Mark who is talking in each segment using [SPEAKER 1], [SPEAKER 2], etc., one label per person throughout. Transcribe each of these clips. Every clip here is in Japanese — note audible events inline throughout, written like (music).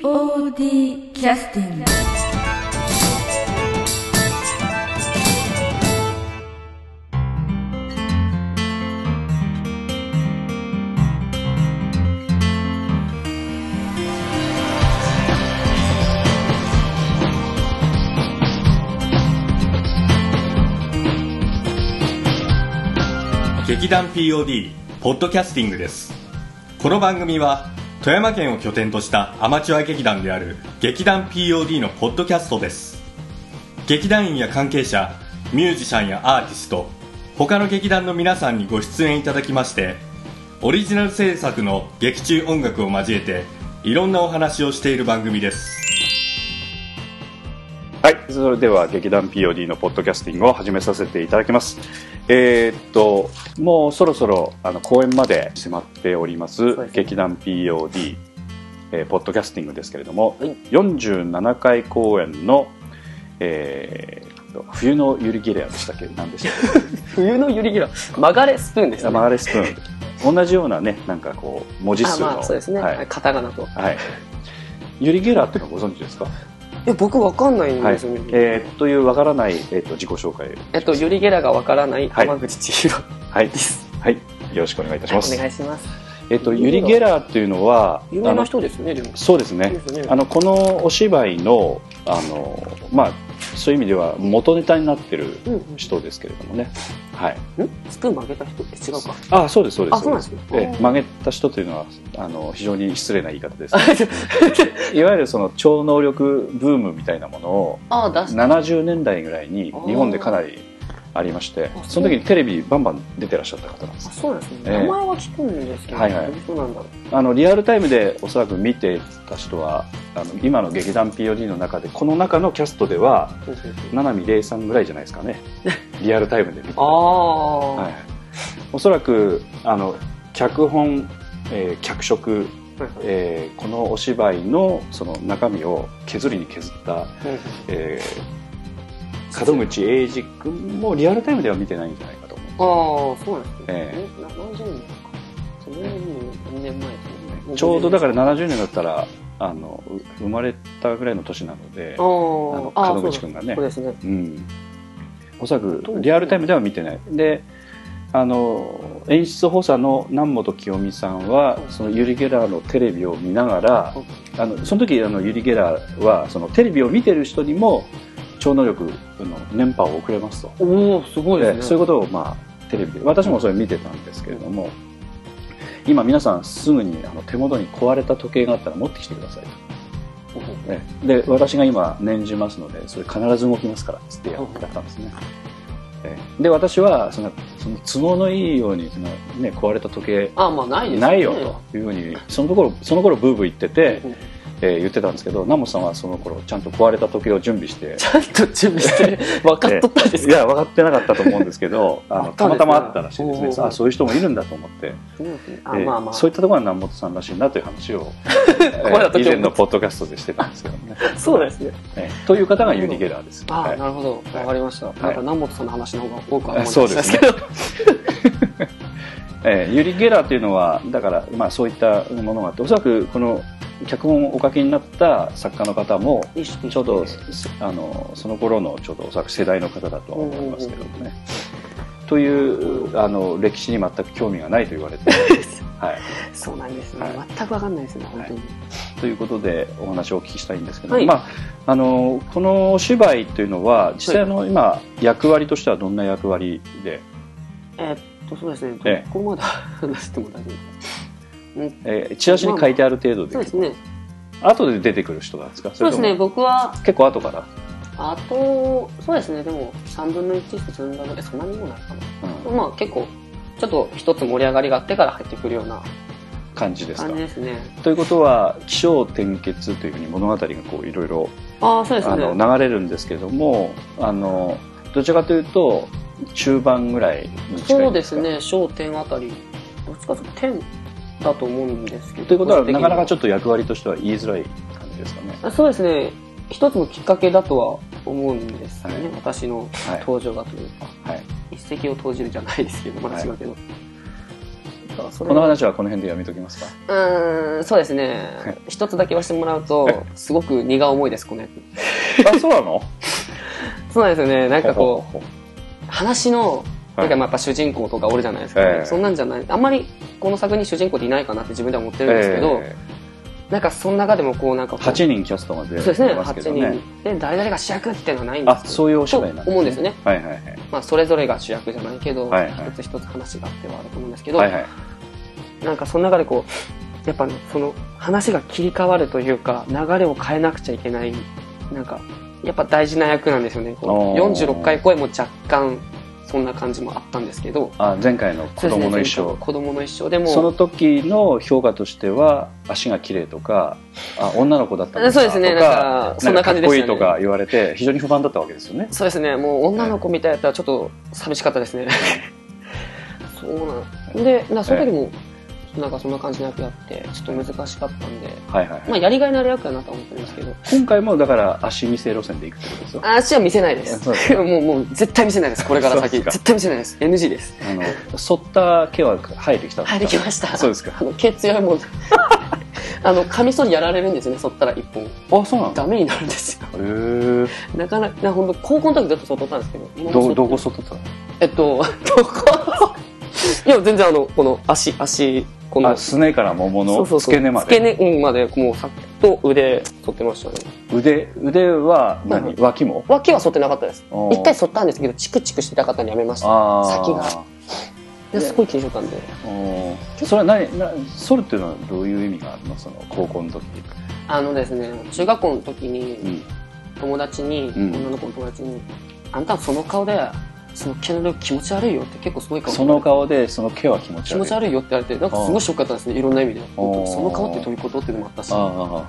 [SPEAKER 1] POD キャスティング
[SPEAKER 2] 劇団 POD ポッドキャスティングですこの番組は富山県を拠点としたアマチュア劇団である劇団 POD のポッドキャストです劇団員や関係者ミュージシャンやアーティスト他の劇団の皆さんにご出演いただきましてオリジナル制作の劇中音楽を交えていろんなお話をしている番組です
[SPEAKER 3] はい、それでは劇団 POD のポッドキャスティングを始めさせていただきます。えーっと、もうそろそろあの公演まで迫っております、
[SPEAKER 4] そうですね
[SPEAKER 3] 劇団 POD、えーポッドキャスティングですけれども、
[SPEAKER 4] はい
[SPEAKER 3] 47回公演の、えーっと冬のユリギレアでしたっけ何でしたっけ
[SPEAKER 4] 冬のユリギラ曲がれスプーンですね
[SPEAKER 3] マーレスプーン同じようなねなんかこう文字
[SPEAKER 4] あ
[SPEAKER 3] 数の
[SPEAKER 4] まあそうですね、
[SPEAKER 3] はい、
[SPEAKER 4] カタカナと
[SPEAKER 3] はい、ユリゲラーっていうのはご存知です
[SPEAKER 4] (laughs)
[SPEAKER 3] か
[SPEAKER 4] え僕わかんないん
[SPEAKER 3] はい
[SPEAKER 4] ですよね、
[SPEAKER 3] えーというわからない、えーっと自己紹介
[SPEAKER 4] えっとユリゲラがわからない
[SPEAKER 3] はい
[SPEAKER 4] 浜口千尋
[SPEAKER 3] はい
[SPEAKER 4] です、
[SPEAKER 3] はい、よろしくお願いいたします。
[SPEAKER 4] お願いします
[SPEAKER 3] えっと、ユリ・ゲラーっていうのは、
[SPEAKER 4] 有名
[SPEAKER 3] あ
[SPEAKER 4] な
[SPEAKER 3] の
[SPEAKER 4] 人ですよねでも
[SPEAKER 3] そうですね。
[SPEAKER 4] ですね
[SPEAKER 3] あの、このお芝居の、あの、まあ、そういう意味では元ネタになってる
[SPEAKER 4] うんうん
[SPEAKER 3] 人ですけれどもね。はい。
[SPEAKER 4] んスプーン曲げた人え違うか
[SPEAKER 3] あ、そうです、そうです。
[SPEAKER 4] あそうなんです
[SPEAKER 3] そう
[SPEAKER 4] ね
[SPEAKER 3] ですええ曲げた人というのは、あの、非常に失礼な言い方です。いわゆるその超能力ブームみたいなものを、
[SPEAKER 4] あ出し
[SPEAKER 3] 70年代ぐらいに
[SPEAKER 4] あー
[SPEAKER 3] 日本でかなりありまして
[SPEAKER 4] あ、
[SPEAKER 3] その時にテレビバンバン出てらっしゃった方なんです
[SPEAKER 4] あ。そうなんですね、
[SPEAKER 3] ええ
[SPEAKER 4] 名前は聞くんですけど、
[SPEAKER 3] はいはい
[SPEAKER 4] どういう人なんだろう
[SPEAKER 3] あのリアルタイムでおそらく見てた人はあの今の劇団 POD の中でこの中のキャストでは
[SPEAKER 4] うんうんうん
[SPEAKER 3] 七海玲さんぐらいじゃないです
[SPEAKER 4] (laughs)
[SPEAKER 3] かねリアルタイムで見てた、
[SPEAKER 4] あ
[SPEAKER 3] は、
[SPEAKER 4] あ、はい
[SPEAKER 3] おそらくあの脚本、えー脚色、
[SPEAKER 4] いはい
[SPEAKER 3] えーこのお芝居のその中身を削りに削った、
[SPEAKER 4] うんうん
[SPEAKER 3] えー門口英二君もリアルタイムでは見てないんじゃないかと思う
[SPEAKER 4] ああそうなんですね、
[SPEAKER 3] え
[SPEAKER 4] えな何十年かその2年前ですね
[SPEAKER 3] ちょうどだから
[SPEAKER 4] あ
[SPEAKER 3] 70年だったらあのう生まれたぐらいの年なので
[SPEAKER 4] あーあ
[SPEAKER 3] あ
[SPEAKER 4] ー
[SPEAKER 3] の門口
[SPEAKER 4] そう
[SPEAKER 3] 君
[SPEAKER 4] だ
[SPEAKER 3] がね
[SPEAKER 4] そうですね
[SPEAKER 3] うん、おそらく
[SPEAKER 4] どう
[SPEAKER 3] リアルタイムでは見てないであの演出補佐の南本清美さんは
[SPEAKER 4] うん
[SPEAKER 3] そのユリ・ゲラーのテレビを見ながらあのその時あのユリ・ゲラーはそのテレビを見てる人にも超能力の電波を送れますと
[SPEAKER 4] おおすごいですね
[SPEAKER 3] でそういうことを、まあ、テレビで私もそれ見てたんですけれども、今皆さんすぐにあの手元に壊れた時計があったら持ってきてくださいと。ねで私が今念じますのでそれ必ず動きますからっつってやったんですね、ええで私はそのその都合のいいようにその、ね、壊れた時計
[SPEAKER 4] あまあないですね
[SPEAKER 3] ないよというふうにそのところその頃ブーブー言ってて、 (laughs) ええ言ってたんですけどナモさんはその頃ちゃんと壊れた時計を準備して
[SPEAKER 4] ちゃんと準備して (laughs) 分かっとったんです
[SPEAKER 3] い
[SPEAKER 4] か、
[SPEAKER 3] や分かってなかったと思うんですけどあ
[SPEAKER 4] あ
[SPEAKER 3] の
[SPEAKER 4] った
[SPEAKER 3] たます
[SPEAKER 4] んでね
[SPEAKER 3] たまあったらしいです
[SPEAKER 4] お
[SPEAKER 3] ね
[SPEAKER 4] ー
[SPEAKER 3] あそういう人もいるんだと思って
[SPEAKER 4] あ
[SPEAKER 3] ええ
[SPEAKER 4] まあまあ
[SPEAKER 3] そ
[SPEAKER 4] そう
[SPEAKER 3] いったところは南本さんらしいなという話
[SPEAKER 4] (laughs)
[SPEAKER 3] を、
[SPEAKER 4] 壊れた時計を
[SPEAKER 3] ええ以前のポッドキャストでしてたんですけどね
[SPEAKER 4] うですね
[SPEAKER 3] ええという方がユニゲラーです。
[SPEAKER 4] あ、
[SPEAKER 3] はい
[SPEAKER 4] なるほど分かりました、
[SPEAKER 3] い
[SPEAKER 4] なんか南本さんの話の方が多くは
[SPEAKER 3] あそうですね (laughs)
[SPEAKER 4] けど、
[SPEAKER 3] えーユリ・ゲラーというのはだから、まあ、そういったものがあっておそらくこの脚本をお書きになった作家の方も
[SPEAKER 4] 意識
[SPEAKER 3] ちょうどすあのその頃のちょうどおそらく世代の方だとは思いますけどもね。というあの歴史に全く興味がないと言われて、
[SPEAKER 4] (laughs)
[SPEAKER 3] はい、
[SPEAKER 4] (laughs) そうなんですね、
[SPEAKER 3] は
[SPEAKER 4] 全く分かんないですね本当に、
[SPEAKER 3] ということでお話をお聞きしたいんですけど、
[SPEAKER 4] はい
[SPEAKER 3] まあ、あのこのお芝居というのは実際の今役割としてはどんな役割で、
[SPEAKER 4] えーっとそうですね、
[SPEAKER 3] ええ
[SPEAKER 4] ここまで話しても大丈夫です
[SPEAKER 3] えーチラシに書いてある程度で
[SPEAKER 4] そうですね
[SPEAKER 3] 後で出てくる人なんですかそ
[SPEAKER 4] そう
[SPEAKER 3] れと
[SPEAKER 4] です
[SPEAKER 3] も
[SPEAKER 4] ね僕は
[SPEAKER 3] 結構後から、
[SPEAKER 4] あとそうですねでも3分の1して分のえそんなにもないかな
[SPEAKER 3] うん
[SPEAKER 4] まあ結構ちょっと一つ盛り上がりがあってから入ってくるような
[SPEAKER 3] 感じですか
[SPEAKER 4] 感じですね
[SPEAKER 3] ということは起承転結というふうに物語がこういろいろ
[SPEAKER 4] ああそうです
[SPEAKER 3] あ
[SPEAKER 4] ね
[SPEAKER 3] の流れるんですけどもあのどちらかというと中盤ぐらいに近い
[SPEAKER 4] そうですね、焦点あたり、どっちかというと点だと思うんですけど。
[SPEAKER 3] ということはなかなかちょ
[SPEAKER 4] っ
[SPEAKER 3] っと役割としては言いづらい感じですかね、
[SPEAKER 4] と。そうですね、一つのきっかけだとは思うんですよね、
[SPEAKER 3] はい
[SPEAKER 4] 私の
[SPEAKER 3] はい
[SPEAKER 4] 登場がというか、
[SPEAKER 3] はい、
[SPEAKER 4] 一石を投じるじゃないですけど、まだ違うけど。だからそれ
[SPEAKER 3] この話はこの辺でやめときますか
[SPEAKER 4] うーんそうですね
[SPEAKER 3] はい
[SPEAKER 4] 一つだけ言わせてもらうとすごく荷が重いですこのやつ
[SPEAKER 3] あそうなの
[SPEAKER 4] そうなんですよねなんかこ
[SPEAKER 3] ほほ
[SPEAKER 4] う話の
[SPEAKER 3] ほ
[SPEAKER 4] なんかまあやっぱ主人公とか俺じゃないですか、
[SPEAKER 3] ええ
[SPEAKER 4] そんなんじゃないあんまりこの作品主人公っていないかなって自分では思ってるんですけど、
[SPEAKER 3] え
[SPEAKER 4] なんかその中でもこうなん
[SPEAKER 3] ー
[SPEAKER 4] かこう
[SPEAKER 3] 8人キャストが出
[SPEAKER 4] そうです
[SPEAKER 3] て
[SPEAKER 4] ね
[SPEAKER 3] ますけ
[SPEAKER 4] 8
[SPEAKER 3] どね
[SPEAKER 4] 人で誰々が主役っていうのはないんです
[SPEAKER 3] あ
[SPEAKER 4] けど
[SPEAKER 3] そういうお芝居なんです、
[SPEAKER 4] と思うんですよね
[SPEAKER 3] はいはいはい
[SPEAKER 4] まあ、それぞれが主役じゃないけど、
[SPEAKER 3] はいはい
[SPEAKER 4] 一つ一つ話があってはあると思うんですけど、
[SPEAKER 3] はいはい
[SPEAKER 4] なんかその中でこうやっぱねその話が切り替わるというか流れを変えなくちゃいけないなんかやっぱ大事な役なんですよねこう
[SPEAKER 3] おー
[SPEAKER 4] 46回声も若干そんな感じもあったんですけど
[SPEAKER 3] あ前回の子供の一
[SPEAKER 4] そうで
[SPEAKER 3] 生
[SPEAKER 4] すね子供の一生でも
[SPEAKER 3] その時の評価としては足が綺麗とかあ女の子だったんだ
[SPEAKER 4] そうですね
[SPEAKER 3] と
[SPEAKER 4] なんかそんな感じでしたね
[SPEAKER 3] なんかかっこいいとか言われて非常に不満だったわけですよね
[SPEAKER 4] そうですねもう女の子みたいだったらちょっと寂しかったですね (laughs) そうなんでなその時もなんかそんな感じの役やってちょっと難しかったんで、
[SPEAKER 3] はいはい、はい
[SPEAKER 4] まあ、やりがいのある役だなとは思ってるんですけど
[SPEAKER 3] 今回もだから足見せ路線でいくってことですよ
[SPEAKER 4] 足は見せないで
[SPEAKER 3] そうですす
[SPEAKER 4] もうもう絶対見せないですこれから
[SPEAKER 3] そう
[SPEAKER 4] 先
[SPEAKER 3] ですか
[SPEAKER 4] 絶対見せないです NG です
[SPEAKER 3] あの剃った毛は生えてきたんですか
[SPEAKER 4] はい、できました。
[SPEAKER 3] そうですか
[SPEAKER 4] あの、毛強いもん (laughs) で。あの、カミソリやられるんですよね、剃ったら一本。
[SPEAKER 3] あそうなんだ
[SPEAKER 4] ダメになるんですよ。
[SPEAKER 3] へー
[SPEAKER 4] なかなか、なほんと、高校の時ずっと剃っとったんですけど。今も剃っ
[SPEAKER 3] どどこ剃ってたの
[SPEAKER 4] えっと、どこいや、全然あの、この足、足、この、
[SPEAKER 3] あすねから桃の付け根まで
[SPEAKER 4] 付け根、うん、まで、もう、さっと腕、剃ってましたね。
[SPEAKER 3] 腕腕は何、
[SPEAKER 4] はい
[SPEAKER 3] 脇も
[SPEAKER 4] 脇は剃ってなかったです。
[SPEAKER 3] おー
[SPEAKER 4] 一回剃ったんですけど、チクチクしてなかったんでやめました。
[SPEAKER 3] あ
[SPEAKER 4] 先
[SPEAKER 3] ー
[SPEAKER 4] がですごい気にしとったんで。
[SPEAKER 3] おーそれは何な剃るっていうのはどういう意味があるのその高校の時
[SPEAKER 4] あのですね、中学校の時に、
[SPEAKER 3] うん
[SPEAKER 4] 友達に、
[SPEAKER 3] うん
[SPEAKER 4] 女の子の友達に「あんたその顔でその毛の量気持ち悪いよ」って結構すごい顔
[SPEAKER 3] その顔でその毛は気持ち
[SPEAKER 4] 気
[SPEAKER 3] 悪い
[SPEAKER 4] 持ち悪いよって言われてなんかすごいショックだったんですねいろんな意味で
[SPEAKER 3] あー
[SPEAKER 4] その顔ってどういうことっていうのもあったし
[SPEAKER 3] ああ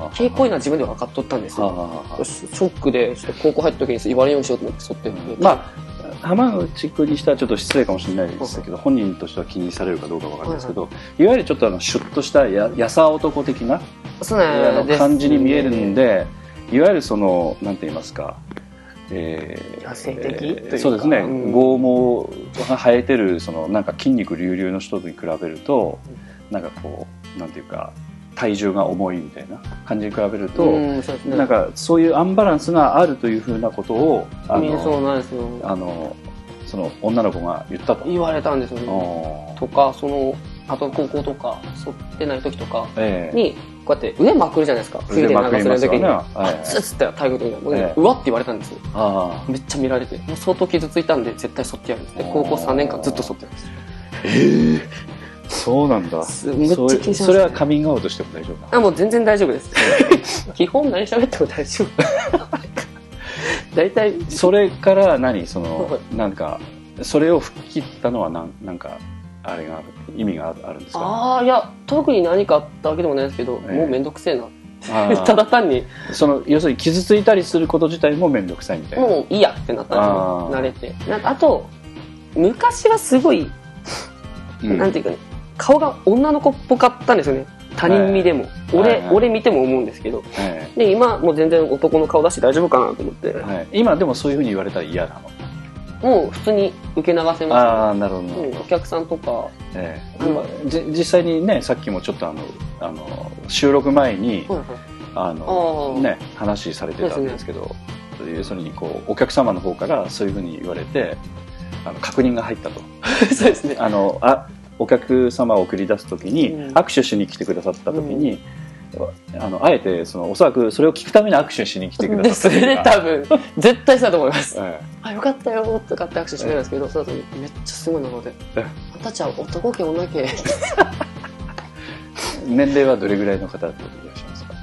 [SPEAKER 3] ああ
[SPEAKER 4] 毛っぽいのは自分では分かっとったんです
[SPEAKER 3] ああ
[SPEAKER 4] よ
[SPEAKER 3] ああ
[SPEAKER 4] ショックでちょっと高校入った時に言われんようにしようと思って剃ってって、
[SPEAKER 3] まあ浜口君にしてはちょっと失礼かもしれないですけど本人としては気にされるかどうかわかんないですけどいわゆるちょっとあのシュッとしたややさ男的な
[SPEAKER 4] あそう
[SPEAKER 3] あ
[SPEAKER 4] な
[SPEAKER 3] の
[SPEAKER 4] んです
[SPEAKER 3] 感じに見えるんでいわゆるそのなんて言いますかえー
[SPEAKER 4] 野生的
[SPEAKER 3] えー
[SPEAKER 4] というか
[SPEAKER 3] そうですね、
[SPEAKER 4] うん
[SPEAKER 3] 剛毛が生えてるそのなんか筋肉隆々の人に比べるとなんかこうなんていうか体重が重いみたいな感じに比べると、
[SPEAKER 4] うんそうですね
[SPEAKER 3] なんかそういうアンバランスがあるというふうなことをあ
[SPEAKER 4] みんなそう
[SPEAKER 3] の
[SPEAKER 4] なんですよ
[SPEAKER 3] あのその女の子が言ったと。
[SPEAKER 4] 言われたんですよね
[SPEAKER 3] おー
[SPEAKER 4] とかそのあと高校とか剃ってない時とか
[SPEAKER 3] ええ
[SPEAKER 4] にこうやって腕まくるじゃないですか
[SPEAKER 3] 腕まくりますよね
[SPEAKER 4] 冬でなんか
[SPEAKER 3] は
[SPEAKER 4] そ
[SPEAKER 3] い
[SPEAKER 4] れの時に「熱っつったら体育の時に僕
[SPEAKER 3] え
[SPEAKER 4] ね
[SPEAKER 3] え
[SPEAKER 4] うわって言われたんですよ
[SPEAKER 3] あ
[SPEAKER 4] めっちゃ見られてもう相当傷ついたんで絶対剃ってやるって
[SPEAKER 3] あー
[SPEAKER 4] 高校3年間ずっと剃ってまし
[SPEAKER 3] あそうなんだ
[SPEAKER 4] た
[SPEAKER 3] そ
[SPEAKER 4] すめっちゃ気にしま
[SPEAKER 3] う
[SPEAKER 4] した、
[SPEAKER 3] それはカミングアウトしても大丈夫
[SPEAKER 4] あもう全然大丈夫です (laughs) 基本何喋っても大丈夫 (laughs) 大体
[SPEAKER 3] それから何その
[SPEAKER 4] は
[SPEAKER 3] なんかそれを吹っ切ったのはなんなんかあれがある意味があるあるんですか
[SPEAKER 4] ああいや特に何かあったわけでもないですけど、
[SPEAKER 3] ええ
[SPEAKER 4] もうめんどくせえな
[SPEAKER 3] あー
[SPEAKER 4] (laughs) ただ単に
[SPEAKER 3] その要するに傷ついたりすること自体も面倒くさいみたいな
[SPEAKER 4] もういいやってなったんですよ
[SPEAKER 3] あー
[SPEAKER 4] 慣れてなんかあと昔はすごい
[SPEAKER 3] うん
[SPEAKER 4] なんていうかね、顔が女の子っぽかったんですよね。他人見でも。俺、
[SPEAKER 3] はいはい
[SPEAKER 4] 俺見ても思うんですけど。
[SPEAKER 3] え
[SPEAKER 4] で、今、もう全然男の顔出して大丈夫かなと思って
[SPEAKER 3] え、はい今でもそういうふうに言われたら嫌なの
[SPEAKER 4] もう普通に受け流せま
[SPEAKER 3] ああなるほどなる
[SPEAKER 4] す、
[SPEAKER 3] ほ
[SPEAKER 4] ね
[SPEAKER 3] ど
[SPEAKER 4] うんお客さんとか、
[SPEAKER 3] ええ
[SPEAKER 4] うん
[SPEAKER 3] まあじ実際にねさっきもちょっとあのあの収録前にあの
[SPEAKER 4] あー
[SPEAKER 3] ね話されてたんですけど要するにこうお客様の方からそういうふうに言われてあの確認が入ったと
[SPEAKER 4] (laughs) そうですね。
[SPEAKER 3] あのあお客様を送り出す時に、
[SPEAKER 4] うん
[SPEAKER 3] 握手しに来てくださった時に、あのあえてそのおそらくそれを聞くために握手しに来てくださ
[SPEAKER 4] で、
[SPEAKER 3] った
[SPEAKER 4] そ
[SPEAKER 3] とい
[SPEAKER 4] れ
[SPEAKER 3] う
[SPEAKER 4] で
[SPEAKER 3] か
[SPEAKER 4] 多分、絶対したと思います。
[SPEAKER 3] え
[SPEAKER 4] (laughs) あ、よかったよとかって握手してるんですけど、その後にめっちゃすごいなので
[SPEAKER 3] え、
[SPEAKER 4] あんたちは男系女系い
[SPEAKER 3] え年齢はどれぐらいの方だといらっしゃいますか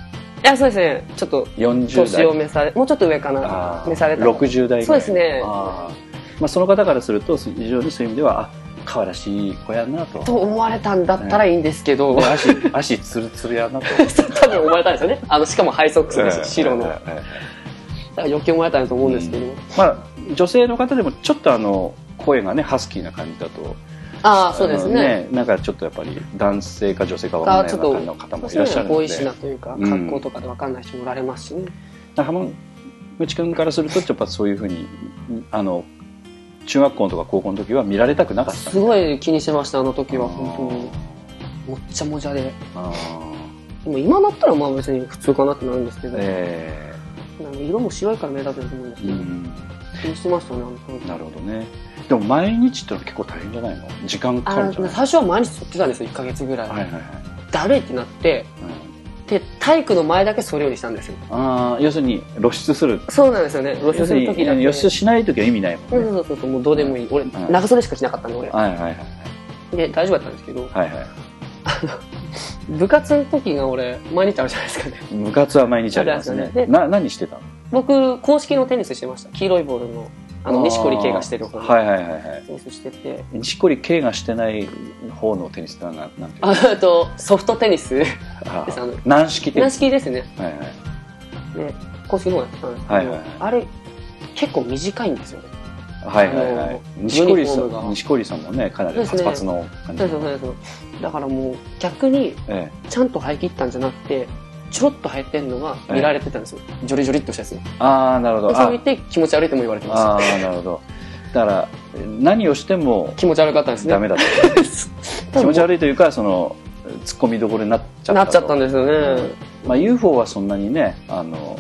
[SPEAKER 4] や、そうですね。ちょっと、
[SPEAKER 3] 40
[SPEAKER 4] 年を
[SPEAKER 3] 代
[SPEAKER 4] 召され、もうちょっと上か
[SPEAKER 3] あ
[SPEAKER 4] な。
[SPEAKER 3] ー
[SPEAKER 4] 召された。
[SPEAKER 3] 60代ぐらい
[SPEAKER 4] そうですね
[SPEAKER 3] あーまあ、その方からすると非常にそういう意味ではあ可愛らしい子やなと
[SPEAKER 4] と思われたんだったらいいんですけど、
[SPEAKER 3] で足 (laughs) 足つるつるやなと
[SPEAKER 4] (laughs) 多分思われたんですよね。あの、しかもハイソックスで白
[SPEAKER 3] え
[SPEAKER 4] の。
[SPEAKER 3] え
[SPEAKER 4] だか
[SPEAKER 3] ええ
[SPEAKER 4] ら余計思われたんだと思うんですけど。
[SPEAKER 3] まあ、女性の方でもちょっとあの声がねハスキーな感じだと
[SPEAKER 4] ああ、そうですね。
[SPEAKER 3] あのなんかちょっとやっぱり男性か女性かわかん
[SPEAKER 4] が
[SPEAKER 3] ない
[SPEAKER 4] ちょっ
[SPEAKER 3] ような
[SPEAKER 4] と
[SPEAKER 3] 感じの方もい
[SPEAKER 4] そう
[SPEAKER 3] らっ
[SPEAKER 4] いう
[SPEAKER 3] しゃ
[SPEAKER 4] の
[SPEAKER 3] るの
[SPEAKER 4] は合
[SPEAKER 3] で
[SPEAKER 4] 意しなというか、
[SPEAKER 3] うん
[SPEAKER 4] 格好とかで分かんない人もおられますしね。
[SPEAKER 3] 浜口君からするとやっぱそういうふうにあの中学校とか高校の時は見られたくなかった
[SPEAKER 4] すごい気にしてました、あの時は、
[SPEAKER 3] あー
[SPEAKER 4] 本もっちゃもちゃで。
[SPEAKER 3] あ
[SPEAKER 4] でも今だったらまあ別に普通かなってなるんですけ
[SPEAKER 3] ー
[SPEAKER 4] ど、
[SPEAKER 3] え
[SPEAKER 4] なんか色も白いから目立ってると思うんです
[SPEAKER 3] ー
[SPEAKER 4] けど、
[SPEAKER 3] うん
[SPEAKER 4] 気にしてましたね、あのその
[SPEAKER 3] なるほどねでも毎日ってのは結構大変じゃないの時間か
[SPEAKER 4] あ
[SPEAKER 3] かるんじゃ
[SPEAKER 4] の
[SPEAKER 3] ない
[SPEAKER 4] 最初は毎日撮ってたんですよ、1ヶ月ぐらい。
[SPEAKER 3] はいはいはい、
[SPEAKER 4] だるいってなって、
[SPEAKER 3] うん
[SPEAKER 4] で、体育の前だけ剃るようにしたんですよ。
[SPEAKER 3] あー要するに露出する
[SPEAKER 4] そうなんですよね、露出する時だけ。
[SPEAKER 3] 要するに露出しない時は意味ないも
[SPEAKER 4] そうん
[SPEAKER 3] ね、
[SPEAKER 4] そうそうそう、もうどうでもいい。俺、
[SPEAKER 3] ん
[SPEAKER 4] 長袖しかしなかったんで、俺。
[SPEAKER 3] はいはいはい
[SPEAKER 4] で、大丈夫だったんですけど、
[SPEAKER 3] はいはいはい
[SPEAKER 4] 部活の時が俺、毎日あるじゃないですかね。 (laughs)
[SPEAKER 3] 部活は毎日あります
[SPEAKER 4] あり
[SPEAKER 3] ね
[SPEAKER 4] ますよねで
[SPEAKER 3] な何してたの
[SPEAKER 4] 僕、公式のテニスしてました。黄色いボールの、あの、錦織圭がしてる方の
[SPEAKER 3] はいはいはいはい
[SPEAKER 4] テニスしてて、
[SPEAKER 3] 錦織圭がしてない方のテニスってのはななんていうの
[SPEAKER 4] あと、ソフトテニス、
[SPEAKER 3] あ
[SPEAKER 4] ですあの
[SPEAKER 3] 軟式テ
[SPEAKER 4] 軟
[SPEAKER 3] ニス
[SPEAKER 4] 式ですね。
[SPEAKER 3] はいはい
[SPEAKER 4] で、公式の方やったんですけど、
[SPEAKER 3] はいはいはい
[SPEAKER 4] あれ、結構短いんですよね。
[SPEAKER 3] はいはいは
[SPEAKER 4] あ
[SPEAKER 3] い
[SPEAKER 4] の
[SPEAKER 3] 錦織さ
[SPEAKER 4] ユニフォーム
[SPEAKER 3] ん
[SPEAKER 4] が
[SPEAKER 3] 錦織さんもねかなり
[SPEAKER 4] そうです
[SPEAKER 3] パ
[SPEAKER 4] ね
[SPEAKER 3] ツパツの感じ
[SPEAKER 4] そうそうそうそう。だからもう、逆に、
[SPEAKER 3] え
[SPEAKER 4] ちゃんと生え切ったんじゃなくて、ちょろっと生えてんのが見られてたんですよ。ジョリジョリっとしたやつ。
[SPEAKER 3] えああなるほど
[SPEAKER 4] そ
[SPEAKER 3] あ
[SPEAKER 4] れ見て気持ち悪いとも言われてました。
[SPEAKER 3] ああなるほどだから何をしても
[SPEAKER 4] 気持ち悪かったん (laughs) ですね。
[SPEAKER 3] ダメだと気持ち悪いというかその突っ込みどころになっちゃったと
[SPEAKER 4] なっちゃったんですよね。
[SPEAKER 3] まあ UFO はそんなにねあの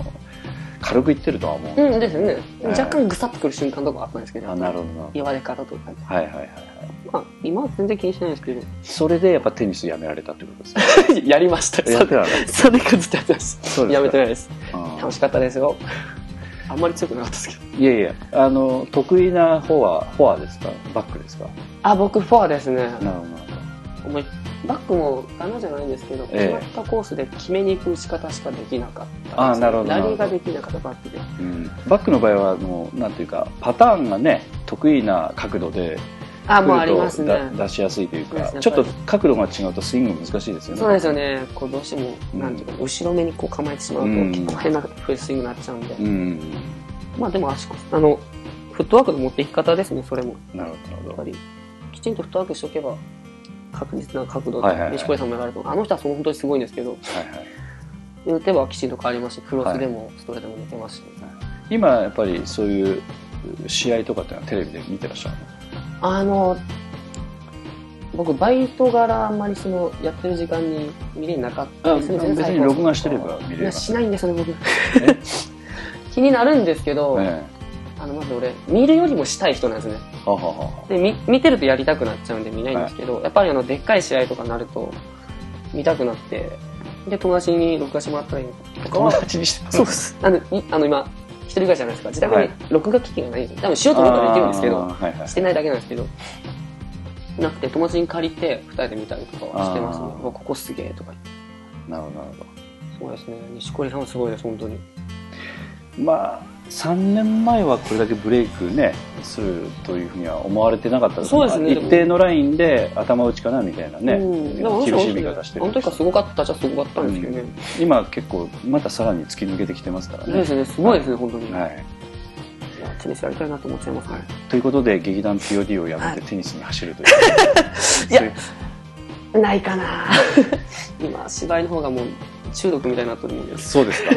[SPEAKER 3] 軽くいってるとは思う
[SPEAKER 4] うん、ですよね。
[SPEAKER 3] え
[SPEAKER 4] 若干ぐさっとくる瞬間とかあったんですけど。
[SPEAKER 3] あなるほどなはい
[SPEAKER 4] 言われ方とか。
[SPEAKER 3] はいはい
[SPEAKER 4] まあ、今は全然気にしてないですけど。
[SPEAKER 3] それでやっぱテニスやめられたってことですね
[SPEAKER 4] やりました。
[SPEAKER 3] やってたの
[SPEAKER 4] それかずっとやってまし
[SPEAKER 3] そうです
[SPEAKER 4] た。
[SPEAKER 3] か
[SPEAKER 4] やめてないです。
[SPEAKER 3] あー
[SPEAKER 4] 楽しかったですよ。あんまり強くなかったですけど。
[SPEAKER 3] いやいや、あの、得意な方は、フォアですかバックですか
[SPEAKER 4] あ、僕、フォアですね。
[SPEAKER 3] なるほど、なる
[SPEAKER 4] 思いバックも穴じゃないんですけど、
[SPEAKER 3] ええ
[SPEAKER 4] 決まったコースで決めに行く打ち方しかできなかったです
[SPEAKER 3] あなるほどなる
[SPEAKER 4] ラ
[SPEAKER 3] ほ
[SPEAKER 4] リ
[SPEAKER 3] ど
[SPEAKER 4] ーができなかったバックで。
[SPEAKER 3] ほど。うん。バックの場合は、もう、なんていうか、パターンがね、得意な角度で、
[SPEAKER 4] あ、もうあ
[SPEAKER 3] 来
[SPEAKER 4] り
[SPEAKER 3] る
[SPEAKER 4] ます
[SPEAKER 3] と
[SPEAKER 4] ね
[SPEAKER 3] だ。出しやすいという
[SPEAKER 4] そうで
[SPEAKER 3] か
[SPEAKER 4] す、ね
[SPEAKER 3] ちょっと角度が違うとスイング難しいですよね。
[SPEAKER 4] そうなんですよ。ね。こうどうしても、
[SPEAKER 3] うん
[SPEAKER 4] なんていうか、後ろ目にこう構えてしまうと、
[SPEAKER 3] うん
[SPEAKER 4] 結構変なフルスイングになっちゃうんで。
[SPEAKER 3] うん。
[SPEAKER 4] まあでも足腰、あの、フットワークの持っていき方ですね、それも。
[SPEAKER 3] なるほど、なる
[SPEAKER 4] やっ
[SPEAKER 3] ほ
[SPEAKER 4] ぱり、きちんとフットワークしておけば、確実な角度
[SPEAKER 3] はいはいは
[SPEAKER 4] で、
[SPEAKER 3] い
[SPEAKER 4] 西堀さんもやられて、あの人はその本当にすごいんですけど、
[SPEAKER 3] ど。はいはい。
[SPEAKER 4] 打てばきちんと変わりますし、クロスでもストレートでも抜けますし。
[SPEAKER 3] 今、やっぱりそういう試合とかってのはテレビで見てらっしゃるの
[SPEAKER 4] あの、僕、バイト柄あんまりその、やってる時間に見れなかったりするんですね
[SPEAKER 3] 別
[SPEAKER 4] 最
[SPEAKER 3] に
[SPEAKER 4] 高
[SPEAKER 3] 録画してれば見れ
[SPEAKER 4] いや、
[SPEAKER 3] ま
[SPEAKER 4] し
[SPEAKER 3] す。
[SPEAKER 4] ないんですよね、僕。 (laughs) 気になるんですけど、
[SPEAKER 3] え
[SPEAKER 4] あの、まず俺、見るよりもしたい人なんですね。
[SPEAKER 3] え。ははは。
[SPEAKER 4] で、み見てるとやりたくなっちゃうんで見ないんですけど、やっぱりあの、でっかい試合とかになると、見たくなって、で、友達に録画してもらったりとか
[SPEAKER 3] 友
[SPEAKER 4] は、
[SPEAKER 3] 達にしてもら
[SPEAKER 4] そうです。あの、いあの今、一人暮らしじゃないですか。自宅
[SPEAKER 3] は
[SPEAKER 4] に
[SPEAKER 3] い
[SPEAKER 4] 録画機器がないんです。多分しようと思ったらできるんですけど
[SPEAKER 3] あ、ーはいはい。
[SPEAKER 4] してないだけなんですけど、なくて友達に借りて2人で見たりとかはしてますね
[SPEAKER 3] あ。ー
[SPEAKER 4] うわここすげえとか言って。
[SPEAKER 3] なるほど、なるほど。
[SPEAKER 4] そうですね。西堀さんはすごいです、本当に。
[SPEAKER 3] まあ3年前はこれだけブレイクねするというふうには思われてなかった
[SPEAKER 4] そうですね
[SPEAKER 3] まあ一定のラインで頭打ちかなみたいなね、
[SPEAKER 4] うん、でもあの人
[SPEAKER 3] 厳
[SPEAKER 4] は
[SPEAKER 3] しい見方して
[SPEAKER 4] あ
[SPEAKER 3] る
[SPEAKER 4] の時からすごかったじゃすごかったんですけどね。
[SPEAKER 3] 今結構またさらに突き抜けてきてますから
[SPEAKER 4] そう
[SPEAKER 3] ね
[SPEAKER 4] で、すね、すごいですね、本当に。
[SPEAKER 3] はい、
[SPEAKER 4] いやテニスやりたいなと思っちゃいますね。
[SPEAKER 3] ということで劇団 POD をや
[SPEAKER 4] は
[SPEAKER 3] め
[SPEAKER 4] い
[SPEAKER 3] てテニスに走るという、
[SPEAKER 4] (laughs) いやないかな (laughs) 今、芝居の方がもう中毒みたいになってるもんです。
[SPEAKER 3] そうですか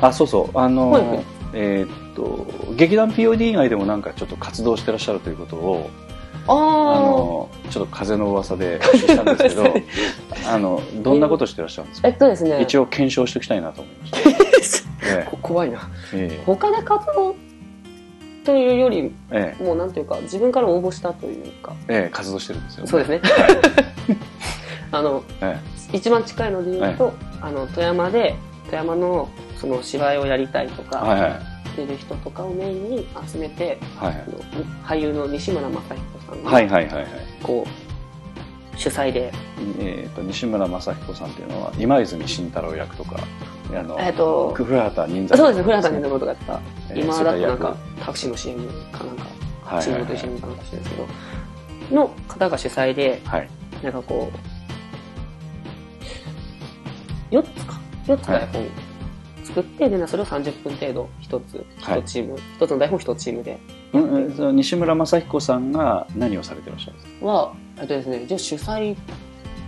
[SPEAKER 3] あそうそうあの、
[SPEAKER 4] はいはい
[SPEAKER 3] えーっと劇団 POD 以外でもなんかちょっと活動してらっしゃるということを
[SPEAKER 4] あ
[SPEAKER 3] あ
[SPEAKER 4] ー。
[SPEAKER 3] のちょっと風の噂でしたんですけ
[SPEAKER 4] (laughs)
[SPEAKER 3] どあのどんなことしてらっしゃるんですか
[SPEAKER 4] えっとですね。
[SPEAKER 3] 一
[SPEAKER 4] 応。
[SPEAKER 3] 応検証しておきたいなと思いました。
[SPEAKER 4] (laughs)
[SPEAKER 3] え
[SPEAKER 4] 怖いな。
[SPEAKER 3] ええ
[SPEAKER 4] 他で活動というより、
[SPEAKER 3] ええ
[SPEAKER 4] もうなんていうか、自分から応募したというか。
[SPEAKER 3] ええ活動してるんですよ、ね。
[SPEAKER 4] そうです
[SPEAKER 3] (laughs)
[SPEAKER 4] ね。あの、
[SPEAKER 3] え
[SPEAKER 4] 一番近いので言うと、あの、富山で、富山の、その芝居をやりたいと
[SPEAKER 3] えはい
[SPEAKER 4] か、
[SPEAKER 3] はい
[SPEAKER 4] してる人とかをメインに集めて、
[SPEAKER 3] はい
[SPEAKER 4] あの俳優の西村雅彦さんが、
[SPEAKER 3] はいはいはいはい。
[SPEAKER 4] こう、主催で、
[SPEAKER 3] えっと西村雅彦さんっていうのは今泉慎太郎役とかあの、
[SPEAKER 4] えっと、
[SPEAKER 3] 古畑任三
[SPEAKER 4] そうですね、古畑任三郎とかやってた、
[SPEAKER 3] 三
[SPEAKER 4] 今だとなんか、タクシーの CM かなんか、
[SPEAKER 3] はい
[SPEAKER 4] チ
[SPEAKER 3] は
[SPEAKER 4] ー
[SPEAKER 3] い
[SPEAKER 4] ムと
[SPEAKER 3] は
[SPEAKER 4] 一緒
[SPEAKER 3] い
[SPEAKER 4] にかなんかしてるんですけど、の方が主催で、
[SPEAKER 3] はい
[SPEAKER 4] なんかこう、4つか ?4 つか台本作って、で、それを30分程度、1つ、
[SPEAKER 3] はい
[SPEAKER 4] 1チーム、1つの台本1チームで、
[SPEAKER 3] うんうんその西村雅彦さんが何をされてらっしゃるんです
[SPEAKER 4] は、えっとですね、一応主催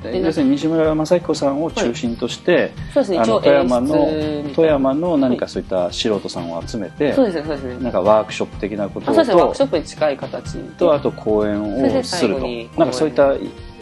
[SPEAKER 4] え
[SPEAKER 3] 要するに西村雅彦さんを中心として、
[SPEAKER 4] そうですね、
[SPEAKER 3] あ
[SPEAKER 4] 一
[SPEAKER 3] の
[SPEAKER 4] 応
[SPEAKER 3] 富山の
[SPEAKER 4] 演出みた
[SPEAKER 3] 富
[SPEAKER 4] いな
[SPEAKER 3] 山の何かそういった素人さんを集めて、
[SPEAKER 4] そうですね、そうですね。
[SPEAKER 3] なんかワークショップ的なこ
[SPEAKER 4] あ
[SPEAKER 3] と
[SPEAKER 4] そうですね、ワー
[SPEAKER 3] と
[SPEAKER 4] クショップに近い形で。
[SPEAKER 3] とあと講演をする
[SPEAKER 4] そ
[SPEAKER 3] と
[SPEAKER 4] れで最後に
[SPEAKER 3] なんかそういった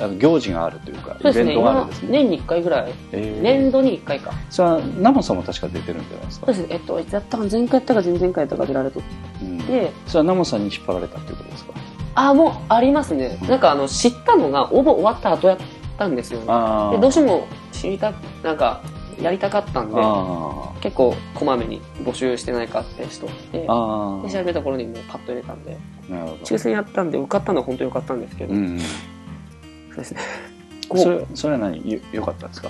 [SPEAKER 3] あの行事があるというか
[SPEAKER 4] そう
[SPEAKER 3] イ
[SPEAKER 4] ですね、
[SPEAKER 3] ベントがあるん
[SPEAKER 4] 今
[SPEAKER 3] です、ね。
[SPEAKER 4] 年に1回ぐらい、
[SPEAKER 3] えー
[SPEAKER 4] 年度に1回か。
[SPEAKER 3] それはナモンさんも確か出てるんじゃないですか
[SPEAKER 4] そう。ですね、えっと、いつやったか、前回やったか、前々回やったか出られて
[SPEAKER 3] うん
[SPEAKER 4] て、
[SPEAKER 3] それはナモンさんに引っ張られたっていうことですか。
[SPEAKER 4] あ、もうありますね。なんか、あの、知ったのが、応募終わった後やったんですよね。
[SPEAKER 3] あ
[SPEAKER 4] で、どうしても知りた、なんか、やりたかったんで、
[SPEAKER 3] あ
[SPEAKER 4] 結構、こまめに募集してないかって人って
[SPEAKER 3] ー、あ
[SPEAKER 4] で、
[SPEAKER 3] ー
[SPEAKER 4] 調べたところにもうパッと入れたんで、
[SPEAKER 3] なるほど
[SPEAKER 4] 抽。選やったんで、受かったのは本当に良かったんですけ (laughs) ど、
[SPEAKER 3] うん、
[SPEAKER 4] そうですね。
[SPEAKER 3] そ
[SPEAKER 4] 後
[SPEAKER 3] れそれは何よよかったですか。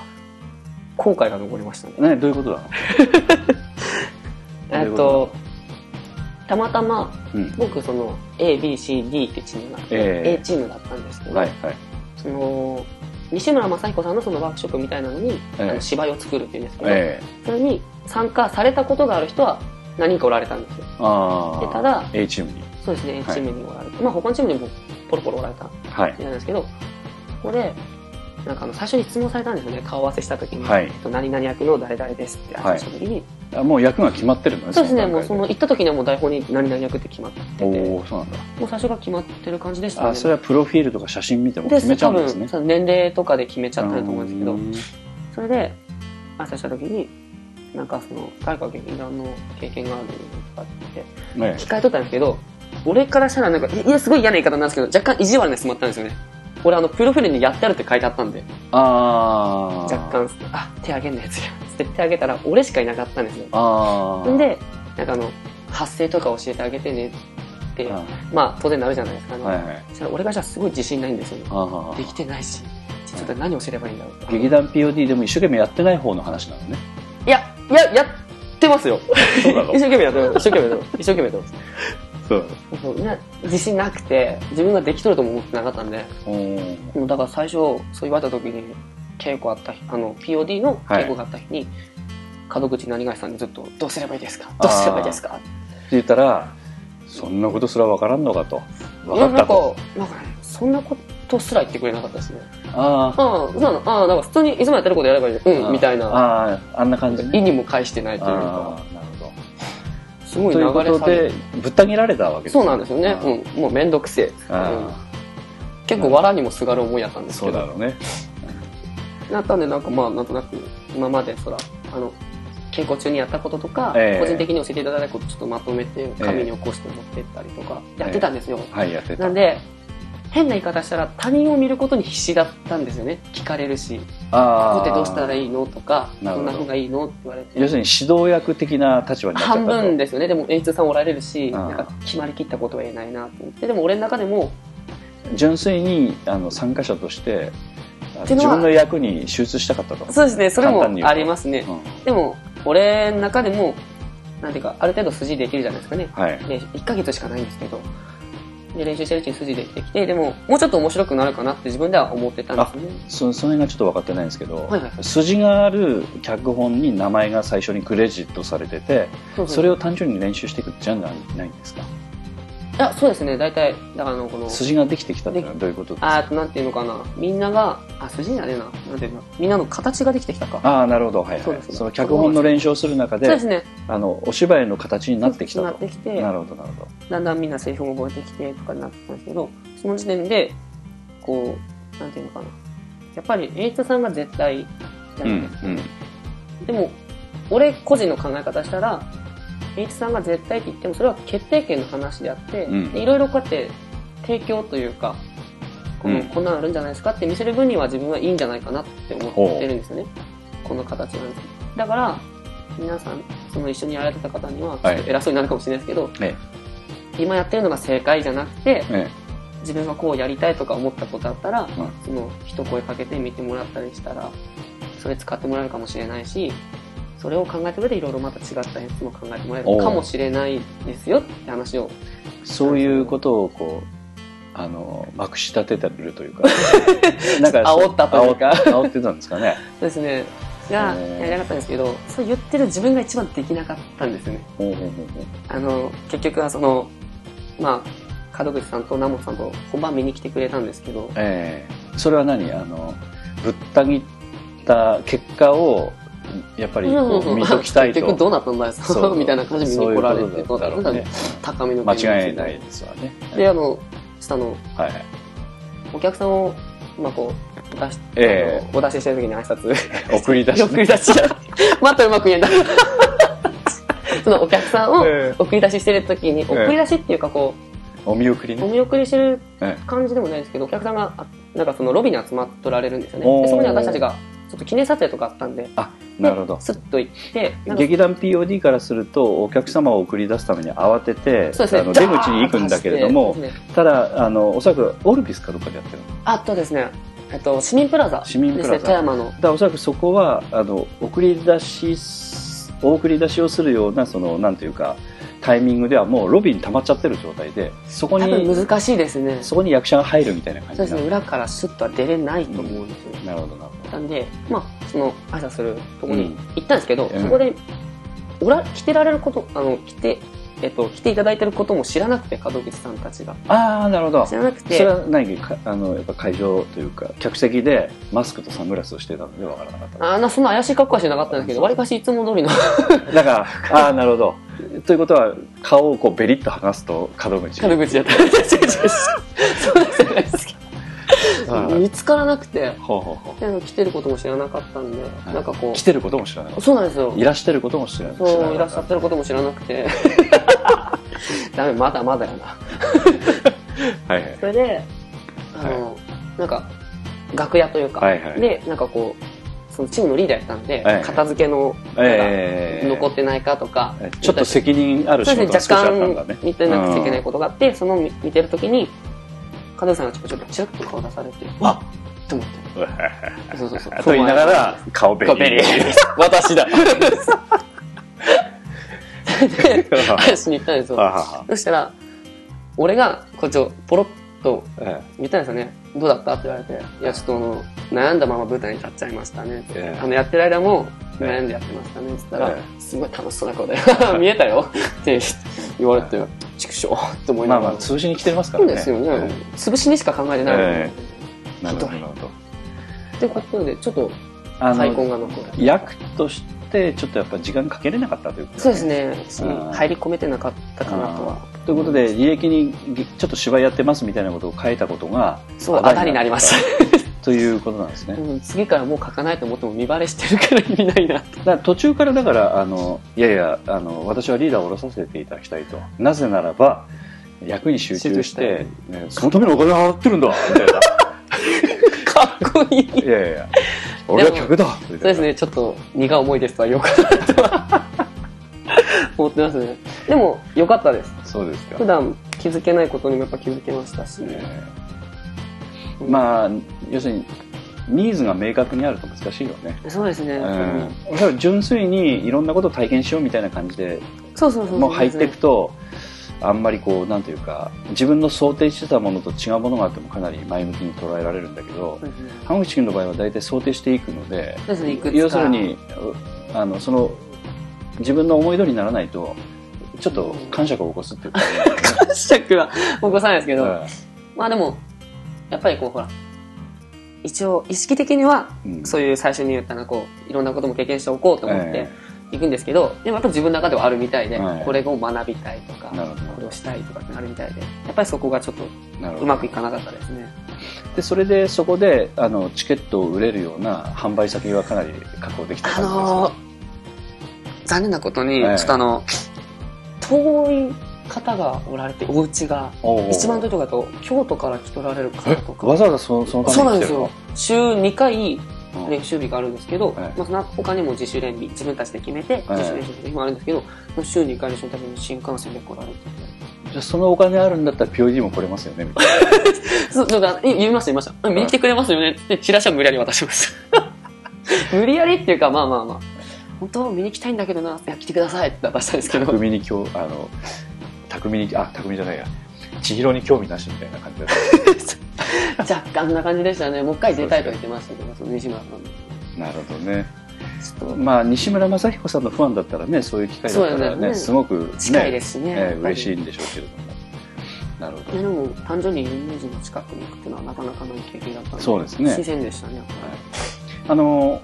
[SPEAKER 4] 後悔が残りましたね。
[SPEAKER 3] ねどういうことだの。
[SPEAKER 4] えっと、たまたま、
[SPEAKER 3] うん。
[SPEAKER 4] 僕、その、A、B、C、D ってチームがあって、
[SPEAKER 3] ええ
[SPEAKER 4] A チームだったんですけど、
[SPEAKER 3] はいはい。
[SPEAKER 4] その、西村雅彦さんのそのワークショップみたいなのに、
[SPEAKER 3] ええ
[SPEAKER 4] あの芝居を作るっていうんですけど、
[SPEAKER 3] ええ
[SPEAKER 4] それに参加されたことがある人は何人かおられたんですよ。
[SPEAKER 3] あ
[SPEAKER 4] で、
[SPEAKER 3] あ。
[SPEAKER 4] ただ、
[SPEAKER 3] A チームに。
[SPEAKER 4] そうですね、A
[SPEAKER 3] はい
[SPEAKER 4] チームにおられて、まあ他のチームにもポロポロおられたみ
[SPEAKER 3] はい
[SPEAKER 4] たいなんですけど、ここで、なんかあの、最初に質問されたんですよね、顔合わせした時に。
[SPEAKER 3] はい
[SPEAKER 4] えっと何々役の誰々ですって話した時に、
[SPEAKER 3] あ。もう役が決まってるのね。
[SPEAKER 4] そうですね、
[SPEAKER 3] の
[SPEAKER 4] もう
[SPEAKER 3] 段
[SPEAKER 4] そ
[SPEAKER 3] 階
[SPEAKER 4] の行った時にはもう台本に何々役って決まってて、
[SPEAKER 3] でお
[SPEAKER 4] も
[SPEAKER 3] おそうなんだ。
[SPEAKER 4] う最初が決まってる感じでしたね。
[SPEAKER 3] あそれはプロフィールとか写真見ても決めちゃうんですね
[SPEAKER 4] 多分。その年齢とかで決めちゃってると思うんですけ
[SPEAKER 3] う
[SPEAKER 4] ど
[SPEAKER 3] ん
[SPEAKER 4] それで挨拶した時になんかその誰か劇団の経験があるとかって
[SPEAKER 3] ね
[SPEAKER 4] 聞かれとったんですけど俺からしたらなんかいいやすごい嫌な言い方なんですけど若干意地悪な質問あったんですよね俺あのプロフィールにやってあるって書いてあったんで
[SPEAKER 3] ああ
[SPEAKER 4] 若干あ手あげんなやつやつって手あげたら俺しかいなかったんですよ
[SPEAKER 3] ああ
[SPEAKER 4] んでなんかあの発声とか教えてあげてねって
[SPEAKER 3] あ
[SPEAKER 4] まあ当然なるじゃないですか、
[SPEAKER 3] はいはい
[SPEAKER 4] そしたら俺がじゃあすごい自信ないんですよね
[SPEAKER 3] あー
[SPEAKER 4] できてないしちょっと何教えればいいんだろうと
[SPEAKER 3] 劇団 POD でも一生懸命やってない方の話なのね
[SPEAKER 4] いや、いや、やってますよ。
[SPEAKER 3] そうなの
[SPEAKER 4] (laughs) 一生懸命やってます。一生懸命やってます。一生懸命やってます
[SPEAKER 3] そう
[SPEAKER 4] そうそう。みんな自信なくて、自分ができとるとも思ってなかったんで、もうだから最初、そう言われた時に、稽古あった日、あの、POD の稽古があった日に、門口何がしさんにずっと、どうすればいいですかどうすればいいですか
[SPEAKER 3] って言ったらそんなことすら分からんのかと分
[SPEAKER 4] いや
[SPEAKER 3] かっ
[SPEAKER 4] な
[SPEAKER 3] た
[SPEAKER 4] んか
[SPEAKER 3] と、
[SPEAKER 4] なんかね、そんなことすら言ってくれなかったですね。
[SPEAKER 3] あ
[SPEAKER 4] ああ、そうなの。ああ、なんか普通にいつもやってることやればいい。
[SPEAKER 3] ー
[SPEAKER 4] うん、みたいな。
[SPEAKER 3] あーあんな感じ
[SPEAKER 4] 意
[SPEAKER 3] ね
[SPEAKER 4] にも返してないという
[SPEAKER 3] あ
[SPEAKER 4] か、
[SPEAKER 3] ーなるほ
[SPEAKER 4] すご
[SPEAKER 3] ど
[SPEAKER 4] い
[SPEAKER 3] と
[SPEAKER 4] 流
[SPEAKER 3] い
[SPEAKER 4] れ
[SPEAKER 3] うこ
[SPEAKER 4] され
[SPEAKER 3] とでぶった切られたわけです
[SPEAKER 4] そうなんですよね
[SPEAKER 3] あ。ー
[SPEAKER 4] うん。もうめんどくせえ。うん
[SPEAKER 3] あ
[SPEAKER 4] 結構藁にもすがる思いやったん
[SPEAKER 3] ー
[SPEAKER 4] です
[SPEAKER 3] そ
[SPEAKER 4] け
[SPEAKER 3] うだ
[SPEAKER 4] ど
[SPEAKER 3] ろうね
[SPEAKER 4] なったんでなんかまあなんとなく今までそらあの稽古中にやったこととか、
[SPEAKER 3] ええ
[SPEAKER 4] 個人的に教えていただいたことちょっとまとめて紙に起こして持ってったりとかやってたんですよ、
[SPEAKER 3] はいやってた
[SPEAKER 4] なんで変な言い方したら他人を見ることに必死だったんですよね聞かれるし「こ
[SPEAKER 3] あ
[SPEAKER 4] こ
[SPEAKER 3] ー
[SPEAKER 4] ってどうしたらいいの?」とか「
[SPEAKER 3] なるほ
[SPEAKER 4] こん
[SPEAKER 3] ど
[SPEAKER 4] な風がいいの?」って言われ
[SPEAKER 3] 要
[SPEAKER 4] て
[SPEAKER 3] するに指導役的な立場になっちゃった
[SPEAKER 4] 半
[SPEAKER 3] と
[SPEAKER 4] 分ですよねでも演出さんおられるし
[SPEAKER 3] あー
[SPEAKER 4] なんか決まりきったことは言えないなと思ってでも俺の中でも
[SPEAKER 3] 純粋にあの参加者としてあの
[SPEAKER 4] ていう
[SPEAKER 3] 自
[SPEAKER 4] のは
[SPEAKER 3] 分の役に集中したかったと
[SPEAKER 4] そうですねそれも
[SPEAKER 3] 簡単に言うと
[SPEAKER 4] ありますね
[SPEAKER 3] うん
[SPEAKER 4] でも、俺の中でも、なんていうか、ある程度筋できるじゃないですかね。
[SPEAKER 3] はい
[SPEAKER 4] で、1ヶ月しかないんですけど。で、練習してるうちに筋できてきて、でも、もうちょっと面白くなるかなって自分では思ってたんですよね。
[SPEAKER 3] そその辺がちょっと分かってないんですけど、
[SPEAKER 4] はいはい
[SPEAKER 3] 筋がある脚本に名前が最初にクレジットされてて
[SPEAKER 4] そうそう
[SPEAKER 3] それを単純に練習していくんじゃないんですか
[SPEAKER 4] いや、そうですね。大体、だからあの、この、
[SPEAKER 3] 筋ができてきたっていうのはどういうことですか
[SPEAKER 4] あーっと、なんていうのかな。みんなが、あ、筋じゃねえな。なんていうのみんなの形ができてきたか。
[SPEAKER 3] ああなるほどはい
[SPEAKER 4] そう
[SPEAKER 3] は
[SPEAKER 4] で
[SPEAKER 3] い
[SPEAKER 4] す
[SPEAKER 3] その脚本の練習をする中
[SPEAKER 4] そう
[SPEAKER 3] で
[SPEAKER 4] ですね。
[SPEAKER 3] あのお芝居の形になってきた
[SPEAKER 4] なっ
[SPEAKER 3] と
[SPEAKER 4] てきて、
[SPEAKER 3] なるほどなるほど
[SPEAKER 4] だんだんみんなセリフも覚えてきてとかになってたんですけど、その時点で、こう、なんていうのかな。やっぱり演出さんが絶対じゃないですか。でも、俺個人の考え方したら、栄一さんが絶対って言っても、それは決定権の話であって、
[SPEAKER 3] うん
[SPEAKER 4] でいろいろこうやって提供というか、この、
[SPEAKER 3] うん
[SPEAKER 4] こんなのあるんじゃないですかって見せる分には自分はいいんじゃないかなって思ってるんですよね。この形なんです。だから、皆さん、その一緒にやられてた方には、ちょ
[SPEAKER 3] はい
[SPEAKER 4] っと偉そうになるかもしれないですけど、
[SPEAKER 3] え
[SPEAKER 4] 今やってるのが正解じゃなくて、
[SPEAKER 3] ええ
[SPEAKER 4] 自分がこうやりたいとか思ったことあったら、
[SPEAKER 3] ん
[SPEAKER 4] その一声かけて見てもらったりしたらそれ使ってもらえるかもしれないしそれを考えた上でいろいろまた違ったやつも考えてもらえ
[SPEAKER 3] お
[SPEAKER 4] る
[SPEAKER 3] う
[SPEAKER 4] かもしれないですよって話を
[SPEAKER 3] えそういうことをこうあのまくし立ててると
[SPEAKER 4] (laughs)
[SPEAKER 3] いうかなんかそう
[SPEAKER 4] 煽ったというか
[SPEAKER 3] 煽煽ってたんですか
[SPEAKER 4] (laughs)
[SPEAKER 3] ね
[SPEAKER 4] そうですねが
[SPEAKER 3] へー
[SPEAKER 4] やりたかったんですけどそう言ってる自分が一番できなかったんですよね
[SPEAKER 3] ほうほうほうほう
[SPEAKER 4] あの結局はそのまあ門口さんと南本さんと本番見に来てくれたんですけど
[SPEAKER 3] ええそれは何あのぶった切った結果をやっぱりこう見ときたい
[SPEAKER 4] (laughs) 結局
[SPEAKER 3] と
[SPEAKER 4] どうなったんだよ
[SPEAKER 3] そう
[SPEAKER 4] (laughs) みたいな感じで見に来られ
[SPEAKER 3] そうい
[SPEAKER 4] て
[SPEAKER 3] うことだろうね
[SPEAKER 4] どうなったんだ高めの
[SPEAKER 3] 間
[SPEAKER 4] 金額
[SPEAKER 3] 違いないですわね。
[SPEAKER 4] であの下の
[SPEAKER 3] はいはい
[SPEAKER 4] お客さんをまあこう出し、
[SPEAKER 3] ええ
[SPEAKER 4] あのお出ししてる時に挨拶
[SPEAKER 3] 送り出し
[SPEAKER 4] 送り出し (laughs) またうまく言えない (laughs) そのお客さんを
[SPEAKER 3] ええ
[SPEAKER 4] 送り出ししてる時に、送り出しっていうかこ
[SPEAKER 3] お見送り
[SPEAKER 4] うお
[SPEAKER 3] ね。
[SPEAKER 4] 見送りしてる
[SPEAKER 3] え
[SPEAKER 4] 感じでもないですけどお客さんがあなんかそのロビーに集まっとられるんですよ
[SPEAKER 3] おー
[SPEAKER 4] ねでそこに私たちがちょっと記念撮影とかあったんで
[SPEAKER 3] なるほど。
[SPEAKER 4] スッと行ってなんか
[SPEAKER 3] 劇団 POD からするとお客様を送り出すために慌てて、
[SPEAKER 4] そうですね
[SPEAKER 3] あの出口に行くんだけれども
[SPEAKER 4] ダーッと走ってそうですね
[SPEAKER 3] ただあのおそらくオルビスかどっかでやってるの
[SPEAKER 4] あとですね、えっと、市民プラザ
[SPEAKER 3] 市民プラザ
[SPEAKER 4] ですね、富山の。
[SPEAKER 3] だからおそらくそこはあの送り出しお送り出しをするようなそのなんていうかタイミングではもうロビーに溜まっちゃってる状態でそこ
[SPEAKER 4] 多分
[SPEAKER 3] に
[SPEAKER 4] 難しいですね。そ
[SPEAKER 3] そこに役者が入るみたたいな感
[SPEAKER 4] う
[SPEAKER 3] じ
[SPEAKER 4] で
[SPEAKER 3] に
[SPEAKER 4] す
[SPEAKER 3] な
[SPEAKER 4] ね、
[SPEAKER 3] る
[SPEAKER 4] 裏からスッとは出れないと思うんですよ。
[SPEAKER 3] なるほどなるほど
[SPEAKER 4] なんで、まあ、その、挨拶するとこ
[SPEAKER 3] う
[SPEAKER 4] に
[SPEAKER 3] ん
[SPEAKER 4] 行ったんですけど、
[SPEAKER 3] うん
[SPEAKER 4] そこで、おら、来てられること、あの、来て、えっと、来ていただいてることも知らなくて、門口さんたちが。
[SPEAKER 3] ああなるほど
[SPEAKER 4] 知らなく
[SPEAKER 3] それ
[SPEAKER 4] て、
[SPEAKER 3] は何かあのやっぱ会場というか客席でマスクとサングラスをしてたのでわからなかった
[SPEAKER 4] あんな、そんな怪しい格好はしてなかったんですけど、わりかしいつも通りの、 (laughs)
[SPEAKER 3] だからああなるほどということは顔をこうベリッと離すと門口
[SPEAKER 4] 門口
[SPEAKER 3] (laughs)
[SPEAKER 4] だった。違う違う違うそうじゃないですけ
[SPEAKER 3] は
[SPEAKER 4] ど。
[SPEAKER 3] い
[SPEAKER 4] 見つからなくて、
[SPEAKER 3] ほうほうほ
[SPEAKER 4] で来てることも知らなかったんで、
[SPEAKER 3] う
[SPEAKER 4] なんかこう
[SPEAKER 3] 来、てることも知らなかった
[SPEAKER 4] そうなんですよ。
[SPEAKER 3] いらしてることも知らなかった
[SPEAKER 4] そう、いらっしゃってることも知らな
[SPEAKER 3] (laughs)
[SPEAKER 4] くて。ダメ、まだまだやな。
[SPEAKER 3] はいはい
[SPEAKER 4] それで、あの、なんか、楽屋というか、
[SPEAKER 3] はいはい
[SPEAKER 4] で、なんかこう、そのチームのリーダーやったんで、
[SPEAKER 3] はいはい
[SPEAKER 4] 片付けの、なんか、
[SPEAKER 3] ええ
[SPEAKER 4] 残ってないかとか、
[SPEAKER 3] ちょっと責任ある
[SPEAKER 4] そ
[SPEAKER 3] 仕事
[SPEAKER 4] うで
[SPEAKER 3] が
[SPEAKER 4] す
[SPEAKER 3] 少しあっ
[SPEAKER 4] ね、
[SPEAKER 3] たん
[SPEAKER 4] 若
[SPEAKER 3] だね
[SPEAKER 4] 干見てなくちゃいけないことがあって、その見見てるときに、加藤さんがちょっとちょっとチラッと顔出されて、
[SPEAKER 2] あ
[SPEAKER 4] と思って。そうそうそう。
[SPEAKER 3] と言いながら顔ベリ
[SPEAKER 4] コペリ
[SPEAKER 3] ー
[SPEAKER 4] (laughs)
[SPEAKER 3] (laughs)
[SPEAKER 4] 私だ。で、返しに行ったんですよ。
[SPEAKER 3] はは
[SPEAKER 4] そしたら、俺が、こっちをポロッと
[SPEAKER 3] は
[SPEAKER 4] 言ったんですよね。どうだったって言われて。いや、ちょっとあの、悩んだまま舞台に立っちゃいましたねって。
[SPEAKER 3] ええ
[SPEAKER 4] あの、やってる間も、
[SPEAKER 3] ええ
[SPEAKER 4] 悩んでやってましたねって言ったら、
[SPEAKER 3] え
[SPEAKER 4] すごい楽しそうな顔で、 (laughs) 見えたよって言われて、畜生って思い
[SPEAKER 3] まあ
[SPEAKER 4] なが
[SPEAKER 3] ま
[SPEAKER 4] ら。
[SPEAKER 3] あ通じに来てますか
[SPEAKER 4] そ
[SPEAKER 3] ら
[SPEAKER 4] う
[SPEAKER 3] ね
[SPEAKER 4] ですよね。
[SPEAKER 3] え
[SPEAKER 4] 潰しにしか考えてない。
[SPEAKER 3] ええ
[SPEAKER 4] ち
[SPEAKER 3] な
[SPEAKER 4] ょっ
[SPEAKER 3] るほ
[SPEAKER 4] と
[SPEAKER 3] どなるほど
[SPEAKER 4] ってことで、ちょっと、
[SPEAKER 3] あ
[SPEAKER 4] 再婚
[SPEAKER 3] の
[SPEAKER 4] が残る。
[SPEAKER 3] 役としてちょっとやっぱ時間かけれなかったということ
[SPEAKER 4] そうです
[SPEAKER 3] ね
[SPEAKER 4] ね。その入り込めてなかったかなとは。
[SPEAKER 3] ということで履歴にぎちょっと芝居やってますみたいなことを書いたことが
[SPEAKER 4] そう、
[SPEAKER 3] あ
[SPEAKER 4] あ
[SPEAKER 3] だ
[SPEAKER 4] だ
[SPEAKER 3] に
[SPEAKER 4] に
[SPEAKER 3] な
[SPEAKER 4] な
[SPEAKER 3] り
[SPEAKER 4] り
[SPEAKER 3] ま
[SPEAKER 4] ま
[SPEAKER 3] し
[SPEAKER 4] したた。
[SPEAKER 3] ということなんですね
[SPEAKER 4] うん次からもう書かないと思っても見バレしてるから意味ないな。
[SPEAKER 3] だから途中からだからあのいやいやあの私はリーダーを下ろさせていただきたいとなぜならば役に集中して、ねそのためのお金を払ってるんだみ
[SPEAKER 4] (laughs)
[SPEAKER 3] たいな
[SPEAKER 4] かっこいい。
[SPEAKER 3] いやいや俺は客だみたいな
[SPEAKER 4] そうですね、ちょっと苦い思いですとは言おうかなとは思ってますね。でも、良かったです。
[SPEAKER 3] そうですか
[SPEAKER 4] 普段気づけないことにもやっぱ気づけましたし。
[SPEAKER 3] ええまあ要するにニーズが明確にあると難しいよね
[SPEAKER 4] そうですね。
[SPEAKER 3] うん、おそらく純粋にいろんなことを体験しようみたいな感じで
[SPEAKER 4] そうそうそう。
[SPEAKER 3] もう入っていくとあんまりこうなんていうか自分の想定してたものと違うものがあってもかなり前向きに捉えられるんだけど
[SPEAKER 4] そうですね。
[SPEAKER 3] 浜口君の場合は大体想定していくので
[SPEAKER 4] そうですねいくつか
[SPEAKER 3] 要するにうあのその自分の思い通りにならないとちょっと感触を起こすってい
[SPEAKER 4] (laughs)
[SPEAKER 3] うか、
[SPEAKER 4] 感触は起こさないですけど、
[SPEAKER 3] うん
[SPEAKER 4] まあでも、やっぱりこうほら、一応意識的には、
[SPEAKER 3] (laughs) うん
[SPEAKER 4] そういう最初に言ったのこう、いろんなことも経験しておこうと思って
[SPEAKER 3] え
[SPEAKER 4] 行くんですけど、でもやっぱ自分の中ではあるみたいで、
[SPEAKER 3] はい
[SPEAKER 4] これを学びたいとか、
[SPEAKER 3] なるほど
[SPEAKER 4] これをしたいとかってあるみたいで、やっぱりそこがちょっと
[SPEAKER 3] なるほど
[SPEAKER 4] うまくいかなかったですね。
[SPEAKER 3] でそれでそこであのチケットを売れるような販売先はかなり確保できた
[SPEAKER 4] あ
[SPEAKER 3] 感じですか、
[SPEAKER 4] のー残念なことに、
[SPEAKER 3] ええ
[SPEAKER 4] ちょっとあの、遠い方がおられて、お家が、
[SPEAKER 3] おうおう
[SPEAKER 4] 一番遠いとこだと、京都から来とられる方とか、
[SPEAKER 3] わざわざそその
[SPEAKER 4] そ
[SPEAKER 3] た
[SPEAKER 4] うな
[SPEAKER 3] め
[SPEAKER 4] ん
[SPEAKER 3] に来
[SPEAKER 4] で
[SPEAKER 3] て
[SPEAKER 4] す
[SPEAKER 3] る
[SPEAKER 4] よ
[SPEAKER 3] の。
[SPEAKER 4] 週2回、
[SPEAKER 3] うん
[SPEAKER 4] 練習日があるんですけど、
[SPEAKER 3] はい
[SPEAKER 4] まあ、その他にも自主練日自分たちで決めて
[SPEAKER 3] はい
[SPEAKER 4] 自主練習する日もあるんですけど、もう週2回練習のために新幹線で来られてて
[SPEAKER 3] じゃあそのお金あるんだったら POD も来れますよね
[SPEAKER 4] (laughs)
[SPEAKER 3] みたいな
[SPEAKER 4] そうだからえ言いました言いました見に来てくれますよねってチラシは無理やり渡しました (laughs) 無理やりっていうかまあまあまあ本当は見に来たいんだけどないや来てくださいって渡したんですけ
[SPEAKER 3] (laughs)
[SPEAKER 4] ど
[SPEAKER 3] 巧みに今日あの巧みにあ巧みじゃないや千尋に興味なしみたいな感じだっ
[SPEAKER 4] 若干な感じでしたねもう一回出たいと言ってましたけどその西村さんの
[SPEAKER 3] たなるほどね
[SPEAKER 4] ちょっ
[SPEAKER 3] まあ西村雅彦さんのファンだったらねそういう機会だった
[SPEAKER 4] そう
[SPEAKER 3] ら
[SPEAKER 4] です
[SPEAKER 3] ね
[SPEAKER 4] ね
[SPEAKER 3] すごくね
[SPEAKER 4] と近いですしね
[SPEAKER 3] えー嬉しい
[SPEAKER 4] い
[SPEAKER 3] んでしょうけれどもなるほ
[SPEAKER 4] で
[SPEAKER 3] ど。
[SPEAKER 4] も誕生日有名人の近くに行くっていうのはなかなかない経験だったので
[SPEAKER 3] そうですね
[SPEAKER 4] 新鮮でしたねやっぱ
[SPEAKER 3] あの、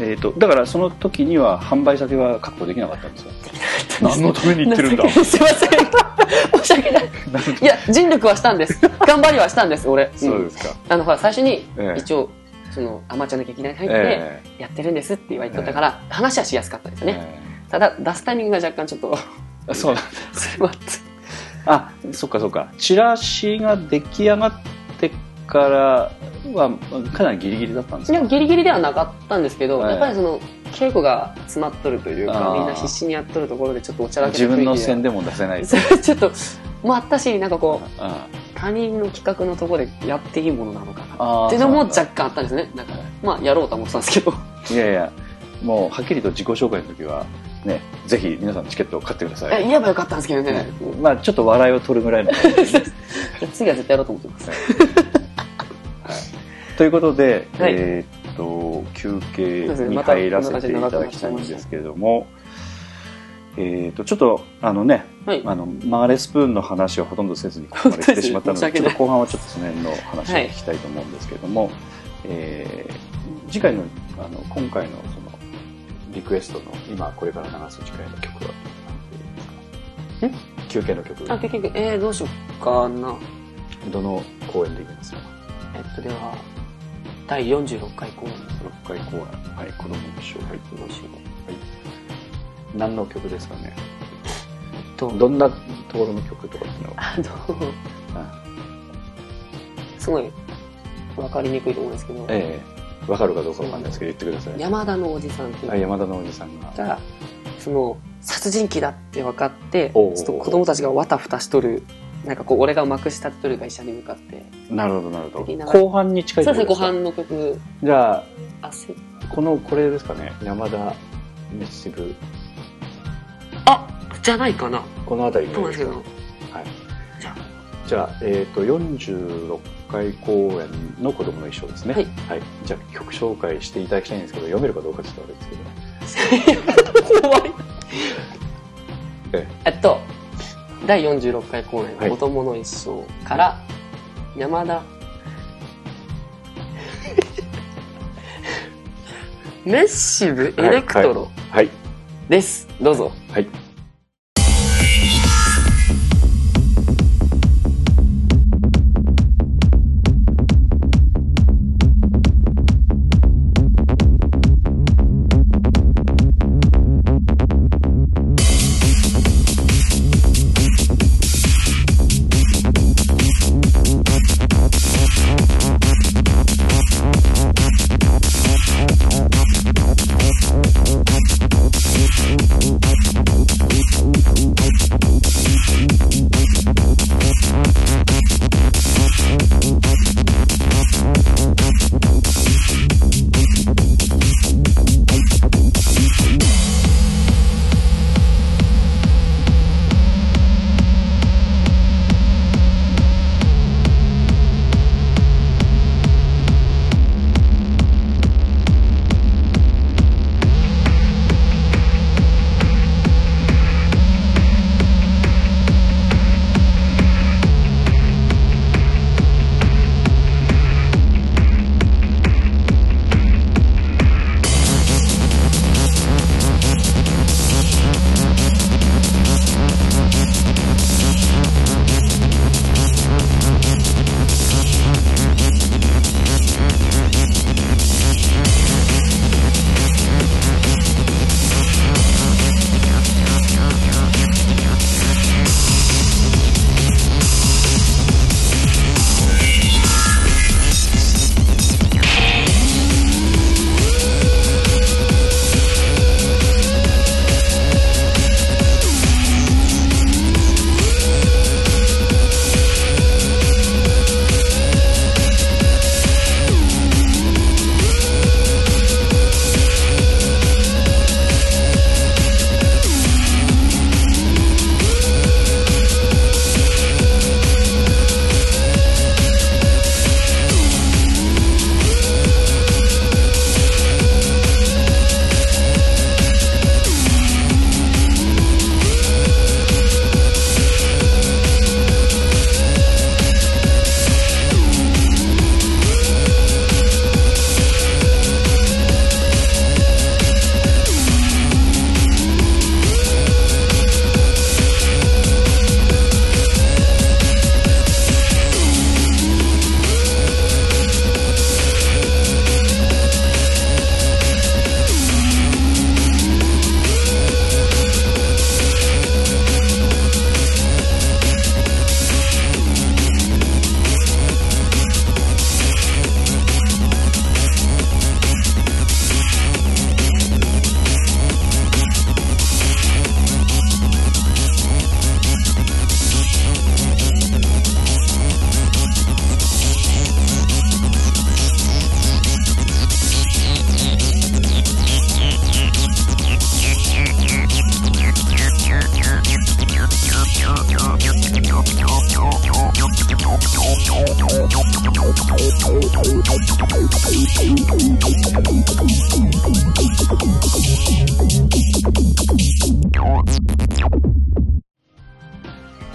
[SPEAKER 3] えっ、と、だからその時には販売先は確保できなかったんですよ。
[SPEAKER 4] り
[SPEAKER 3] (laughs) 何のために言って (laughs) るんだ
[SPEAKER 4] 情けない (laughs) すいません申し訳ないいや尽力はした
[SPEAKER 3] (laughs)
[SPEAKER 4] んです頑張りはしたんです俺、うん
[SPEAKER 3] そうですか。
[SPEAKER 4] あのほら最初に
[SPEAKER 3] ええ
[SPEAKER 4] 一応そのアマチュアの劇団に入って
[SPEAKER 3] え
[SPEAKER 4] やってるんですって言われてたから話はしやすかったです
[SPEAKER 3] え
[SPEAKER 4] よね、ただ出すタイミングが若干ちょっと (laughs)
[SPEAKER 3] えそう
[SPEAKER 4] それはあって
[SPEAKER 3] あそっかそっかチラシが出来上がってからはかなりギリギリだったんです
[SPEAKER 4] い
[SPEAKER 3] か
[SPEAKER 4] やギリギリではなかったんですけど、
[SPEAKER 3] ええ
[SPEAKER 4] やっぱりその稽古が詰まっとるという
[SPEAKER 3] あ
[SPEAKER 4] か
[SPEAKER 3] ー
[SPEAKER 4] みんな必死にやっとるところでちょっとおちゃらけた
[SPEAKER 3] 自
[SPEAKER 4] 雰囲
[SPEAKER 3] 分
[SPEAKER 4] 気
[SPEAKER 3] の
[SPEAKER 4] で
[SPEAKER 3] 線でも出せない
[SPEAKER 4] それちょっともうあったしなんかこう
[SPEAKER 3] あ
[SPEAKER 4] 他人の企画のところでやっていいものなのかな
[SPEAKER 3] あ
[SPEAKER 4] っていうのも
[SPEAKER 3] じ
[SPEAKER 4] 若
[SPEAKER 3] ゃ
[SPEAKER 4] 干あったんですねなんかまあやろうとは思ってたんですけど
[SPEAKER 3] いやいやもうはっきりと自己紹介の時はねぜひ皆さんチケットを買ってくださ
[SPEAKER 4] え
[SPEAKER 3] い、
[SPEAKER 4] 言えばよかったんですけどね
[SPEAKER 3] ねまあちょっと笑いを取るぐ
[SPEAKER 4] (laughs)
[SPEAKER 3] らいの感じで
[SPEAKER 4] 次は絶対やろうと思ってます
[SPEAKER 3] ということで、
[SPEAKER 4] はい
[SPEAKER 3] えーっと休憩
[SPEAKER 4] そうですね
[SPEAKER 3] に
[SPEAKER 4] また
[SPEAKER 3] 入らせていただきたいんですけれども、えーっとちょっとあのね
[SPEAKER 4] はい
[SPEAKER 3] あの曲がれスプーンの話はほとんどせずにここまで来てしまったの (laughs) で
[SPEAKER 4] 本当です
[SPEAKER 3] ち
[SPEAKER 4] ね
[SPEAKER 3] ょっと後半はちょっとその辺の話を聞きたいと思うんですけれども、えー次回のあの今回のそのリクエストの今これから流す次回の曲は何て言いますか休憩の曲
[SPEAKER 4] あ結局えー、どうしようかな
[SPEAKER 3] どの公演でいきますか
[SPEAKER 4] えっとでは第46回公演
[SPEAKER 3] 6回公演はい子供の将来
[SPEAKER 4] どうしようね
[SPEAKER 3] 何の曲ですかね
[SPEAKER 4] えっと
[SPEAKER 3] どんなところの曲とかっていうのは
[SPEAKER 4] あのすごいわかりにくいと思うんですけど、
[SPEAKER 3] ええわかるかどうかわかんないですけど言ってください
[SPEAKER 4] 山田のおじさんっていう
[SPEAKER 3] あ山田のおじさんが
[SPEAKER 4] がその殺人鬼だって分かってち
[SPEAKER 3] おうおう
[SPEAKER 4] ょっと子供たちがわたふたしとるなんかこう俺がまくしたとるが医者に向かって
[SPEAKER 3] なるほどなるほ
[SPEAKER 4] 的な
[SPEAKER 3] ど後半に近い
[SPEAKER 4] そう
[SPEAKER 3] と
[SPEAKER 4] で
[SPEAKER 3] こ
[SPEAKER 4] す
[SPEAKER 3] ろ
[SPEAKER 4] ね
[SPEAKER 3] で
[SPEAKER 4] ご
[SPEAKER 3] すか
[SPEAKER 4] 飯の曲
[SPEAKER 3] じゃあ
[SPEAKER 4] 汗
[SPEAKER 3] このこれですかね山田ミスシブ
[SPEAKER 4] あじゃないかな
[SPEAKER 3] この辺り
[SPEAKER 4] と思うんですけ
[SPEAKER 3] か
[SPEAKER 4] ど
[SPEAKER 3] はい
[SPEAKER 4] じゃ
[SPEAKER 3] じゃあ、えっと46回公演の子供の衣装ですね
[SPEAKER 4] はい、
[SPEAKER 3] じゃあ曲紹介していただきたいんですけど読めるかどうかちょっとあれですけどね
[SPEAKER 4] 怖い
[SPEAKER 3] え
[SPEAKER 4] えっと第46回公演
[SPEAKER 3] はい
[SPEAKER 4] 「子供の一生」から山田メッシブエレクトロ
[SPEAKER 3] はい
[SPEAKER 4] です、どうぞ
[SPEAKER 3] はい
[SPEAKER 5] 「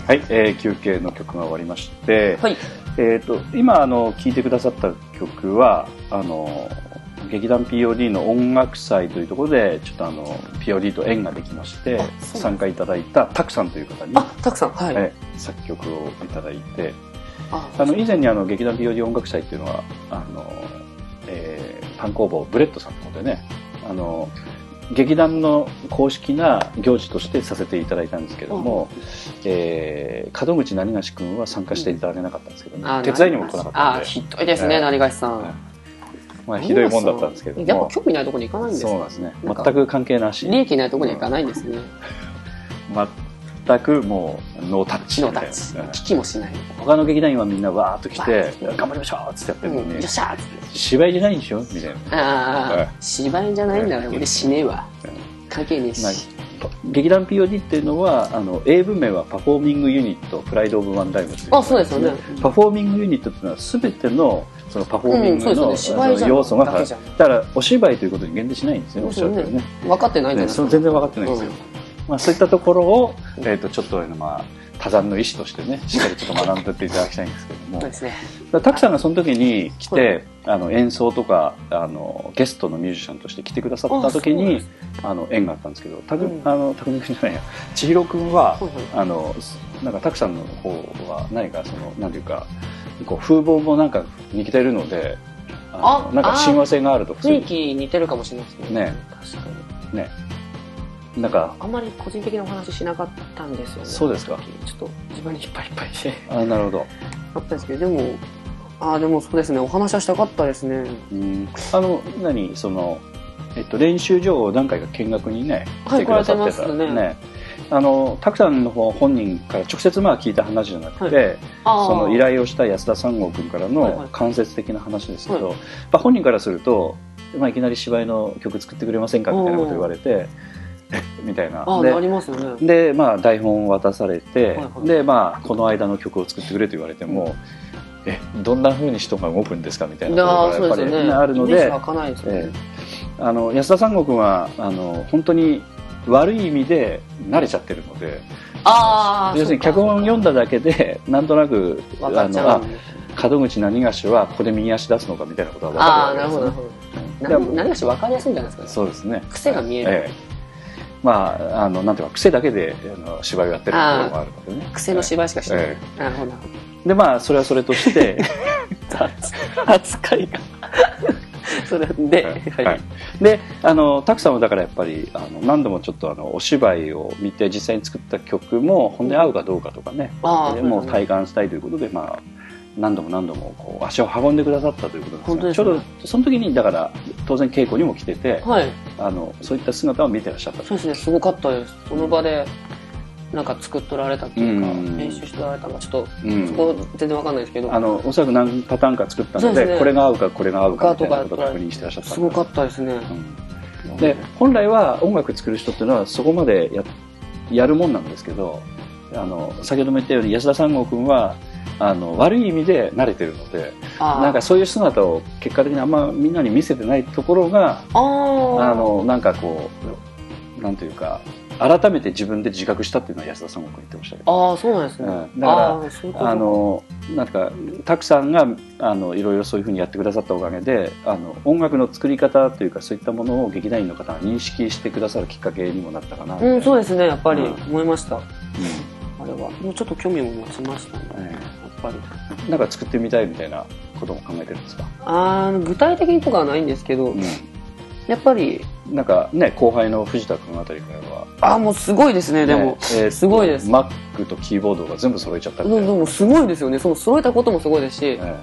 [SPEAKER 3] はい、えー休憩の曲が終わりまして、
[SPEAKER 4] はい。
[SPEAKER 3] えー、と今あの聴いてくださった曲はあの劇団 POD の音楽祭というところでちょっとあの POD と縁ができまして
[SPEAKER 4] あそう
[SPEAKER 3] 参加いただいたタクさんという方に、
[SPEAKER 4] あ、たくさん。はい。
[SPEAKER 3] えー作曲をいただいて
[SPEAKER 4] あ
[SPEAKER 3] あの以前にあの劇団 POD 音楽祭っていうのはあの、えー単行本ブレッドさんの方でねあの劇団の公式な行事としてさせていただいたんですけども、えー門口何がし君は参加していただけなかったんですけどね、
[SPEAKER 4] あ
[SPEAKER 3] 手伝いにも来なかった
[SPEAKER 4] あ
[SPEAKER 3] の
[SPEAKER 4] ー、
[SPEAKER 3] で
[SPEAKER 4] ひどいですね、
[SPEAKER 3] えー
[SPEAKER 4] なにがしさ
[SPEAKER 3] はい
[SPEAKER 4] ん。
[SPEAKER 3] まあ、ひどいもんだったんですけど
[SPEAKER 4] やっぱ
[SPEAKER 3] も
[SPEAKER 4] 興味ないとこに行かないんです
[SPEAKER 3] そう
[SPEAKER 4] ね
[SPEAKER 3] なんですね
[SPEAKER 4] なんか
[SPEAKER 3] 全く関係なし
[SPEAKER 4] 利益ないとこには行かないんですね。
[SPEAKER 3] 全くもうノータッチ
[SPEAKER 4] ノータッチ。
[SPEAKER 3] うん
[SPEAKER 4] 聞きもしない。
[SPEAKER 3] 他の劇団員はみんなわーっと来
[SPEAKER 4] わー
[SPEAKER 3] て
[SPEAKER 4] っと来て
[SPEAKER 3] 頑張りましょうっつってやって
[SPEAKER 4] う
[SPEAKER 3] るの
[SPEAKER 4] ん、よ
[SPEAKER 3] に
[SPEAKER 4] っしゃーっつって。
[SPEAKER 3] 芝居じゃないんでしょみたいな
[SPEAKER 4] あ
[SPEAKER 3] はい
[SPEAKER 4] あ、芝居じゃないんだから俺死ねえわ。関係ねえ
[SPEAKER 3] ない
[SPEAKER 4] し。
[SPEAKER 3] 劇団 POD っていうのはあの英文名はパフォーミングユニットプライド・オブ・ワンダイムっていう
[SPEAKER 4] あ、そうですよね。
[SPEAKER 3] パフォーミングユニットっていうのは全てのそのパフォーミングの,、
[SPEAKER 4] うんそうですよね芝居じゃん
[SPEAKER 3] 要素が
[SPEAKER 4] だけじゃん
[SPEAKER 3] だからお芝居ということに限定しないんですねおっしゃるよね
[SPEAKER 4] 分かってないんじ
[SPEAKER 3] ね
[SPEAKER 4] ゃない
[SPEAKER 3] その全然分かってないんですよ、まあ、そういったところを、えー、とちょっとあの、まあ、多山の意思としてねしっかりちょっと学んでっていただきたいんですけども
[SPEAKER 4] そうですね。
[SPEAKER 3] だからタクさんがその時に来
[SPEAKER 4] は
[SPEAKER 3] て、あの演奏とかあのゲストのミュージシャンとして来てくださった時
[SPEAKER 4] あそうなんで
[SPEAKER 3] に
[SPEAKER 4] す
[SPEAKER 3] あの縁があったんですけどたく、
[SPEAKER 4] うん
[SPEAKER 3] あのたくみくんじゃないや千尋くんは、
[SPEAKER 4] はいはい
[SPEAKER 3] あのなんかタクさんの方は何かその何ていうかこう風貌もなんか似てるのであの
[SPEAKER 4] あ
[SPEAKER 3] なんか親和性があると
[SPEAKER 4] 雰囲気似てるかもしれないですね。
[SPEAKER 3] ね
[SPEAKER 4] 確かに。
[SPEAKER 3] ねなんか
[SPEAKER 4] あんまり個人的なお話しなかったんですよね。
[SPEAKER 3] そうですか
[SPEAKER 4] ちょっと自分にいっぱいいっぱいで
[SPEAKER 3] あなるほど
[SPEAKER 4] あったんですけど、でも、ああ、でもそうですね。お話はしたかったですね。
[SPEAKER 3] うんあの何その、えっと、練習場を何回か見学にね
[SPEAKER 4] は
[SPEAKER 3] 来
[SPEAKER 4] い
[SPEAKER 3] てくださって
[SPEAKER 4] 来
[SPEAKER 3] た
[SPEAKER 4] られてますね
[SPEAKER 3] あのたくさんの方本人から直接まあ聞いた話じゃなくて、
[SPEAKER 4] ああ。
[SPEAKER 3] その依頼をした安田三郷君から
[SPEAKER 4] はいは
[SPEAKER 3] の
[SPEAKER 4] い
[SPEAKER 3] 間接的な話ですけど、
[SPEAKER 4] は
[SPEAKER 3] まあ、本人からすると、まあ、いきなり芝居の曲作ってくれませんかみたいなこと言われて (laughs) みたいな
[SPEAKER 4] ああ、
[SPEAKER 3] で
[SPEAKER 4] ありますよね。
[SPEAKER 3] で、まあ、台本を渡されて、
[SPEAKER 4] はいはい
[SPEAKER 3] で、まあ、この間の曲を作ってくれと言われても、えどんな風に人が動くんですかみたいなと
[SPEAKER 4] ああ、
[SPEAKER 3] こ
[SPEAKER 4] そ
[SPEAKER 3] ろ
[SPEAKER 4] う
[SPEAKER 3] が
[SPEAKER 4] で
[SPEAKER 3] やっ
[SPEAKER 4] すよ
[SPEAKER 3] ぱり
[SPEAKER 4] ね。
[SPEAKER 3] ねあるの
[SPEAKER 4] イメー
[SPEAKER 3] で
[SPEAKER 4] ジ湧かないですよ
[SPEAKER 3] え
[SPEAKER 4] ね。
[SPEAKER 3] えあの安田三郷君はあの本当に悪い意味で慣れちゃってるので
[SPEAKER 4] ああ、
[SPEAKER 3] 要するに脚本読んだだけでなんとなく
[SPEAKER 4] 分か
[SPEAKER 3] あ
[SPEAKER 4] っち
[SPEAKER 3] の
[SPEAKER 4] ゃう
[SPEAKER 3] あ。門口何がしはここで右足出すのかみたいなことは分
[SPEAKER 4] あ
[SPEAKER 3] か
[SPEAKER 4] あ、な
[SPEAKER 3] る
[SPEAKER 4] るほど、
[SPEAKER 3] わ
[SPEAKER 4] なるほど。
[SPEAKER 3] けですね
[SPEAKER 4] な
[SPEAKER 3] でも
[SPEAKER 4] 何がし分かりやすいんじゃないですかね。
[SPEAKER 3] そうですね
[SPEAKER 4] 癖が見える、
[SPEAKER 3] ええまああのなんていうか癖だけであの芝居をやってるところもあるのでね
[SPEAKER 4] 癖の芝居しかしない、
[SPEAKER 3] え
[SPEAKER 4] なるほどなるほど
[SPEAKER 3] えでまあそれはそれとして
[SPEAKER 4] 扱いが (laughs) それで、 (laughs) はい、
[SPEAKER 3] はいであのタクさんはだからやっぱりあの何度もちょっとあのお芝居を見て実際に作った曲も本当に合うかどうかとかね、
[SPEAKER 4] ああ
[SPEAKER 3] でもう
[SPEAKER 4] そうですね
[SPEAKER 3] 体感したいということで、まあ、何度も何度もこう足を運んでくださったということなん
[SPEAKER 4] 本当
[SPEAKER 3] で
[SPEAKER 4] ですすね
[SPEAKER 3] がちょうどその時にだから当然稽古にも来てて、
[SPEAKER 4] はい
[SPEAKER 3] あのそういった姿を見てらっしゃった
[SPEAKER 4] そうですねすごかったですその場でなんか作っとられたっていうか、
[SPEAKER 3] うん
[SPEAKER 4] 練習しておられたのがちょっと
[SPEAKER 3] うん
[SPEAKER 4] そこ全然分かんないですけど、
[SPEAKER 3] あのおそらく何パターンか作ったの
[SPEAKER 4] そう
[SPEAKER 3] で
[SPEAKER 4] ですね
[SPEAKER 3] これが合うかこれが合うかみたいなことを
[SPEAKER 4] とか
[SPEAKER 3] 確認してらっしゃったんだ
[SPEAKER 4] すごかったですね、
[SPEAKER 3] うんで本来は音楽作る人っていうのはそこまでややるもんなんですけどあの先ほども言ったように安田三郷君はあの悪い意味で慣れてるので
[SPEAKER 4] ああ
[SPEAKER 3] なんかそういう姿を結果的にあんまみんなに見せてないところが
[SPEAKER 4] あ
[SPEAKER 3] あ
[SPEAKER 4] あ
[SPEAKER 3] のなんかこうなんというか改めて自分で自覚したっていうのは安田さんも言ってましたけど
[SPEAKER 4] ああそうなんですね、
[SPEAKER 3] うんだから
[SPEAKER 4] ああそういうこと
[SPEAKER 3] あのなんかたくさんがあのいろいろそういうふうにやってくださったおかげであの音楽の作り方というかそういったものを劇団員の方が認識してくださるきっかけにもなったかな
[SPEAKER 4] うんそう
[SPEAKER 3] う
[SPEAKER 4] ですねやっぱり
[SPEAKER 3] うん
[SPEAKER 4] 思いました、あれはもうちょっと興味も持ちましたね、
[SPEAKER 3] うん
[SPEAKER 4] やっぱり
[SPEAKER 3] んなんか作ってみたいみたいなことも考えてるんですか、
[SPEAKER 4] あー具体的にとかはないんですけど、
[SPEAKER 3] う
[SPEAKER 4] やっぱり
[SPEAKER 3] ん、なんかね後輩の藤田君あたりからは
[SPEAKER 4] あーもうすごいですねでも、
[SPEAKER 3] ねえー
[SPEAKER 4] すごいです
[SPEAKER 3] マックとキーボードが全部揃えちゃったみ
[SPEAKER 4] で
[SPEAKER 3] たい
[SPEAKER 4] も
[SPEAKER 3] な
[SPEAKER 4] でもすごいですよねその揃えたこともすごいですし、
[SPEAKER 3] え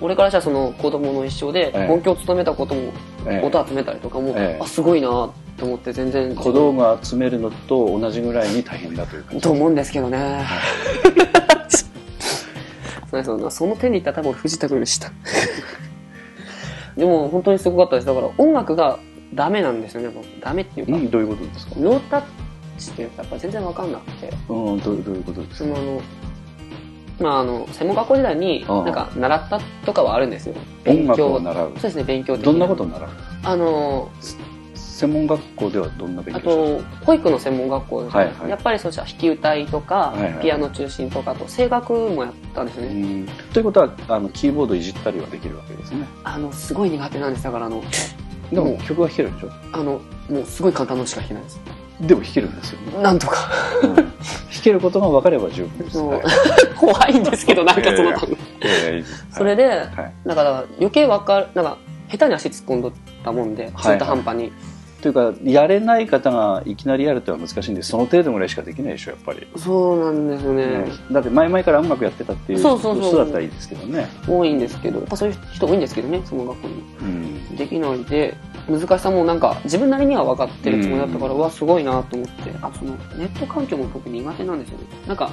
[SPEAKER 4] 俺からしたらその子供の一生で
[SPEAKER 3] ええ
[SPEAKER 4] 音響を務めたことも、
[SPEAKER 3] えええ
[SPEAKER 4] 音集めたりとかも、
[SPEAKER 3] ええ
[SPEAKER 4] あすごいなと思って全然
[SPEAKER 3] 小道具を集めるのと同じぐらいに大変だという感じ
[SPEAKER 4] と思うんですけどねそうですよねその手にいったら多分俺藤田君でしたでも本当にすごかったですだから音楽がダメなんですよね僕ダメっていうか、
[SPEAKER 3] うんどういうことですか
[SPEAKER 4] ノータッチっていうかやっぱ全然わかんなくて
[SPEAKER 3] うんどうどういうことです
[SPEAKER 4] そ
[SPEAKER 3] か
[SPEAKER 4] のあのまああの専門学校時代に
[SPEAKER 3] ああ
[SPEAKER 4] なんか習ったとかはあるんですよ
[SPEAKER 3] 音
[SPEAKER 4] 勉
[SPEAKER 3] 楽
[SPEAKER 4] 強
[SPEAKER 3] を習う
[SPEAKER 4] そうですね勉強的
[SPEAKER 3] どんなことを習う
[SPEAKER 4] あの
[SPEAKER 3] す専門学校ではどんな勉強
[SPEAKER 4] あ
[SPEAKER 3] したんで
[SPEAKER 4] と保育の専門学校だったんです
[SPEAKER 3] はいはい
[SPEAKER 4] やっぱりそうした弾き歌いとか、
[SPEAKER 3] はいはい
[SPEAKER 4] ピアノ中心とかあと声楽もやったんですよね、
[SPEAKER 3] すかうんということはあのキーボードいじったりはできるわけですね
[SPEAKER 4] あのすごい苦手なんですだからあの
[SPEAKER 3] で
[SPEAKER 4] う
[SPEAKER 3] も
[SPEAKER 4] ん
[SPEAKER 3] 曲は弾けるでしょ
[SPEAKER 4] あのもうすごい簡単なのしか弾けないです
[SPEAKER 3] でも弾けるんですよね、
[SPEAKER 4] なんとか (laughs)
[SPEAKER 3] うん弾けることが分かれば十分です、
[SPEAKER 4] そう
[SPEAKER 3] はい
[SPEAKER 4] 怖いんですけどなんかそ
[SPEAKER 3] い
[SPEAKER 4] の、
[SPEAKER 3] やいやいやいやいいです
[SPEAKER 4] それで、
[SPEAKER 3] はい
[SPEAKER 4] だから余計わかるなんか下手に足突っ込んどったもんで
[SPEAKER 3] はい
[SPEAKER 4] 中途半端に、
[SPEAKER 3] というかやれない方がいきなりやるってのは難しいんでその程度ぐらいしかできないでしょやっぱり、
[SPEAKER 4] そうなんですよね、
[SPEAKER 3] ねだって前々から音楽やってたっていう
[SPEAKER 4] そうそうそう
[SPEAKER 3] 人だったらいいですけどね
[SPEAKER 4] 多いんですけどやっぱそういう人多いんですけどねその学校に
[SPEAKER 3] うん
[SPEAKER 4] できないで難しさもなんか自分なりには分かってるつもりだったから、うわすごいなと思ってあそのネット環境も僕苦手なんですよねなんか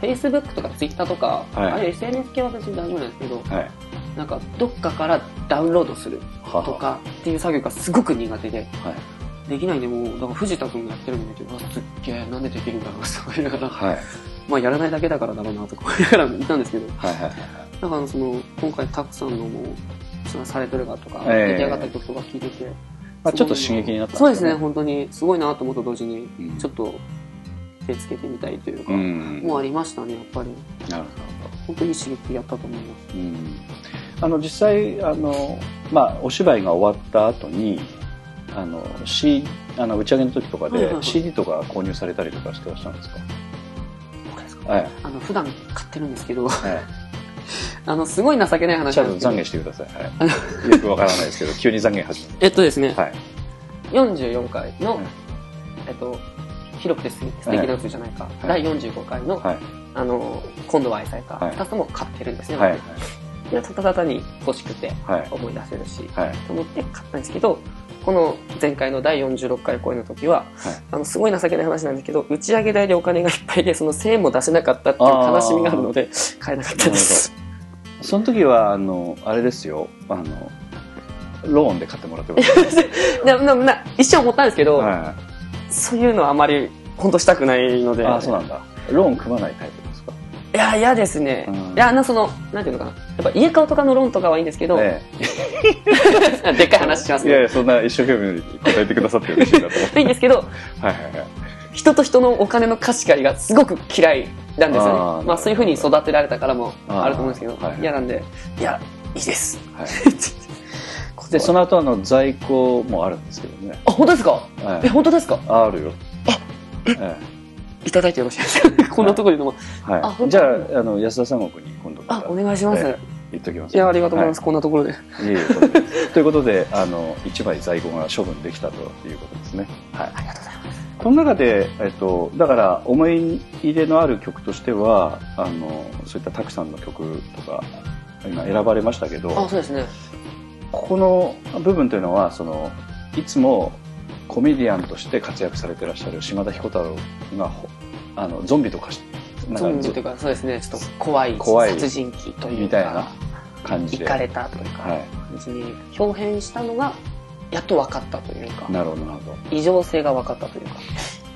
[SPEAKER 4] Facebook とか Twitter とか、
[SPEAKER 3] はい
[SPEAKER 4] ああいう SNS 系は別に大丈夫なんですけど
[SPEAKER 3] はい
[SPEAKER 4] なんかどっかからダウンロードする
[SPEAKER 3] は
[SPEAKER 4] とかっていう作業がすごく苦手で
[SPEAKER 3] はい
[SPEAKER 4] できないんでもうだから藤田君がやってるの見てうわすっげえなんでできるんだろうと思いながら、
[SPEAKER 3] はい
[SPEAKER 4] まあやらないだけだからだろうなとか思いながら見たんですけど
[SPEAKER 3] はいはい
[SPEAKER 4] だからその今回たくさんのもうそのされてるがとか、
[SPEAKER 3] ええ
[SPEAKER 4] 出来上がった曲とか聴いてて、
[SPEAKER 3] まあちょっと刺激になったん
[SPEAKER 4] そうですね
[SPEAKER 3] か
[SPEAKER 4] 本当にすごいなと思ったと同時に、
[SPEAKER 3] うん
[SPEAKER 4] ちょっと手つけてみたいというか、
[SPEAKER 3] うん
[SPEAKER 4] もうありましたねやっぱり
[SPEAKER 3] なるほ
[SPEAKER 4] 本当にいい刺激やったと思いま
[SPEAKER 3] どうんあの実際あのまあお芝居が終わった後にあの、C、あの打ち上げの時とか
[SPEAKER 4] はいはいは
[SPEAKER 3] で
[SPEAKER 4] い
[SPEAKER 3] CD とか購入されたりとかしてらっしゃるんですか、
[SPEAKER 4] す僕ですか
[SPEAKER 3] はい
[SPEAKER 4] あの普段買ってるんですけど
[SPEAKER 3] はい
[SPEAKER 4] (laughs) あのすごい情けない話
[SPEAKER 3] ち
[SPEAKER 4] な
[SPEAKER 3] ゃ
[SPEAKER 4] ん
[SPEAKER 3] ん
[SPEAKER 4] で
[SPEAKER 3] と懺
[SPEAKER 4] すけど
[SPEAKER 3] 悔してください、はい、 (laughs) よくわからないですけど急に懺悔始め
[SPEAKER 4] えっとですね、
[SPEAKER 3] てはい
[SPEAKER 4] 44回の、
[SPEAKER 3] はい
[SPEAKER 4] えっと広くて素敵な宇じゃないか、
[SPEAKER 3] はい
[SPEAKER 4] 第45回の、
[SPEAKER 3] はい
[SPEAKER 4] あの今度は愛妻か、
[SPEAKER 3] はい
[SPEAKER 4] 2つとも買ってるんですね、
[SPEAKER 3] はい
[SPEAKER 4] 僕でただただに欲しくて
[SPEAKER 3] はい
[SPEAKER 4] 思い出せるし、
[SPEAKER 3] はい
[SPEAKER 4] と思って買ったんですけどこの前回の第46回公演の時は、
[SPEAKER 3] はい
[SPEAKER 4] あのすごい情けない話なんですけど打ち上げ代でお金がいっぱいでその1000円も出せなかったっていう悲しみがあるので買えなかったです
[SPEAKER 3] その時はあのあれですよあのローンで買ってもらってます
[SPEAKER 4] でなな一生思ったんですけど、
[SPEAKER 3] は
[SPEAKER 4] そういうのはあまり本当したくないの
[SPEAKER 3] い
[SPEAKER 4] で
[SPEAKER 3] あそうなんだローン組まないタイプですか
[SPEAKER 4] いや嫌ですね、
[SPEAKER 3] うん
[SPEAKER 4] いやなそのなんていうのかなやっぱ家買うとかのローンとかはいいんですけど、
[SPEAKER 3] え
[SPEAKER 4] (laughs) でっかい話します
[SPEAKER 3] えいやい
[SPEAKER 4] ね
[SPEAKER 3] やそんな一生懸命答えてくださって嬉しいなと思って
[SPEAKER 4] いいんですけど
[SPEAKER 3] はいはいはい
[SPEAKER 4] 人と人のお金の貸し借りがすごく嫌いなんです
[SPEAKER 3] あーなる
[SPEAKER 4] よ
[SPEAKER 3] ほど
[SPEAKER 4] ねまあそういうふうに育てられたからもあると思うんですけ
[SPEAKER 3] あーは
[SPEAKER 4] ど
[SPEAKER 3] い
[SPEAKER 4] 嫌なんでいやいい
[SPEAKER 3] (laughs)
[SPEAKER 4] です
[SPEAKER 3] はい
[SPEAKER 4] で
[SPEAKER 3] でそ
[SPEAKER 4] その
[SPEAKER 3] の後あの在庫もあるんですけどね、
[SPEAKER 4] あ本当ですか
[SPEAKER 3] は
[SPEAKER 4] え
[SPEAKER 3] い、
[SPEAKER 4] 本当ですか
[SPEAKER 3] あるよえ
[SPEAKER 4] いただいてよろしいですかこんなところでも、
[SPEAKER 3] え
[SPEAKER 4] あ
[SPEAKER 3] は
[SPEAKER 4] 本当
[SPEAKER 3] い、じゃああの安田三国に今度か
[SPEAKER 4] あ
[SPEAKER 3] ら
[SPEAKER 4] お願いします、
[SPEAKER 3] え行っておきます
[SPEAKER 4] いやありがとうございます、こんなところで
[SPEAKER 3] はい、いえいえとんでもないです (laughs) ということであの1枚在庫が処分できたということですねはい
[SPEAKER 4] ありがとうございます
[SPEAKER 3] この中で、えっと、だから思い入れのある曲としてはあのそういったたくさんの曲とか今選ばれましたけ
[SPEAKER 4] あ
[SPEAKER 3] ど
[SPEAKER 4] そうですね
[SPEAKER 3] ここの部分というのはそのいつもコメディアンとして活躍されてらっしゃる島田彦太郎がほあのゾンビとかしなんか
[SPEAKER 4] ゾンビというかそうですねちょっと怖い
[SPEAKER 3] 怖い
[SPEAKER 4] 殺人鬼というか
[SPEAKER 3] みたいな感じで。
[SPEAKER 4] 行かれたというか、
[SPEAKER 3] は
[SPEAKER 4] 別に表変したのがやっと分かったというか
[SPEAKER 3] い、なるほどなるほど
[SPEAKER 4] 異常性が分かったというか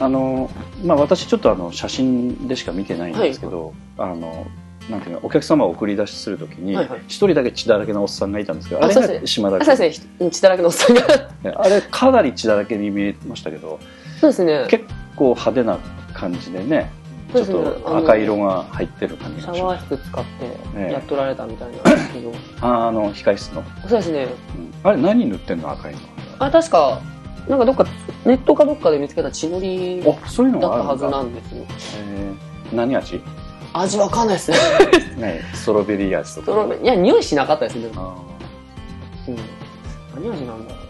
[SPEAKER 3] あの、まあ、私ちょっとあの写真でしか見てないんですけど、あのなんていうのお客様を送り出しするときに一、
[SPEAKER 4] はいはい
[SPEAKER 3] 人だけ血だらけのおっさんがいたんですけど
[SPEAKER 4] あ
[SPEAKER 3] あれ
[SPEAKER 4] そうです
[SPEAKER 3] が
[SPEAKER 4] ね
[SPEAKER 3] 島田
[SPEAKER 4] あ
[SPEAKER 3] 君
[SPEAKER 4] そうですね血だらけのおっさんが (laughs)
[SPEAKER 3] ねあれかなり血だらけに見えましたけど
[SPEAKER 4] そうですね
[SPEAKER 3] 結構派手な感じでねち
[SPEAKER 4] そ
[SPEAKER 3] ょ
[SPEAKER 4] う
[SPEAKER 3] っ
[SPEAKER 4] ですね
[SPEAKER 3] と赤色が入ってる感じ
[SPEAKER 4] シ
[SPEAKER 3] が
[SPEAKER 4] ャ
[SPEAKER 3] し
[SPEAKER 4] ワ
[SPEAKER 3] ま
[SPEAKER 4] ー
[SPEAKER 3] す
[SPEAKER 4] 室使っ
[SPEAKER 3] え
[SPEAKER 4] て
[SPEAKER 3] え
[SPEAKER 4] やっとられたみたいなんで
[SPEAKER 3] (laughs)
[SPEAKER 4] すけど、
[SPEAKER 3] ああの控室の、
[SPEAKER 4] そうですね
[SPEAKER 3] うんあれ何塗ってんの赤いの
[SPEAKER 4] あ確かなんかどっかネットかどっかで見つけた血のりだっ
[SPEAKER 3] あそういうの
[SPEAKER 4] た
[SPEAKER 3] がある
[SPEAKER 4] は
[SPEAKER 3] ん
[SPEAKER 4] ず
[SPEAKER 3] だ
[SPEAKER 4] なんですよ
[SPEAKER 3] えー何味、
[SPEAKER 4] 味わかんない
[SPEAKER 3] (laughs)
[SPEAKER 4] ですね
[SPEAKER 3] ね、ストロベリー味とか
[SPEAKER 4] そのいや匂いしなかったですね、
[SPEAKER 3] あー
[SPEAKER 4] うん、何味なんだろう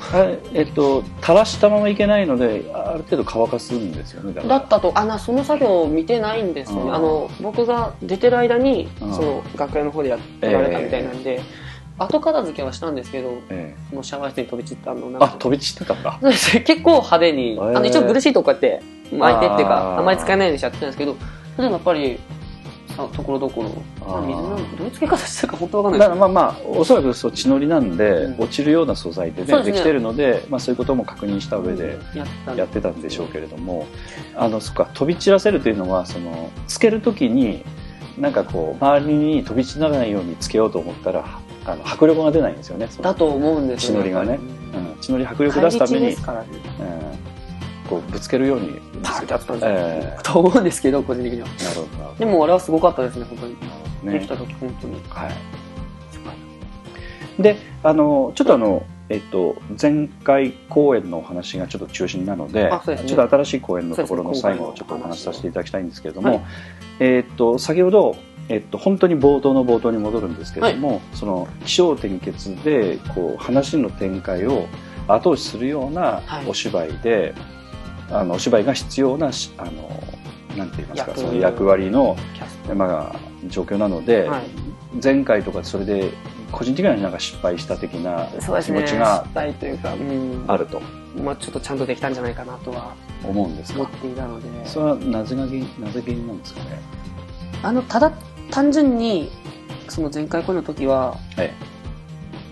[SPEAKER 3] はいえっと、垂らしたままいけないので、あある程度乾かすんですよね、だか
[SPEAKER 4] だ
[SPEAKER 3] ら。
[SPEAKER 4] ったとあなその作業を見てないんですよね
[SPEAKER 3] あー
[SPEAKER 4] あの僕が出てる間にそ
[SPEAKER 3] うん
[SPEAKER 4] の楽屋の方でやってられたみたいなんで、後片付けはしたんですけど
[SPEAKER 3] え
[SPEAKER 4] そのシャワー室に飛び散ったのを
[SPEAKER 3] え
[SPEAKER 4] なん
[SPEAKER 3] あ、
[SPEAKER 4] か
[SPEAKER 3] 飛び散ってたんだ。
[SPEAKER 4] そうですね結構派手に、
[SPEAKER 3] ー
[SPEAKER 4] あの一応ブルーシートをこうやって巻いてってい
[SPEAKER 3] あ
[SPEAKER 4] うか
[SPEAKER 3] ー
[SPEAKER 4] あんまり使えないようにしちゃってたんですけどでもやっぱりさところどころ
[SPEAKER 3] あー
[SPEAKER 4] まあ水なんかどういう付け方してるか本当わか
[SPEAKER 3] だ
[SPEAKER 4] んな
[SPEAKER 3] か
[SPEAKER 4] い
[SPEAKER 3] ら
[SPEAKER 4] で
[SPEAKER 3] まあまあ、おそらくそう血のりなんで、
[SPEAKER 4] うん
[SPEAKER 3] 落ちるような素材で,、ね
[SPEAKER 4] そう
[SPEAKER 3] で
[SPEAKER 4] ですね
[SPEAKER 3] きてるので、まあ、そういうことも確認した上
[SPEAKER 4] す
[SPEAKER 3] で
[SPEAKER 4] やってたんで
[SPEAKER 3] やってたんでしょうけれども、あのそっか飛び散らせるというのはそのつけるときになんかこう周りに飛び散らないようにつけようと思ったらあの迫力が出ないんですよね。その
[SPEAKER 4] だと思うんですよ
[SPEAKER 3] 血のりがね
[SPEAKER 4] やっぱり
[SPEAKER 3] うん血のり迫力出すため
[SPEAKER 4] 返り血
[SPEAKER 3] に
[SPEAKER 4] です、からね。
[SPEAKER 3] えーこうぶつけるように
[SPEAKER 4] パーンって扱うんですよ
[SPEAKER 3] え
[SPEAKER 4] と思うんですけど、個人的には。
[SPEAKER 3] ーなるほどなるほ
[SPEAKER 4] でもあれはすごかったですね、本当に。
[SPEAKER 3] ど
[SPEAKER 4] で
[SPEAKER 3] ね
[SPEAKER 4] きた時、本当に。
[SPEAKER 3] はい、であのちょっとあの、えっと、前回公演のお話がちょっと中心なので
[SPEAKER 4] あそうですね
[SPEAKER 3] ちょっと新しい公演のところの
[SPEAKER 4] そうですね
[SPEAKER 3] 最後をちょっとお話しさせていただきたいんですけれど
[SPEAKER 4] は
[SPEAKER 3] も
[SPEAKER 4] い、
[SPEAKER 3] えっと先ほど、えっと、本当に冒頭の冒頭に戻るんですけれども、その気象転結でこう話の展開を後押しするような
[SPEAKER 4] はい
[SPEAKER 3] お芝居で、あのお芝居が必要なしあのなんて言いますか
[SPEAKER 4] 役
[SPEAKER 3] その役割の
[SPEAKER 4] キャス
[SPEAKER 3] まあ、状況なので、
[SPEAKER 4] はい
[SPEAKER 3] 前回とかそれで個人的にはなんか失敗した的な
[SPEAKER 4] ト。そうで
[SPEAKER 3] 気
[SPEAKER 4] す
[SPEAKER 3] 持
[SPEAKER 4] ね。
[SPEAKER 3] ち
[SPEAKER 4] 失
[SPEAKER 3] が
[SPEAKER 4] 敗というか、うん。
[SPEAKER 3] あると
[SPEAKER 4] まあちょっとちゃんとできたんじゃないかなとは
[SPEAKER 3] 思うんです
[SPEAKER 4] 思
[SPEAKER 3] が
[SPEAKER 4] っていたので。
[SPEAKER 3] それはなぜが原因なぜ原因なんですかね
[SPEAKER 4] あの、ただ、単純に、その前回公演の時は、
[SPEAKER 3] はい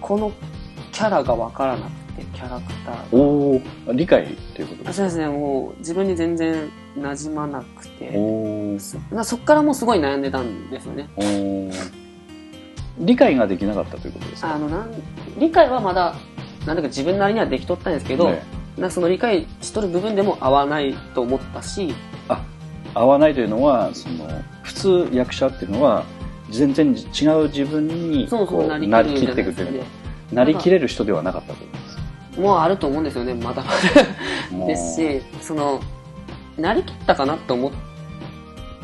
[SPEAKER 4] このキャラがわからなくて、キャラクターが。
[SPEAKER 3] おお理解ということで
[SPEAKER 4] あ
[SPEAKER 3] す
[SPEAKER 4] そう
[SPEAKER 3] か
[SPEAKER 4] ですね、もう自分に全然馴染まなく
[SPEAKER 3] お
[SPEAKER 4] て、
[SPEAKER 3] お
[SPEAKER 4] そなそっからもうすごい悩んでたんですよね。
[SPEAKER 3] おー理解ができなかったということですか
[SPEAKER 4] あのなん理解はまだ、なんだか自分なりにはできとったんですけど、
[SPEAKER 3] ね
[SPEAKER 4] なんかその理解しとる部分でも合わないと思ったし、
[SPEAKER 3] あ合わないというのはその普通役者っていうのは全然違う自分に
[SPEAKER 4] そもそ
[SPEAKER 3] こ
[SPEAKER 4] も
[SPEAKER 3] う
[SPEAKER 4] なり
[SPEAKER 3] な
[SPEAKER 4] き
[SPEAKER 3] りき
[SPEAKER 4] るじ
[SPEAKER 3] って
[SPEAKER 4] ゃないい
[SPEAKER 3] くとい
[SPEAKER 4] ですか、
[SPEAKER 3] う
[SPEAKER 4] ね。
[SPEAKER 3] なりきれる人ではなかったということですか
[SPEAKER 4] もうあると思うんですよね、まだま
[SPEAKER 3] も
[SPEAKER 4] だ。
[SPEAKER 3] う
[SPEAKER 4] ですし、その、なりきったかなと思っ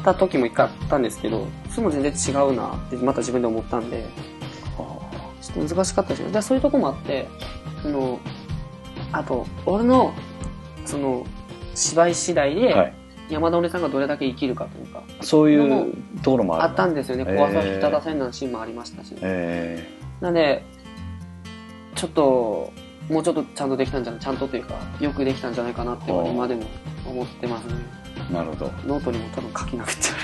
[SPEAKER 4] た時も一回あったんですけど、それも全然違うなって、また自分で思ったんで、
[SPEAKER 3] あ
[SPEAKER 4] ちょっと難しかったですね。だからそういうとこもあって、その、あと、俺の、その、芝居次第
[SPEAKER 3] ーは
[SPEAKER 4] で、
[SPEAKER 3] い
[SPEAKER 4] 山田おさんがどれだけ生きるかというか、
[SPEAKER 3] そうい
[SPEAKER 4] のも
[SPEAKER 3] うところもある
[SPEAKER 4] あったん
[SPEAKER 3] で
[SPEAKER 4] ですよね。
[SPEAKER 3] えー
[SPEAKER 4] 怖さを引き立たせるようなシーンもありましたし。
[SPEAKER 3] えー
[SPEAKER 4] なんで、ちょっと、もうちょっとちゃんとできたんじゃない、ちゃんとというか、よくできたんじゃないかなっていうのは
[SPEAKER 3] ほう
[SPEAKER 4] 今でも思ってますね。
[SPEAKER 3] なるほ
[SPEAKER 4] ノートにも多分書きなくちゃ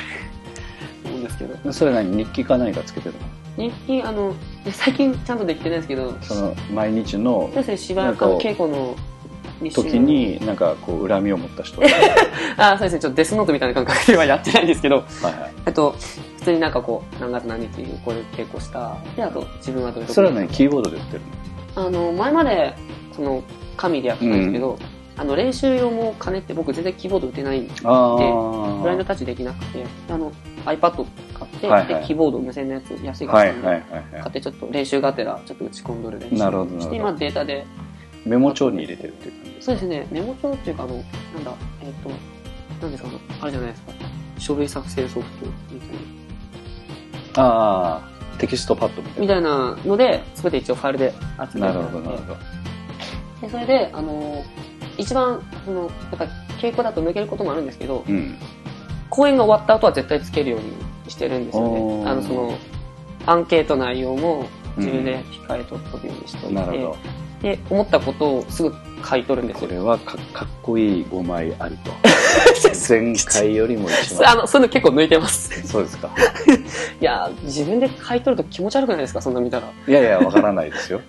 [SPEAKER 4] 思うんですけど。
[SPEAKER 3] ど。それ何日記か何かつけてるの
[SPEAKER 4] 日記、あの、最近ちゃんとできてないですけど、
[SPEAKER 3] その毎日の
[SPEAKER 4] そうですね、芝
[SPEAKER 3] な
[SPEAKER 4] 居
[SPEAKER 3] んか
[SPEAKER 4] の稽古の日誌の
[SPEAKER 3] 時に、なんかこう恨みを持った人とか。
[SPEAKER 4] あ、そうですね。ちょっとデスノートみたいな感覚ではやってないんですけど、
[SPEAKER 3] は
[SPEAKER 4] (laughs)
[SPEAKER 3] いはい。
[SPEAKER 4] えっと、普通になんかこう、何月何日、これ稽古した。で、あと、自分はどういうとこ
[SPEAKER 3] それはね、キーボードで売ってる
[SPEAKER 4] あの、前まで、その、紙でやってたんですけど、あの、練習用も兼ねて、僕全然キーボード打てない、
[SPEAKER 3] の。
[SPEAKER 4] ブラインドタッチできなくて、あの、iPad 買って、
[SPEAKER 3] はいはい
[SPEAKER 4] で、キーボード無線のやつ、安いか
[SPEAKER 3] は
[SPEAKER 4] ら
[SPEAKER 3] い
[SPEAKER 4] 買っ
[SPEAKER 3] はい
[SPEAKER 4] て、
[SPEAKER 3] はい
[SPEAKER 4] 買
[SPEAKER 3] は
[SPEAKER 4] ってちょっと練習がてら、ちょっと打ち込んどる練習を
[SPEAKER 3] なるほどなる
[SPEAKER 4] し
[SPEAKER 3] ほど
[SPEAKER 4] て、今データで、
[SPEAKER 3] い。メモ帳に入れてるっていう感じです
[SPEAKER 4] そうですね、メモ帳っていうか、あの、なんだ、えっ、と、なんですか、あのあれじゃないですか、書類作成ソフトみたいな。
[SPEAKER 3] ああ、テキストパッドみたい
[SPEAKER 4] みたいなので、すべて一応ファイルで集め
[SPEAKER 3] な。
[SPEAKER 4] て
[SPEAKER 3] なるほどなるほど。
[SPEAKER 4] で、それで、あのー、一番、その、なんか、稽古だと抜けることもあるんですけど、
[SPEAKER 3] うん。
[SPEAKER 4] 公演が終わった後は絶対つけるようにしてるんですよ
[SPEAKER 3] お
[SPEAKER 4] ね。
[SPEAKER 3] ー
[SPEAKER 4] あの、その、アンケート内容も自分で控えとくようにしておいて、
[SPEAKER 3] なるほ
[SPEAKER 4] で、思ったことをすぐ書い取るん
[SPEAKER 3] ど。
[SPEAKER 4] です
[SPEAKER 3] こ
[SPEAKER 4] よ。
[SPEAKER 3] れはかかっこいい5枚ある (laughs) と。前回よりも一
[SPEAKER 4] (laughs) あ
[SPEAKER 3] 枚。
[SPEAKER 4] の、そういうの結構抜いてます。
[SPEAKER 3] そうですか。
[SPEAKER 4] いやー、自分で書い取ると気持ち悪くないですかそんな見たら。
[SPEAKER 3] いやいや、わからないですよ。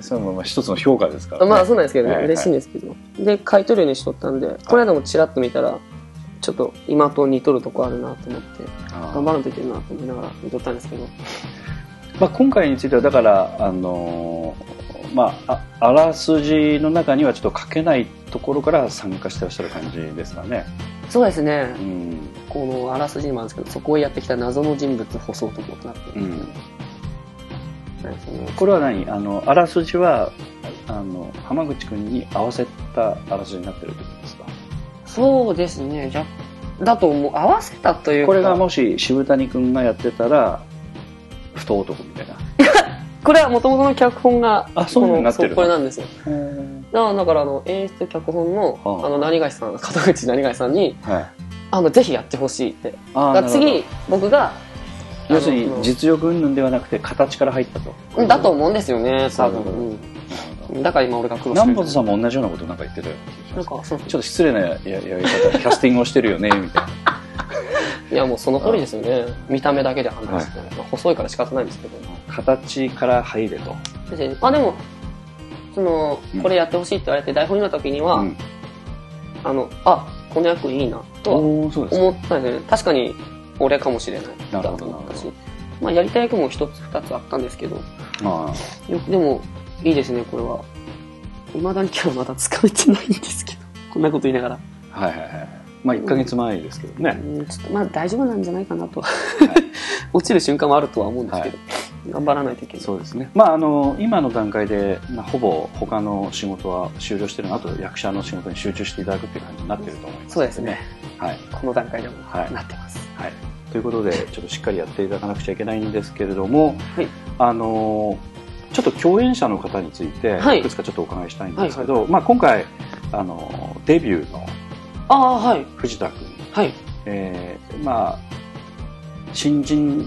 [SPEAKER 3] それもまあ一つの評価です (laughs) からね。
[SPEAKER 4] まあそうなんですけどね、
[SPEAKER 3] はいはい
[SPEAKER 4] 嬉しいんですけど。で、買い取るようにしとったんで、これでもチラッと見たら、ちょっと今と似とるとこあるなと思って、
[SPEAKER 3] あー
[SPEAKER 4] 頑張らんといけるなと思いながら見とったんですけど。
[SPEAKER 3] まあ、今回についてはだから、あのーまあ、ああらすじの中にはちょっと書けないところから参加してらっしゃる感じですかね。
[SPEAKER 4] そうですね
[SPEAKER 3] う、ん、
[SPEAKER 4] このあらすじにもあるんですけど、そこをやってきた謎の人物舗装とかなってるんですけどなんかその
[SPEAKER 3] これは何あのあらすじはあの浜口君に合わせたあらすじになってるってことですか
[SPEAKER 4] そうですね、じゃ、だと思う、合わせたというか。
[SPEAKER 3] これがもし渋谷君がやってたら不当男みたいな。
[SPEAKER 4] これはもともとの脚本が、
[SPEAKER 3] あそういうの
[SPEAKER 4] こ
[SPEAKER 3] になってるの
[SPEAKER 4] そうこれなんですよ。だから、だからあの、演出脚本の、
[SPEAKER 3] はあ
[SPEAKER 4] あの、何がしさん、片口何がしさんに、
[SPEAKER 3] はい、
[SPEAKER 4] あの、ぜひやってほしいって。
[SPEAKER 3] あー
[SPEAKER 4] だから次、僕が、
[SPEAKER 3] 要する
[SPEAKER 4] あの
[SPEAKER 3] に実力云々ではなくて形から入ったと。
[SPEAKER 4] うんだと思うんですよね、多
[SPEAKER 3] なるほど
[SPEAKER 4] 分。
[SPEAKER 3] なるほ
[SPEAKER 4] う
[SPEAKER 3] ど
[SPEAKER 4] んだから今俺が苦労して
[SPEAKER 3] 南
[SPEAKER 4] る。
[SPEAKER 3] 本さんも同じようなことなんか言ってたような気がします
[SPEAKER 4] なんか、そう
[SPEAKER 3] ちょっと失礼なやややり方、キャスティングをしてるよね、みたい
[SPEAKER 4] いやもうその通りですよね。見た目だけで判断して、まあ細いから仕方ないんですけど。
[SPEAKER 3] な。形から入れと。
[SPEAKER 4] 別にまあでも、その
[SPEAKER 3] うん、
[SPEAKER 4] これやってほしいって言われて台本読んだ時には、
[SPEAKER 3] うん
[SPEAKER 4] あの、あ、この役いいな、とは
[SPEAKER 3] おーそうですか。
[SPEAKER 4] 思ったんですよね。確かに俺かもしれない。
[SPEAKER 3] なるほど
[SPEAKER 4] と思った
[SPEAKER 3] な
[SPEAKER 4] し。まあやりたい役も一つ二つあったんですけど、
[SPEAKER 3] ま
[SPEAKER 4] よくでも、いいですね、これは。未だに今日まだ使えてないんですけど、 (laughs) こんなこと言いながら。
[SPEAKER 3] はいはいはい。まあ1ヶ月前ですけどね。
[SPEAKER 4] うんちょっとまあ大丈夫なんじゃないかなと。 (laughs) 落ちる瞬間もあるとは思うんですけど、頑張らないといけない。
[SPEAKER 3] そうですね。まああの、今の段階で、まあ、ほぼ他の仕事は終了してるの、あと役者の仕事に集中していただくっていう感じになってると思います、
[SPEAKER 4] そうですね。
[SPEAKER 3] はい。
[SPEAKER 4] この段階でも
[SPEAKER 3] はい
[SPEAKER 4] なってます。
[SPEAKER 3] はい。ということで、ちょっとしっかりやっていただかなくちゃいけないんですけれども、
[SPEAKER 4] はい
[SPEAKER 3] あの、ちょっと共演者の方について、
[SPEAKER 4] はい
[SPEAKER 3] い、くつかちょっとお伺いしたいんですけど、まあ今回、あの、デビューの
[SPEAKER 4] ああ、はい。
[SPEAKER 3] 藤田君
[SPEAKER 4] はい。
[SPEAKER 3] えーまあ新人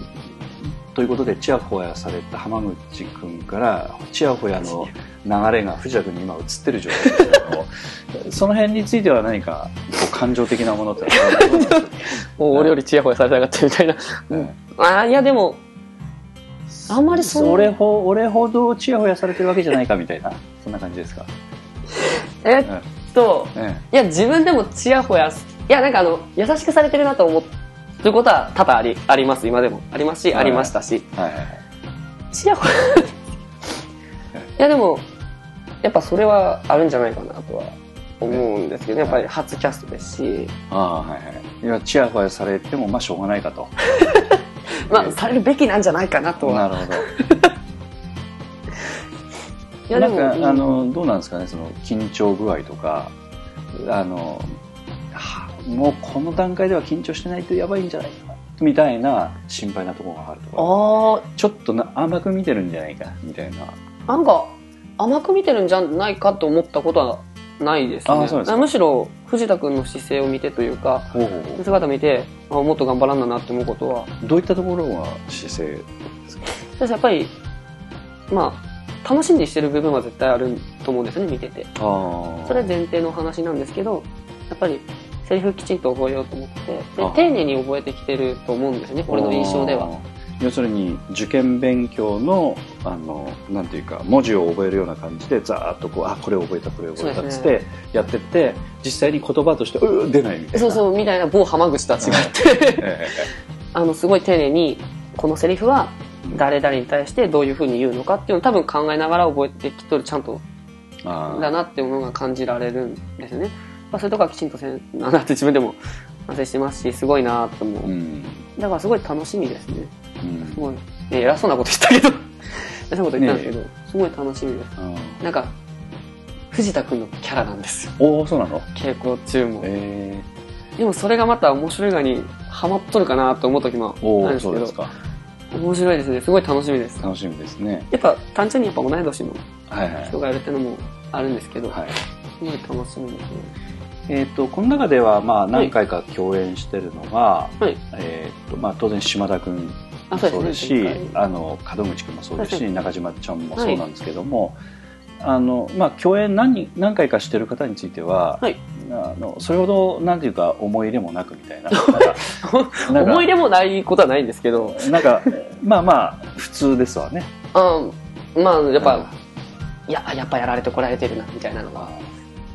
[SPEAKER 3] ということでちやほやされた浜口君からちやほやの流れが藤田君に今映ってる状態ですけ (laughs) どもその辺については何かこう感情的なものってあると思います
[SPEAKER 4] もう俺よりチヤホヤされたかったみたいな。ああ、いやでも、あんまりそんな
[SPEAKER 3] 俺ほ俺ほどちやほやされてるわけじゃないかみたいなそんな感じですか、
[SPEAKER 4] えっと、
[SPEAKER 3] え
[SPEAKER 4] いや自分でもチヤホヤす、いやなんかあの、優しくされてるなと思ってることは多々あり、あります、今でも。ありますし、
[SPEAKER 3] はい
[SPEAKER 4] ありましたし。
[SPEAKER 3] えはいはいはい
[SPEAKER 4] チヤホヤ。いやでも、やっぱそれはあるんじゃないかなとは思うんですけど、やっぱり初キャストですし、
[SPEAKER 3] ああはいはいいやちやほやされてもまあしょうがないかと
[SPEAKER 4] まあされるべきなんじゃないかなと
[SPEAKER 3] な
[SPEAKER 4] は。
[SPEAKER 3] るほど
[SPEAKER 4] いやで
[SPEAKER 3] な
[SPEAKER 4] も、
[SPEAKER 3] んか、
[SPEAKER 4] うん
[SPEAKER 3] あのどうなんですかねその緊張具合とかあのはもうこの段階では緊張してないとやばいんじゃないかなみたいな心配なところがあるとか
[SPEAKER 4] あ
[SPEAKER 3] ちょっとな甘く見てるんじゃないかみたいな
[SPEAKER 4] あ、なんか甘く見てるんじゃないかと思ったことはないですね。
[SPEAKER 3] あそうですか
[SPEAKER 4] むしろ藤田君の姿勢を見てというか、姿見て、あもっと頑張らんだなって思うことは、
[SPEAKER 3] どういったところが姿勢
[SPEAKER 4] そしてやっぱり、まあ、楽しんでしてる部分は絶対あると思うんですよね、見てて。
[SPEAKER 3] ああ
[SPEAKER 4] それは前提のお話なんですけど、やっぱり、セリフきちんと覚えようと思って、で
[SPEAKER 3] あ
[SPEAKER 4] 丁寧に覚えてきてると思うんですよね、俺の印象では。
[SPEAKER 3] 要するに受験勉強のあのなんていうか文字を覚えるような感じでざーっとこうあこれ覚えたこれ覚えたっつっ
[SPEAKER 4] そうで
[SPEAKER 3] てやってって、実際に言葉としてうー出ないみたいな
[SPEAKER 4] そうそう、みたいな某浜口とは違って、
[SPEAKER 3] (laughs) ええ
[SPEAKER 4] あの、すごい丁寧に、このセリフは、誰々に対してどういうふうに言うのかっていうのを多分考えながら覚えてきとる、ちゃんと
[SPEAKER 3] あー
[SPEAKER 4] だなっていうものが感じられるんですよね。まあ、それとかきちんとせんなって自分でも反省してますし、すごいなと思
[SPEAKER 3] う
[SPEAKER 4] う。
[SPEAKER 3] ん、
[SPEAKER 4] だからすごい楽しみですね。
[SPEAKER 3] うん
[SPEAKER 4] すごい。ね偉そうなこと言ったけど、 (laughs) 偉そうなこと言ったんですけど、すごい楽しみです。
[SPEAKER 3] あ
[SPEAKER 4] なんか、藤田くんのキャラなんですよ。
[SPEAKER 3] ーおおそうなの
[SPEAKER 4] 稽古中も。
[SPEAKER 3] え
[SPEAKER 4] でもそれがまた面白いがにハマっとるかなと思う時も
[SPEAKER 3] ー、おお
[SPEAKER 4] あるんです
[SPEAKER 3] そ
[SPEAKER 4] け
[SPEAKER 3] う
[SPEAKER 4] ど
[SPEAKER 3] です、か
[SPEAKER 4] 面白いですね。すごい楽しみです。
[SPEAKER 3] 楽しみですね
[SPEAKER 4] やっぱ単純にやっぱ同い年の
[SPEAKER 3] はいはい
[SPEAKER 4] 人がいるってのもあるんですけど、
[SPEAKER 3] はい
[SPEAKER 4] すごい楽しみですね。
[SPEAKER 3] えー、とこの中ではまあ何回か共演してるのが、
[SPEAKER 4] はい。
[SPEAKER 3] えーとまあ、当然島田君
[SPEAKER 4] あ、
[SPEAKER 3] も
[SPEAKER 4] そ
[SPEAKER 3] そう
[SPEAKER 4] う
[SPEAKER 3] で
[SPEAKER 4] ですす
[SPEAKER 3] し
[SPEAKER 4] ね。前回
[SPEAKER 3] あの門口君もそうです
[SPEAKER 4] そうで
[SPEAKER 3] し
[SPEAKER 4] す
[SPEAKER 3] 中島ちゃんもそうなんですけども、あのまあ、共演何何回かしてる方については、
[SPEAKER 4] はい
[SPEAKER 3] あのそれほどなんていうか思い入れもなくみたい
[SPEAKER 4] (laughs)
[SPEAKER 3] ななんかなんか
[SPEAKER 4] 思い入れもないことはないんですけど、
[SPEAKER 3] なんかまあまあ普通ですわね
[SPEAKER 4] あまあ、やっ
[SPEAKER 3] うん
[SPEAKER 4] ぱ、いや、やっぱやられてこられてるな、みたいなの
[SPEAKER 3] まあ、だ
[SPEAKER 4] が、
[SPEAKER 3] か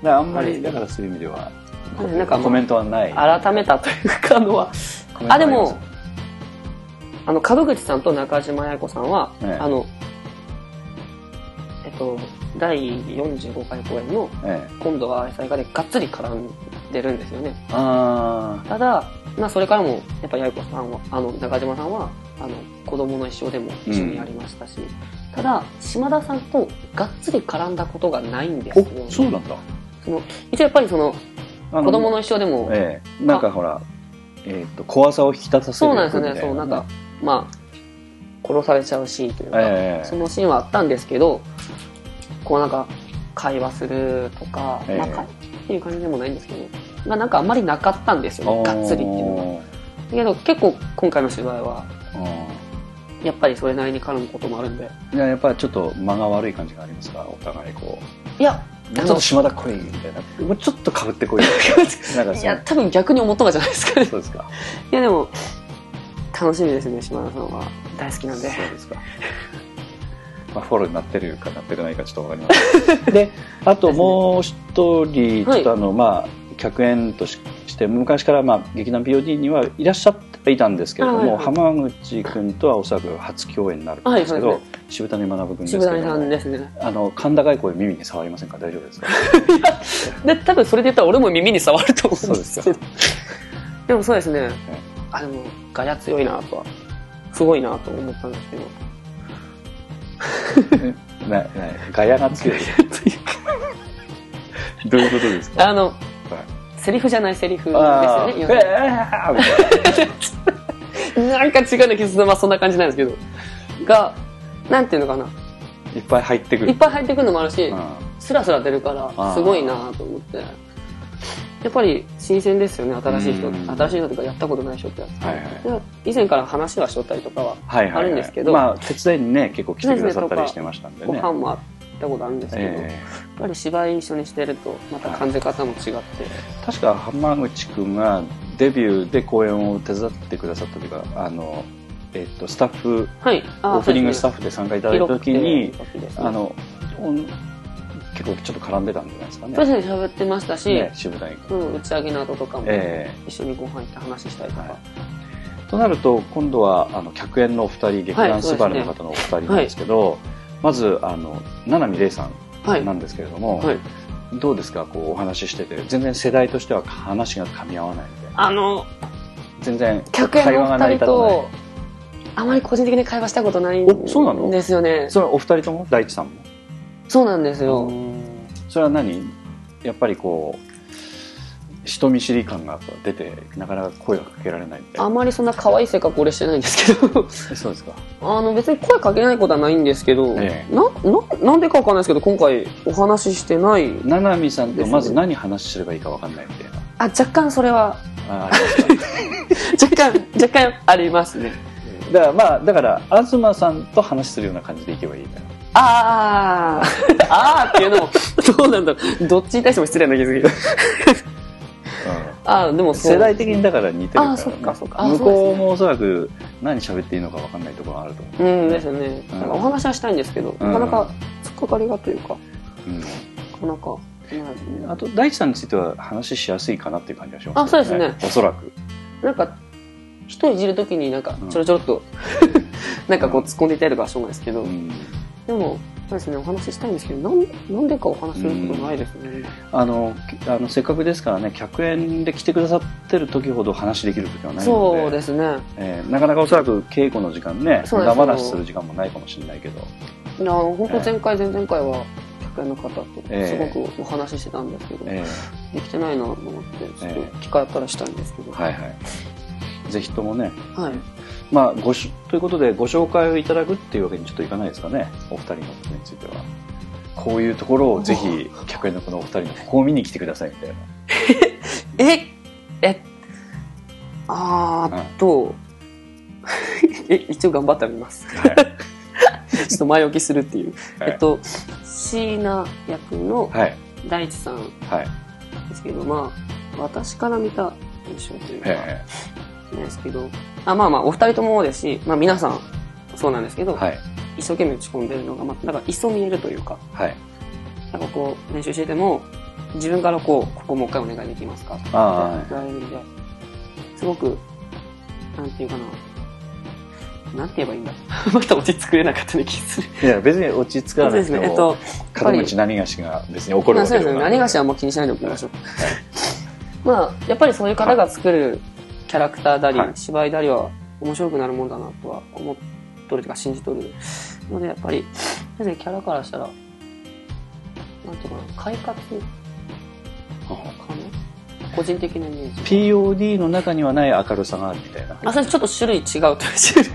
[SPEAKER 3] らあんま
[SPEAKER 4] は
[SPEAKER 3] り
[SPEAKER 4] い
[SPEAKER 3] だからそういう意味では
[SPEAKER 4] はいなんかまあ
[SPEAKER 3] コメントはない
[SPEAKER 4] 改めたというかのは、
[SPEAKER 3] コメントは
[SPEAKER 4] あで
[SPEAKER 3] りま
[SPEAKER 4] も
[SPEAKER 3] す
[SPEAKER 4] あの、門口さんと中島彩子さんは、
[SPEAKER 3] ええ
[SPEAKER 4] あの、えっと、第45回公演の、
[SPEAKER 3] ええ、
[SPEAKER 4] 今度は愛妻家でがっつり絡んでるんですよね。
[SPEAKER 3] あ
[SPEAKER 4] ただ、まあ、それからも、やっぱ八重子さんは、あの、中島さんは、あの、子供の一生でも一緒にやりましたし、ただ、島田さんとがっつり絡んだことがないんです
[SPEAKER 3] ー
[SPEAKER 4] よ、
[SPEAKER 3] おそうなんだ
[SPEAKER 4] 一応やっぱりその、
[SPEAKER 3] あ
[SPEAKER 4] 子供の一生でも、
[SPEAKER 3] ええなんかほらえっと怖さを引き立たせる
[SPEAKER 4] そうなんですよ
[SPEAKER 3] み
[SPEAKER 4] ね、
[SPEAKER 3] たい
[SPEAKER 4] そう、なんか、まあ、殺されちゃうシーンというか、
[SPEAKER 3] え
[SPEAKER 4] そ
[SPEAKER 3] え
[SPEAKER 4] のシーンはあったんですけど、こうなんか、会話するとか、
[SPEAKER 3] ええ
[SPEAKER 4] まあ、会っていう感じでもないんですけど、まあなんかあんまりなかったんですよね、がっつりっていうのが。だけど結構今回の芝居は、
[SPEAKER 3] あーあ
[SPEAKER 4] やっぱりそれなりに絡むこともあるんで。
[SPEAKER 3] ーいややっぱりちょっと間が悪い感じがありますかお互いこう
[SPEAKER 4] いや、
[SPEAKER 3] ちょっと島田来いみたいなもうちょっとかぶってこ
[SPEAKER 4] (laughs)
[SPEAKER 3] いよなんか
[SPEAKER 4] い
[SPEAKER 3] そ
[SPEAKER 4] や、
[SPEAKER 3] う
[SPEAKER 4] 多分逆に思ったかじゃないですかね。
[SPEAKER 3] そうですか
[SPEAKER 4] いや、でも、楽しみですね、島田さんは。大好き
[SPEAKER 3] そ
[SPEAKER 4] な
[SPEAKER 3] うん
[SPEAKER 4] で。
[SPEAKER 3] ですか (laughs) まあ、フォローになってるかなってないかちょっとわかりません (laughs) であともう一人ちょっとあの、まあ客演としして昔からまあ劇団 POD にはいらっしゃっていたんですけれども、
[SPEAKER 4] はい
[SPEAKER 3] 浜口君とはおそらく初共演になるんですけど、
[SPEAKER 4] はいそう
[SPEAKER 3] 渋谷学君ですけ
[SPEAKER 4] 渋谷さ
[SPEAKER 3] ど
[SPEAKER 4] んですね。
[SPEAKER 3] あの甲高い声耳に触りませんか大丈夫ですか
[SPEAKER 4] で、多分それで言ったら俺も耳に触ると思うんですけど。でもそうですね。あ、でも、ガヤ強いなとは、すごいなと思ったんです
[SPEAKER 3] (laughs)
[SPEAKER 4] けど。
[SPEAKER 3] な (laughs) なガヤが強いどういうことですか
[SPEAKER 4] あの、セリフじゃないセリフですよ
[SPEAKER 3] あ
[SPEAKER 4] ね
[SPEAKER 3] ー
[SPEAKER 4] 要するに。
[SPEAKER 3] えーみたいな
[SPEAKER 4] なんか違うの傷まあそんな感じなんですけど。が、なんていうのかな。
[SPEAKER 3] いっぱい入ってくる
[SPEAKER 4] いっぱい入ってくるのもあるし、
[SPEAKER 3] うん
[SPEAKER 4] スラスラ出るから、すごいなと思って。やっぱり新鮮ですよね、新しい人。
[SPEAKER 3] うん
[SPEAKER 4] 新しい人とかやったことない人ってやつ。
[SPEAKER 3] はいはい
[SPEAKER 4] で以前から話はしとったりとかは、
[SPEAKER 3] はいはいはい
[SPEAKER 4] あるんですけど
[SPEAKER 3] まあ、手伝いにね結構来てくださったりしてましたんで
[SPEAKER 4] ご
[SPEAKER 3] ね
[SPEAKER 4] 飯もあったことあるんですけど、やっ
[SPEAKER 3] え
[SPEAKER 4] ぱり芝居一緒にしてると、また感じ方も違って。
[SPEAKER 3] え確か浜口君がデビューで公演を手伝ってくださったというかあの、えっとスタッフ
[SPEAKER 4] はい。あ
[SPEAKER 3] オープニングスタッ
[SPEAKER 4] フ
[SPEAKER 3] フで参加いただいた時に、あ
[SPEAKER 4] あの、
[SPEAKER 3] のおん結構ちょっと絡んでたんじゃないですかね
[SPEAKER 4] そうですね、喋ってましたし、
[SPEAKER 3] ね渋谷君、
[SPEAKER 4] うん、打ち上げの後とかも、
[SPEAKER 3] え
[SPEAKER 4] 一緒にご飯行って話したりとか。
[SPEAKER 3] はえとなると今度はあの客演のお二人劇団スバルの
[SPEAKER 4] そう
[SPEAKER 3] 方のお二人なんですけど、まずあの七海玲さ
[SPEAKER 4] はい。
[SPEAKER 3] んなんですけれども、
[SPEAKER 4] はい。
[SPEAKER 3] どうですかこうお話ししてて全然世代としては話が噛み合わないんで
[SPEAKER 4] あの、
[SPEAKER 3] 全然
[SPEAKER 4] 客演
[SPEAKER 3] 会話
[SPEAKER 4] の
[SPEAKER 3] が成
[SPEAKER 4] 二
[SPEAKER 3] り立
[SPEAKER 4] 人
[SPEAKER 3] たない
[SPEAKER 4] と、あまり個人的に会話したことない
[SPEAKER 3] おそうなの
[SPEAKER 4] んですよね。
[SPEAKER 3] それはお二人とも大地さんも
[SPEAKER 4] そうなんですよ。
[SPEAKER 3] それは何やっぱりこう人見知り感が出てなかなか声がかけられないみたい
[SPEAKER 4] あ
[SPEAKER 3] な
[SPEAKER 4] まりそんな可愛い性格俺してないんですけど、 (laughs)
[SPEAKER 3] そうですか
[SPEAKER 4] あの別に声かけないことはないんですけど、
[SPEAKER 3] え
[SPEAKER 4] な、な、なんでかわかんないですけど、今回お話ししてない。
[SPEAKER 3] 七海さん
[SPEAKER 4] で
[SPEAKER 3] と
[SPEAKER 4] すね
[SPEAKER 3] まず何話すればいいかわかんないみたいな
[SPEAKER 4] あ、若干それは、
[SPEAKER 3] あありますか (laughs)
[SPEAKER 4] 若干、若干ありますね。
[SPEAKER 3] だからまあだから東さんと話するような感じでいけばいいから
[SPEAKER 4] あー、あーっていうのも、どうなんだろう。どっちに対しても失礼な気づき。あー、でもそう
[SPEAKER 3] 世代的にだから似てるから、ね、
[SPEAKER 4] あそっかそっかあ
[SPEAKER 3] 向
[SPEAKER 4] そう
[SPEAKER 3] こ
[SPEAKER 4] で
[SPEAKER 3] う
[SPEAKER 4] すね
[SPEAKER 3] もおそらく何喋っていいのかわかんないところがあると思う
[SPEAKER 4] うんですよね。
[SPEAKER 3] うん
[SPEAKER 4] なんかお話はしたいんですけど、
[SPEAKER 3] うん
[SPEAKER 4] なかなか突っかかりがというか、なかなか。
[SPEAKER 3] あと大地さんについては話しやすいかなっていう感じがします
[SPEAKER 4] あそうです
[SPEAKER 3] ねおそら
[SPEAKER 4] (laughs)
[SPEAKER 3] く
[SPEAKER 4] なんか、人いじるときになんか
[SPEAKER 3] うん、
[SPEAKER 4] ちょろちょろっと、なんかこう突っ込んでいたりとかはしょうがないですけど、
[SPEAKER 3] うん
[SPEAKER 4] でも、そうですね、お話ししたいんですけど、なんなんでかお話しすることないですね。
[SPEAKER 3] あのきあのせっかくですからね客演で来てくださってる時ほど話できる時はないので
[SPEAKER 4] そうですね。
[SPEAKER 3] えーなかなかおそらく稽古の時間ね
[SPEAKER 4] そう
[SPEAKER 3] 無
[SPEAKER 4] です
[SPEAKER 3] 駄話する時間もないかもしれないけど
[SPEAKER 4] いや、本当前回、前々回は、客演の方と
[SPEAKER 3] ええ
[SPEAKER 4] すごくお話ししてたんですけど、
[SPEAKER 3] え
[SPEAKER 4] できてないなと思って、ちょっ
[SPEAKER 3] え
[SPEAKER 4] と機会あったらしたいんですけど。
[SPEAKER 3] ーはいはいぜひともね
[SPEAKER 4] はい。
[SPEAKER 3] まあごしということでご紹介をいただくっていうわけにちょっといかないですかねお二人のことについてはこういうところをぜひ
[SPEAKER 4] (laughs)
[SPEAKER 3] 客演のこのお二人のここを見に来てくださいみたいな
[SPEAKER 4] ええあーっと、 (laughs) え一応頑張って
[SPEAKER 3] (laughs)
[SPEAKER 4] みます、
[SPEAKER 3] はい
[SPEAKER 4] ちょっと前置きするっていう、
[SPEAKER 3] はい
[SPEAKER 4] えっと椎名役の
[SPEAKER 3] はい
[SPEAKER 4] 大地さん
[SPEAKER 3] はい
[SPEAKER 4] ですけどまあ私から見た印象というか、
[SPEAKER 3] え
[SPEAKER 4] ですけどあまあまあお二人ともですし、まあ、皆さんそうなんですけど、
[SPEAKER 3] ーはい
[SPEAKER 4] 一生懸命打ち込んでるのが、まあ、なんかいっそ見えるというか
[SPEAKER 3] はい
[SPEAKER 4] なんかこう練習してても自分からこうここもう一回お願いできますか
[SPEAKER 3] ああはい
[SPEAKER 4] 言われるんで、すごく、なんていうかな、なんて言えばいいんだ。 (laughs) また落ち着くれなかったね、気する。
[SPEAKER 3] いや別に落ち着か
[SPEAKER 4] そう
[SPEAKER 3] な
[SPEAKER 4] で
[SPEAKER 3] く
[SPEAKER 4] す
[SPEAKER 3] て
[SPEAKER 4] ね、えっ
[SPEAKER 3] も
[SPEAKER 4] と、
[SPEAKER 3] 門口何がしが別に怒る
[SPEAKER 4] ま
[SPEAKER 3] わ
[SPEAKER 4] あ
[SPEAKER 3] け
[SPEAKER 4] そう
[SPEAKER 3] で
[SPEAKER 4] で
[SPEAKER 3] も
[SPEAKER 4] す
[SPEAKER 3] な
[SPEAKER 4] ね、
[SPEAKER 3] い
[SPEAKER 4] 何がしはあんま気にしないでおきましょう。まあ、やっぱりそういう方が作るキャラクターだり、
[SPEAKER 3] はい
[SPEAKER 4] 芝居だりは面白くなるもんだなとは思っとるというか信じとるので、やっぱり、先生キャラからしたら、なんていうかな、快活かな個人的なイメージ。
[SPEAKER 3] POD の中にはない明るさがあるみたいな
[SPEAKER 4] あ、それちょっと種類違うという種類。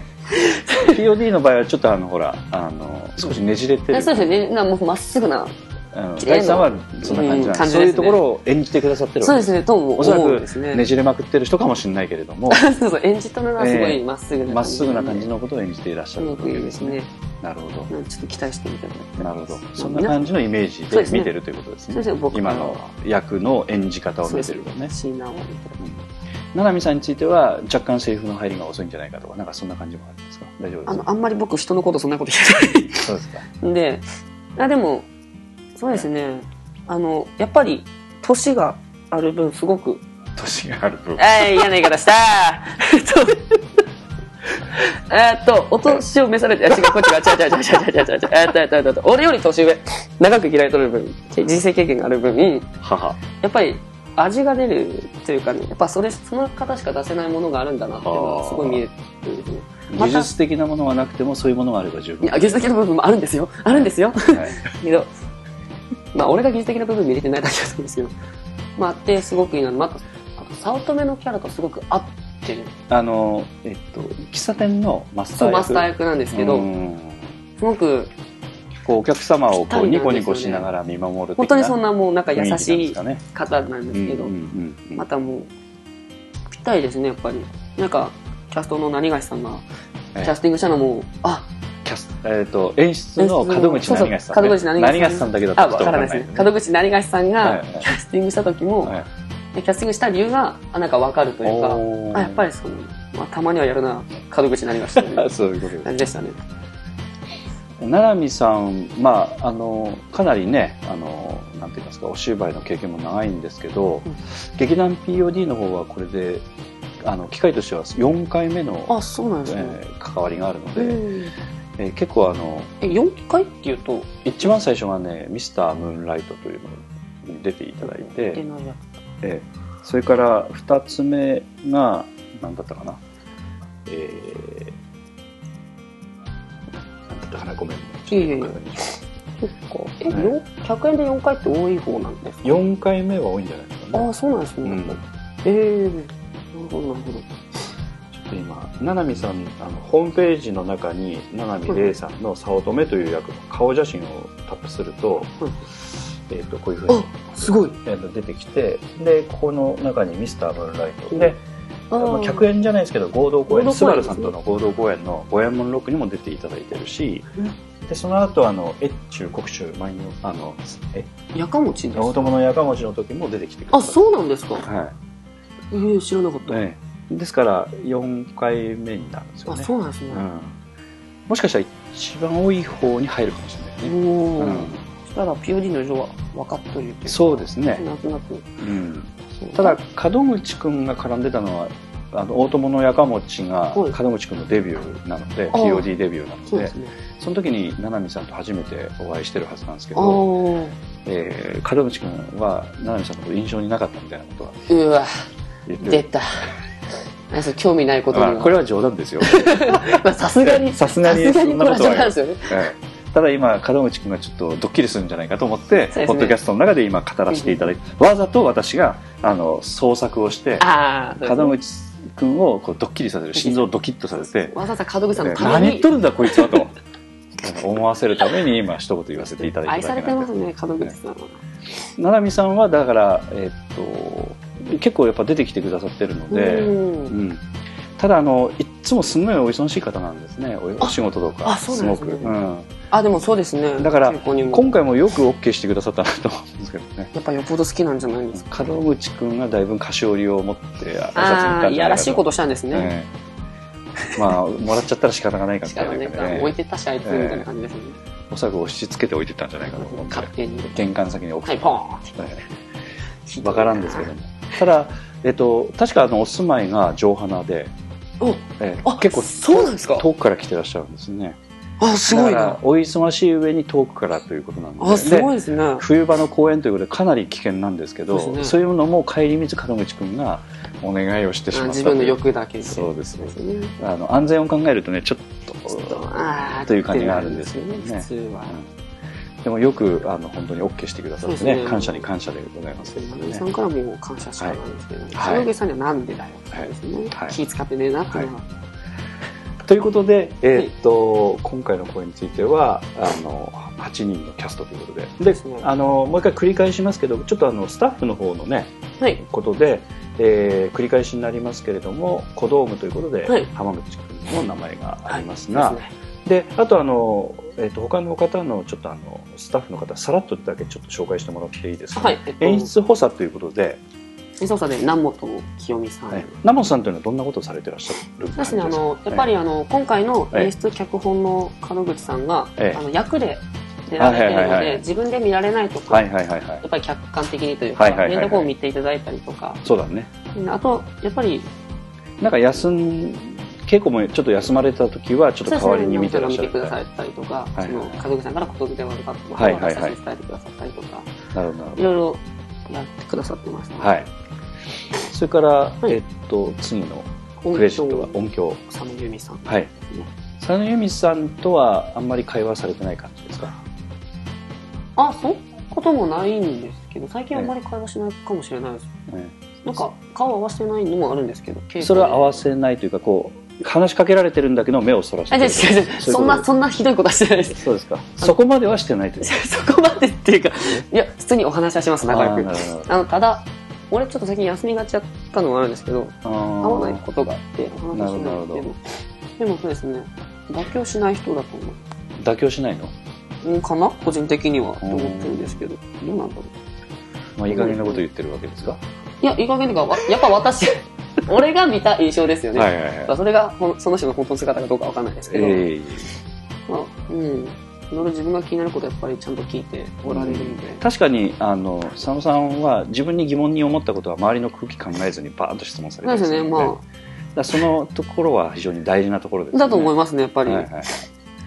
[SPEAKER 3] POD の場合はちょっとあのほらあの少しねじれて
[SPEAKER 4] いや
[SPEAKER 3] る
[SPEAKER 4] そうですね。なもうまっすぐな。
[SPEAKER 3] あの
[SPEAKER 4] 綺麗な
[SPEAKER 3] 大地さんはそんな感じなんです
[SPEAKER 4] うん感じですね
[SPEAKER 3] そういうところを演じてくださってる
[SPEAKER 4] そう
[SPEAKER 3] わけ
[SPEAKER 4] ですね。とも
[SPEAKER 3] おそら
[SPEAKER 4] 思うんです
[SPEAKER 3] くね
[SPEAKER 4] ね。
[SPEAKER 3] じれまくってる人かもしれないけれども
[SPEAKER 4] そうそう、演じたのはすごいまっすぐな感じ。
[SPEAKER 3] まっすぐな感じ。のことを演じていらっしゃ
[SPEAKER 4] す
[SPEAKER 3] る
[SPEAKER 4] ご
[SPEAKER 3] わ
[SPEAKER 4] く
[SPEAKER 3] け
[SPEAKER 4] いいですね。
[SPEAKER 3] なるほど
[SPEAKER 4] なんかちょっと期待してみたいな。
[SPEAKER 3] なるほどそんな感じのイメージ
[SPEAKER 4] そう
[SPEAKER 3] で
[SPEAKER 4] ですね
[SPEAKER 3] 見てるということです
[SPEAKER 4] そう
[SPEAKER 3] ね
[SPEAKER 4] ですね僕
[SPEAKER 3] 今の役の演じ方を
[SPEAKER 4] そう
[SPEAKER 3] 見て
[SPEAKER 4] です
[SPEAKER 3] るとね
[SPEAKER 4] ね。シーナを見てる
[SPEAKER 3] 七海さんについては若干セリフの入りが遅いんじゃないかとかなんかそんな感じもあるんですか大丈夫で
[SPEAKER 4] あ
[SPEAKER 3] す
[SPEAKER 4] の、
[SPEAKER 3] か
[SPEAKER 4] あんまり僕人のことそんなこと言って
[SPEAKER 3] そうですか
[SPEAKER 4] ないんで、あ、でも、そうですね。あの、やっぱり、年がある分、すごく
[SPEAKER 3] 年がある分
[SPEAKER 4] はい、嫌な言い方したえっと、えっと、お年を召されて、あ、違う、こっちが、違う違う違う違う違う違う違う、えっと、えっと、えっとえっと、俺より年上、長く嫌いとる分、人生経験がある分、
[SPEAKER 3] 母
[SPEAKER 4] やっぱり味が出るというかね、やっぱそれ、その方しか出せないものがあるんだなっていうのがすごい見えてる。ま
[SPEAKER 3] 技
[SPEAKER 4] た、い
[SPEAKER 3] 術的なものはなくてもそういうものがあれば十分
[SPEAKER 4] や、技術的な部分もあるんですよ。あるんですよ。
[SPEAKER 3] はい
[SPEAKER 4] けど、まあ、俺が技術的な部分見れてないだけだと思うんですけど、まあ、あって、すごくいいな。また、あと、早乙女のキャラとすごく合ってる。
[SPEAKER 3] あのえっと喫茶店のマスタ
[SPEAKER 4] そ
[SPEAKER 3] ー
[SPEAKER 4] う、マ
[SPEAKER 3] 役
[SPEAKER 4] スター役なんですけ
[SPEAKER 3] う
[SPEAKER 4] ど、
[SPEAKER 3] ん
[SPEAKER 4] すごく、
[SPEAKER 3] こうお客様をこう
[SPEAKER 4] ぴったりなんです
[SPEAKER 3] ニ
[SPEAKER 4] よ
[SPEAKER 3] コ
[SPEAKER 4] ね
[SPEAKER 3] ニコしながら見守る的な
[SPEAKER 4] 本当にそんなもう、なんか優
[SPEAKER 3] 雰囲気なん
[SPEAKER 4] し
[SPEAKER 3] です
[SPEAKER 4] い
[SPEAKER 3] かね
[SPEAKER 4] 方なんですけど、
[SPEAKER 3] うんうんうんうん
[SPEAKER 4] またもう、ぴったりですね、やっぱり。なんか、キャストの何がしさんが、キ
[SPEAKER 3] ええ
[SPEAKER 4] ャスティングしたのも、あ、
[SPEAKER 3] キャスえー、と演出の門口
[SPEAKER 4] そうそう
[SPEAKER 3] 何がしさん、
[SPEAKER 4] 門口何がし
[SPEAKER 3] 何
[SPEAKER 4] さん
[SPEAKER 3] がしさんだけだと
[SPEAKER 4] あ、
[SPEAKER 3] ちょ
[SPEAKER 4] わ
[SPEAKER 3] っと
[SPEAKER 4] か
[SPEAKER 3] わ
[SPEAKER 4] ら
[SPEAKER 3] かん
[SPEAKER 4] な
[SPEAKER 3] ないい
[SPEAKER 4] ですね。
[SPEAKER 3] ね
[SPEAKER 4] 門口何がしさん
[SPEAKER 3] はい
[SPEAKER 4] が
[SPEAKER 3] はい、
[SPEAKER 4] キャスティングした時も、
[SPEAKER 3] はい
[SPEAKER 4] キャスティングした理由が、あ、なんかわかるというか、
[SPEAKER 3] おー
[SPEAKER 4] あやっぱりその、まあ、たまにはやるな門口何がしてる
[SPEAKER 3] (laughs) そういうことで
[SPEAKER 4] 感じでしたね
[SPEAKER 3] す奈良美さん、まあ、あのかなりねあのなんて言いますかお芝居の経験も長いんですけど、
[SPEAKER 4] うん
[SPEAKER 3] 劇団 POD の方はこれであの機会としては4回目の、
[SPEAKER 4] あそうなん
[SPEAKER 3] え
[SPEAKER 4] ですね、
[SPEAKER 3] ー関わりがあるの
[SPEAKER 4] え
[SPEAKER 3] で、えー結構あの
[SPEAKER 4] え4回っていうと
[SPEAKER 3] 一番最初がね「ミスタームーンライトというのに出ていただいて。
[SPEAKER 4] 出ないや
[SPEAKER 3] ええそれから2つ目が何だったかなえー、何だったかなごめんね
[SPEAKER 4] いえいえいえ
[SPEAKER 3] ちょっと確認し
[SPEAKER 4] そっかえ、
[SPEAKER 3] はい
[SPEAKER 4] よん100円で4回って多い方なんです
[SPEAKER 3] ます
[SPEAKER 4] か
[SPEAKER 3] 4回目は多いんじゃないですか
[SPEAKER 4] あ
[SPEAKER 3] ね
[SPEAKER 4] あそうなんです
[SPEAKER 3] う
[SPEAKER 4] ね、
[SPEAKER 3] ん、ちょ
[SPEAKER 4] ええなるほどなるほど
[SPEAKER 3] っと今七海さんあのホームページの中に七海玲さんの早乙女という役の顔写真をタップすると,、
[SPEAKER 4] うん
[SPEAKER 3] えー、とこういうふうに
[SPEAKER 4] すごい
[SPEAKER 3] えーと出てきてでここの中に「ミスタームーンライトでま
[SPEAKER 4] あ
[SPEAKER 3] あ、
[SPEAKER 4] ー
[SPEAKER 3] 客演じゃないですけど合同公演
[SPEAKER 4] 合同公演
[SPEAKER 3] スバルさんとの合同公演の「五右衛門ロック」にも出ていただいてるし、でその後あの越中国中前のあのえ
[SPEAKER 4] やかもちです
[SPEAKER 3] 大友のやかもちの時も出てきてくだ
[SPEAKER 4] あ
[SPEAKER 3] さ
[SPEAKER 4] そうなんですか
[SPEAKER 3] うは
[SPEAKER 4] ええ知らなかっ
[SPEAKER 3] い、
[SPEAKER 4] た、
[SPEAKER 3] ね、ですから4回目になるんですよ
[SPEAKER 4] あ
[SPEAKER 3] ね
[SPEAKER 4] そうなんですね、
[SPEAKER 3] うん、もしかしたら一番多い方に入るかもしれないね、
[SPEAKER 4] おお、
[SPEAKER 3] うん
[SPEAKER 4] そしたら POD の色は分かっとるっていう
[SPEAKER 3] そうですね、
[SPEAKER 4] なんとなく
[SPEAKER 3] うん、
[SPEAKER 4] そう
[SPEAKER 3] ただ門口くんが絡んでたのはあの大友のやかもちが
[SPEAKER 4] はい
[SPEAKER 3] 門口くんのデビューなので、
[SPEAKER 4] ああ
[SPEAKER 3] POD デビューなの
[SPEAKER 4] そうで
[SPEAKER 3] です
[SPEAKER 4] ね
[SPEAKER 3] その時に七海さんと初めてお会いしてるはずなんですけ
[SPEAKER 4] ああ
[SPEAKER 3] ど、えー、門口くんは七海さんのこと印象になかったみたいなことは
[SPEAKER 4] うわ
[SPEAKER 3] 言って
[SPEAKER 4] 出
[SPEAKER 3] る。
[SPEAKER 4] た。あそう興味ないこと
[SPEAKER 3] まあ
[SPEAKER 4] には。
[SPEAKER 3] これは冗談ですよ。
[SPEAKER 4] まあさすがに、
[SPEAKER 3] さすがに
[SPEAKER 4] さすがにこれは
[SPEAKER 3] そんなことは
[SPEAKER 4] 冗談ですよね。
[SPEAKER 3] ええただ今、門口くんがちょっとドッキリするんじゃないかと思って、
[SPEAKER 4] そうですね
[SPEAKER 3] ポッドキャストの中で今語らせていただいて、わざと私が、あの、創作をして、
[SPEAKER 4] ああ、
[SPEAKER 3] 門口くんをこうドッキリさせる、心臓をドキッとさせて、
[SPEAKER 4] わざわざ門口さんのた
[SPEAKER 3] 何
[SPEAKER 4] め
[SPEAKER 3] 言っ
[SPEAKER 4] に
[SPEAKER 3] とるんだこいつはと (laughs) 思わせるために今一言言わせていただい
[SPEAKER 4] 愛
[SPEAKER 3] ただ
[SPEAKER 4] さ
[SPEAKER 3] け
[SPEAKER 4] れ
[SPEAKER 3] な
[SPEAKER 4] て
[SPEAKER 3] ん
[SPEAKER 4] ま
[SPEAKER 3] です
[SPEAKER 4] ね、門口さんは。
[SPEAKER 3] 七海さんはだから、えっと結構やっぱ出てきてくださってるので、
[SPEAKER 4] う
[SPEAKER 3] うんん、ただあのいっつもすんごいお忙しい方なんですねおお仕事とか
[SPEAKER 4] あそうなんですね
[SPEAKER 3] ごく、うん、
[SPEAKER 4] あ、でもそうですね。
[SPEAKER 3] だから
[SPEAKER 4] 結構にも
[SPEAKER 3] 今回もよく OK してくださったなと思うんですけどね
[SPEAKER 4] やっぱよっぽど好きなんじゃないんですか。
[SPEAKER 3] 門口くんがだいぶ菓子折りを持って挨拶に行ったん
[SPEAKER 4] あ
[SPEAKER 3] じゃな
[SPEAKER 4] あ、いやらしいこととしたんですね。
[SPEAKER 3] ね、まあもらっちゃったら仕方がないかみ
[SPEAKER 4] したか
[SPEAKER 3] い
[SPEAKER 4] も
[SPEAKER 3] な
[SPEAKER 4] ね
[SPEAKER 3] ね、ね
[SPEAKER 4] 置いてったし、あいつみたいな感じですね。
[SPEAKER 3] おそらく押し付けておいてたんじゃないかと思うんで
[SPEAKER 4] 勝手に。
[SPEAKER 3] 玄関先に置くと
[SPEAKER 4] はい、ポーンっ
[SPEAKER 3] ね
[SPEAKER 4] て。
[SPEAKER 3] わからんですけども。ただ、えっと、確かあのお住まいが城花で、
[SPEAKER 4] お。
[SPEAKER 3] え
[SPEAKER 4] あ、
[SPEAKER 3] 結
[SPEAKER 4] 結
[SPEAKER 3] 構
[SPEAKER 4] 構。そうなんですか
[SPEAKER 3] 遠くから来てらっしゃるんですね。
[SPEAKER 4] あ、すご
[SPEAKER 3] だ
[SPEAKER 4] い
[SPEAKER 3] か
[SPEAKER 4] な
[SPEAKER 3] ら。お忙しい上に遠くからということなんで
[SPEAKER 4] あ、すごい
[SPEAKER 3] で
[SPEAKER 4] ですね。
[SPEAKER 3] 冬場の公演ということでかなり危険なんですけど
[SPEAKER 4] そ
[SPEAKER 3] そうう,、
[SPEAKER 4] ですね
[SPEAKER 3] いうのも顧みず門口くんがお願いをしてし
[SPEAKER 4] あ
[SPEAKER 3] まった
[SPEAKER 4] 自
[SPEAKER 3] という
[SPEAKER 4] 分の欲だけで。
[SPEAKER 3] そうです
[SPEAKER 4] そうですね。
[SPEAKER 3] あの安全を考えるとねちょ
[SPEAKER 4] ちょ
[SPEAKER 3] っ
[SPEAKER 4] っ
[SPEAKER 3] と
[SPEAKER 4] と、あー
[SPEAKER 3] という感じがあるんですけどね
[SPEAKER 4] ってなるんですよね普通は。
[SPEAKER 3] でもよくあの本当に OK してくださって
[SPEAKER 4] そうで
[SPEAKER 3] ね
[SPEAKER 4] すね
[SPEAKER 3] 感謝に感謝でございますけど
[SPEAKER 4] マネ
[SPEAKER 3] ね
[SPEAKER 4] さんからもう感謝しかないんですけど、
[SPEAKER 3] はい
[SPEAKER 4] 坂上さんにはなんでだよってことですね、
[SPEAKER 3] はい
[SPEAKER 4] 気使ってねえなっていうのは、
[SPEAKER 3] ということで、えーっと今回の公演についてはあの8人のキャストということでで
[SPEAKER 4] そうですね
[SPEAKER 3] あのもう一回繰り返しますけどちょっとあのスタッフの方のね
[SPEAKER 4] はい、
[SPEAKER 3] ことで、えー繰り返しになりますけれども小道具ということで、
[SPEAKER 4] はい
[SPEAKER 3] 浜口君の名前がありますが、
[SPEAKER 4] はい
[SPEAKER 3] であとあの、えーっと他の方のちょっとあのスタッフの方さらっとだけちょっと紹介してもらっていいですか、
[SPEAKER 4] はいえっと
[SPEAKER 3] 演出補佐ということで、
[SPEAKER 4] 演奏者で南本清美さん、
[SPEAKER 3] はい、南本さんというのはどんなことをされてらっしゃるん
[SPEAKER 4] そう
[SPEAKER 3] で
[SPEAKER 4] ですす
[SPEAKER 3] か
[SPEAKER 4] ねあのやっぱりあの、今回の
[SPEAKER 3] ええ
[SPEAKER 4] 演出脚本の門口さんが、
[SPEAKER 3] ええ
[SPEAKER 4] あの役で出られてるので、
[SPEAKER 3] はいはいはいはい
[SPEAKER 4] 自分で見られないとか、
[SPEAKER 3] はいはいはいはい
[SPEAKER 4] やっぱり客観的にというか、
[SPEAKER 3] はいはいはいはい
[SPEAKER 4] いろんなところを見ていただいたりとか
[SPEAKER 3] そうだね
[SPEAKER 4] うんあと、やっぱり、
[SPEAKER 3] なんか休ん稽古もちょっと休まれた時はちょっと代わりに見てらっしゃ
[SPEAKER 4] 見てくださ
[SPEAKER 3] る
[SPEAKER 4] ったりとか、
[SPEAKER 3] はい
[SPEAKER 4] その家族さんからことづけ悪かったことを
[SPEAKER 3] はいはいはい
[SPEAKER 4] 私たちに伝えてくださったりとか、
[SPEAKER 3] なるほどなるほ
[SPEAKER 4] い
[SPEAKER 3] ど
[SPEAKER 4] ろいろやってくださってました、、
[SPEAKER 3] はいいそれから、
[SPEAKER 4] い
[SPEAKER 3] えっと次のクレジットは音響
[SPEAKER 4] 佐野由美さん。
[SPEAKER 3] はい佐野由美さんとはあんまり会話されてない感じですか
[SPEAKER 4] あ、そんなこともないんですけど、最近あんまり会話しないかもしれないです。
[SPEAKER 3] ね
[SPEAKER 4] なんか、顔合わせてないのもあるんですけど、稽古で
[SPEAKER 3] それは合わせないというかこう話しかけられてるんだけど目を
[SPEAKER 4] (laughs)
[SPEAKER 3] そらして
[SPEAKER 4] あ、違う
[SPEAKER 3] る
[SPEAKER 4] 違
[SPEAKER 3] う
[SPEAKER 4] う違う。
[SPEAKER 3] いうこと
[SPEAKER 4] そんな、そんなひどいことはしてないです。 (laughs)
[SPEAKER 3] そうですかそこまではしてないという
[SPEAKER 4] そこまでっていうか、いや、普通にお話はします、仲良
[SPEAKER 3] あーな
[SPEAKER 4] く。
[SPEAKER 3] るほ
[SPEAKER 4] (laughs)
[SPEAKER 3] ど
[SPEAKER 4] あの、ただ、俺ちょっと最近休みがちだったのもあるんですけど、
[SPEAKER 3] あ
[SPEAKER 4] 会
[SPEAKER 3] ー
[SPEAKER 4] わないことがあって、お話しし
[SPEAKER 3] なるほ
[SPEAKER 4] ない
[SPEAKER 3] ど
[SPEAKER 4] け
[SPEAKER 3] なる
[SPEAKER 4] ど。でもそうですね、妥協しない人だと思
[SPEAKER 3] 妥協しないの、
[SPEAKER 4] う。うんかな個人的には、と思ってるんですけど。どうなんだろう。
[SPEAKER 3] まあ、いい加減なこと言ってるわけですか、
[SPEAKER 4] いや、いい加減というか、わやっぱ私、 (laughs) 俺が見た印象ですよね。
[SPEAKER 3] いはい
[SPEAKER 4] まあそれがほんその人の本当の姿かどうかわかんないですけど、
[SPEAKER 3] ええ
[SPEAKER 4] まあ、うん。いろいろ自分が気になることはやっぱりちゃんと聞いておられるんで。
[SPEAKER 3] 確かにあの佐野さんは自分に疑問に思ったことは周りの空気考えずにバーンと質問され
[SPEAKER 4] な
[SPEAKER 3] て
[SPEAKER 4] んですよね、
[SPEAKER 3] よ
[SPEAKER 4] ま
[SPEAKER 3] だからそのところは非常に大事なところです
[SPEAKER 4] あ。
[SPEAKER 3] ね
[SPEAKER 4] だと思いますね、やっぱり。
[SPEAKER 3] はいはい、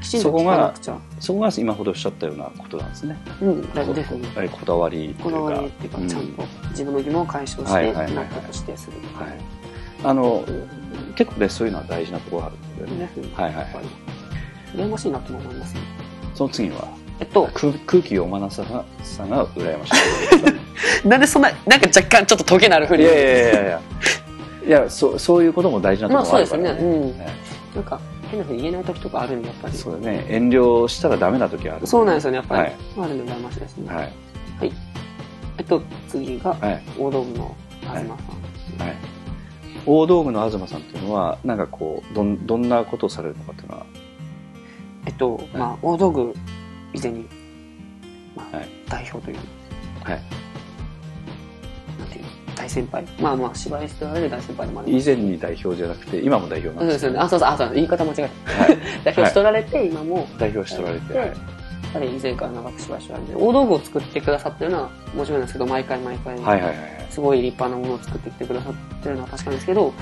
[SPEAKER 4] きちんと聞かなくちゃ。
[SPEAKER 3] そこが今ほどおっしゃったようなことなんですね
[SPEAKER 4] うん、だ
[SPEAKER 3] こ
[SPEAKER 4] ですね。
[SPEAKER 3] はいこだわりと
[SPEAKER 4] こ
[SPEAKER 3] いう
[SPEAKER 4] だ
[SPEAKER 3] か
[SPEAKER 4] わりっていうか、
[SPEAKER 3] うん
[SPEAKER 4] ちゃんと自分の疑問を解消し
[SPEAKER 3] は
[SPEAKER 4] て、
[SPEAKER 3] いはいはいは
[SPEAKER 4] 納
[SPEAKER 3] い
[SPEAKER 4] 得してするとか。
[SPEAKER 3] はい、あの結構ねそういうのは大事なところがあるんで、ね
[SPEAKER 4] ですね
[SPEAKER 3] はいはいはい
[SPEAKER 4] やっぱり羨ましいなとも思いますね。
[SPEAKER 3] その次は
[SPEAKER 4] えっと、
[SPEAKER 3] 空空気読まなさがさが羨まし
[SPEAKER 4] なんでそんな、なんか若干ちょっとトゲなるふ
[SPEAKER 3] (laughs) いい
[SPEAKER 4] り。
[SPEAKER 3] やいやいやいやいやそうそういうことも大事なとこ
[SPEAKER 4] まあ
[SPEAKER 3] ろ
[SPEAKER 4] そう
[SPEAKER 3] がある
[SPEAKER 4] です
[SPEAKER 3] から、
[SPEAKER 4] ね。うん。
[SPEAKER 3] ね
[SPEAKER 4] なんか、変なふうに言えない時とかあるんで、やっぱり。
[SPEAKER 3] そうだね遠慮したらダメな時はある
[SPEAKER 4] そうなんですよね、やっぱ
[SPEAKER 3] は
[SPEAKER 4] り
[SPEAKER 3] い。
[SPEAKER 4] あるの羨ましいですね。
[SPEAKER 3] はい
[SPEAKER 4] えっと、次が、
[SPEAKER 3] はい
[SPEAKER 4] 大道具の東さん。
[SPEAKER 3] はい大道具の東さんっていうのはなんかこうどんどんなことをされるのかっていうのは
[SPEAKER 4] えっと、まあ、大道具以前に、まあ、
[SPEAKER 3] はい
[SPEAKER 4] 代表という、
[SPEAKER 3] はい
[SPEAKER 4] なんていうの、大先輩。まあまあ、芝居しておられる大先輩でもありま
[SPEAKER 3] 以
[SPEAKER 4] す。
[SPEAKER 3] 前に代表じゃなくて今も代表
[SPEAKER 4] そ
[SPEAKER 3] な
[SPEAKER 4] うんで
[SPEAKER 3] ですす
[SPEAKER 4] よ
[SPEAKER 3] よ
[SPEAKER 4] ね。あ、そうそう、あ、そう、言い方間違え (laughs) た。代表しとられて、今も、
[SPEAKER 3] 代表しておられて、
[SPEAKER 4] はいやっぱり以前から長く芝居しておられて、大道具を作ってくださってるのは、もちろんですけど、毎回毎回、
[SPEAKER 3] はいはいはいはい
[SPEAKER 4] すごい立派なものを作ってきてくださってるのは確かですけど、
[SPEAKER 3] はい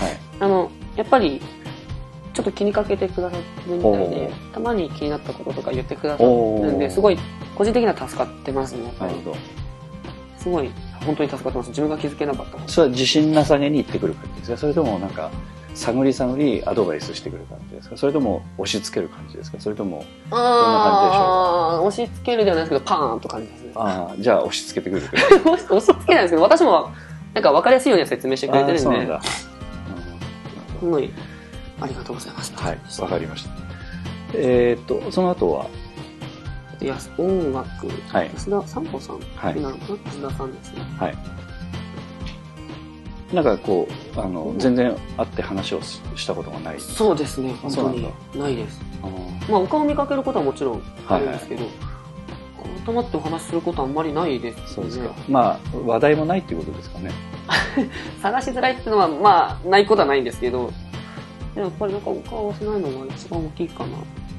[SPEAKER 4] あの、やっぱり、ちょっと気にかけてくださってるみたい
[SPEAKER 3] お
[SPEAKER 4] で
[SPEAKER 3] う、
[SPEAKER 4] たまに気になったこととか言ってくださるん
[SPEAKER 3] おう
[SPEAKER 4] で、すごい、個人的には助かってますね、やっぱ
[SPEAKER 3] なる
[SPEAKER 4] り
[SPEAKER 3] ほ。ど
[SPEAKER 4] すごい、本当に助かってます。自分が気づけなかったこと。
[SPEAKER 3] それは自信なさげに言ってくる感じですかそれともなんか探り探りアドバイスしてくる感じですかそれとも押し付ける感じですかそれとも
[SPEAKER 4] あー、押し付けるではないですけど、パーンと感じですね。
[SPEAKER 3] ああじゃあ押し付けてくるくらい
[SPEAKER 4] 押し押し付けないですけど、私も、なんか分かりやすいように説明してくれて
[SPEAKER 3] (laughs) あ
[SPEAKER 4] る
[SPEAKER 3] あ
[SPEAKER 4] ん
[SPEAKER 3] そうなん
[SPEAKER 4] で、
[SPEAKER 3] だ、
[SPEAKER 4] すごい、ありがとうございました。
[SPEAKER 3] はいわかりましたえーっとその後は
[SPEAKER 4] でやす音楽、
[SPEAKER 3] はい
[SPEAKER 4] 安田三保さん、
[SPEAKER 3] はい
[SPEAKER 4] なのかな安田さんですね。
[SPEAKER 3] なんかこうあの全然会って話をししたことがない
[SPEAKER 4] そうですね、本
[SPEAKER 3] そう
[SPEAKER 4] 当
[SPEAKER 3] なんだ
[SPEAKER 4] に。ないです。
[SPEAKER 3] あ
[SPEAKER 4] まあ、お顔見かけることはもちろん
[SPEAKER 3] ー
[SPEAKER 4] あ
[SPEAKER 3] はい
[SPEAKER 4] るん
[SPEAKER 3] はい
[SPEAKER 4] ですけど、頭ってお話しすることはあんまりないです、ね。
[SPEAKER 3] そうですか、まあ話題もないっていうことですかね
[SPEAKER 4] 探しづらいっていうのは、まあ、ないことはないんですけど、でもやっぱりなんかお顔合わせないのが一番大きいかな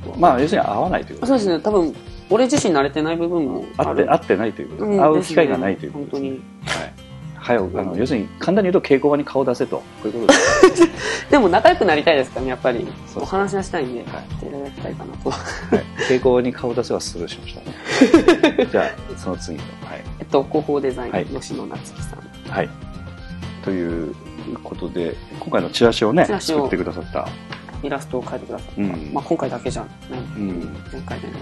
[SPEAKER 4] とは。
[SPEAKER 3] まあ要するに会わないということ
[SPEAKER 4] あそうですね、多分、俺自身慣れてない部分も
[SPEAKER 3] 会
[SPEAKER 4] あ
[SPEAKER 3] って
[SPEAKER 4] る。
[SPEAKER 3] 会ってないということ、
[SPEAKER 4] うん
[SPEAKER 3] 会う
[SPEAKER 4] です
[SPEAKER 3] 機
[SPEAKER 4] ね
[SPEAKER 3] 会がないということです、ね、
[SPEAKER 4] 本
[SPEAKER 3] はい。早く、あの、要するに、簡単に言うと稽古場に顔出せと。こういうことです。
[SPEAKER 4] 当に。でも仲良くなりたいですからね、やっぱり。
[SPEAKER 3] そうそう
[SPEAKER 4] お話はしたいんで、
[SPEAKER 3] はい
[SPEAKER 4] 来ていただきたいかなと。 (laughs)
[SPEAKER 3] はい。稽古場に顔出せはスルーしました
[SPEAKER 4] (laughs)
[SPEAKER 3] ね。じゃあ、その次の。はい。
[SPEAKER 4] えっと、広報デザイン、
[SPEAKER 3] はい
[SPEAKER 4] 吉野夏樹さん。
[SPEAKER 3] はい。ということで、今回のチラシをね、
[SPEAKER 4] チラシを
[SPEAKER 3] 作ってくださった。
[SPEAKER 4] イラストを描いてくださった。
[SPEAKER 3] うん
[SPEAKER 4] まあ、今回だけじゃない。
[SPEAKER 3] うん。
[SPEAKER 4] 前回でなかっ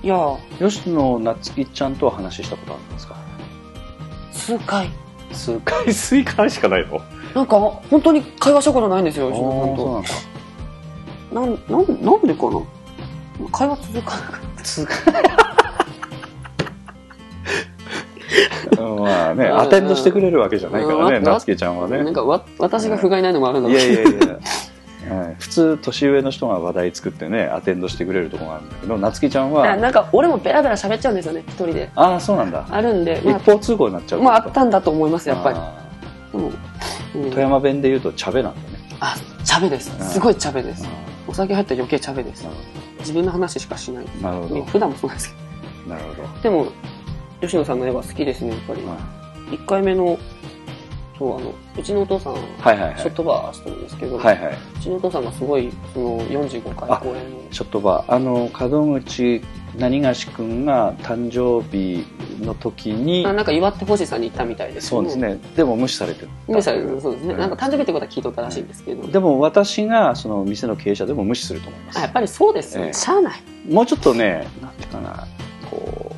[SPEAKER 4] た。いやー、
[SPEAKER 3] 吉野夏樹ちゃんとは話したことあるんですか
[SPEAKER 4] 数回。
[SPEAKER 3] 数回、数回しかないの。
[SPEAKER 4] なんか、本当に会話したことないんですよ、
[SPEAKER 3] ああ、
[SPEAKER 4] 吉野さん
[SPEAKER 3] そう
[SPEAKER 4] と。
[SPEAKER 3] なんだ。
[SPEAKER 4] なん、なん、なんでかな会話続かなかっ
[SPEAKER 3] 数回。
[SPEAKER 4] (laughs)
[SPEAKER 3] まあね、アテンドしてくれるわけじゃないからね、
[SPEAKER 4] うん
[SPEAKER 3] 夏樹ちゃんは
[SPEAKER 4] た。
[SPEAKER 3] ね。
[SPEAKER 4] (laughs) なんかわ、私が不甲斐ないのもあるんだ
[SPEAKER 3] い
[SPEAKER 4] ろう
[SPEAKER 3] やい
[SPEAKER 4] (laughs) け
[SPEAKER 3] やいや、はい普通年上の人が話題作ってねアテンドしてくれるところがあるんだけど夏希ちゃん
[SPEAKER 4] ど。あ
[SPEAKER 3] は
[SPEAKER 4] なんか、俺もベラベラ喋っちゃうんですよね、一人で。
[SPEAKER 3] ああそうなんだ
[SPEAKER 4] あるんで、
[SPEAKER 3] 一
[SPEAKER 4] ま
[SPEAKER 3] 方通行になっちゃ
[SPEAKER 4] あ、
[SPEAKER 3] う
[SPEAKER 4] まあ、あったんだと思います、やっぱり。
[SPEAKER 3] ぱ
[SPEAKER 4] でもうん
[SPEAKER 3] 富山弁で言うとチャベなんだね
[SPEAKER 4] あ、チャベです。すごいチャベです。お酒入ったら余計チャベです
[SPEAKER 3] あ。
[SPEAKER 4] 自分の話しかしない。
[SPEAKER 3] あなるほど
[SPEAKER 4] 普段もそうなんですけ
[SPEAKER 3] なるほど
[SPEAKER 4] ど。でも、吉野さんの絵は好きですね、やっぱり。
[SPEAKER 3] まあ
[SPEAKER 4] 1回目のそう、あの、うちのお父さん、
[SPEAKER 3] はいはいはい
[SPEAKER 4] ショットバーしてるんですけど、
[SPEAKER 3] はいはいう
[SPEAKER 4] ちのお父さんがすごい、その45回公演
[SPEAKER 3] ショットバーあの門口何がし君が誕生日の時に
[SPEAKER 4] あなんか祝ってほしいさんに行ったみたいです
[SPEAKER 3] そ
[SPEAKER 4] けど
[SPEAKER 3] うですねでも無視されてる
[SPEAKER 4] 梅さんそうですね、
[SPEAKER 3] うん
[SPEAKER 4] なんか誕生日ってことは聞いとったらしいんですけど、
[SPEAKER 3] でも私がその店の経営者でも無視すると思いま
[SPEAKER 4] あやっ
[SPEAKER 3] す
[SPEAKER 4] ぱりそうですよね、
[SPEAKER 3] ええ
[SPEAKER 4] しゃあない
[SPEAKER 3] もうちょっとねなんていうかなこう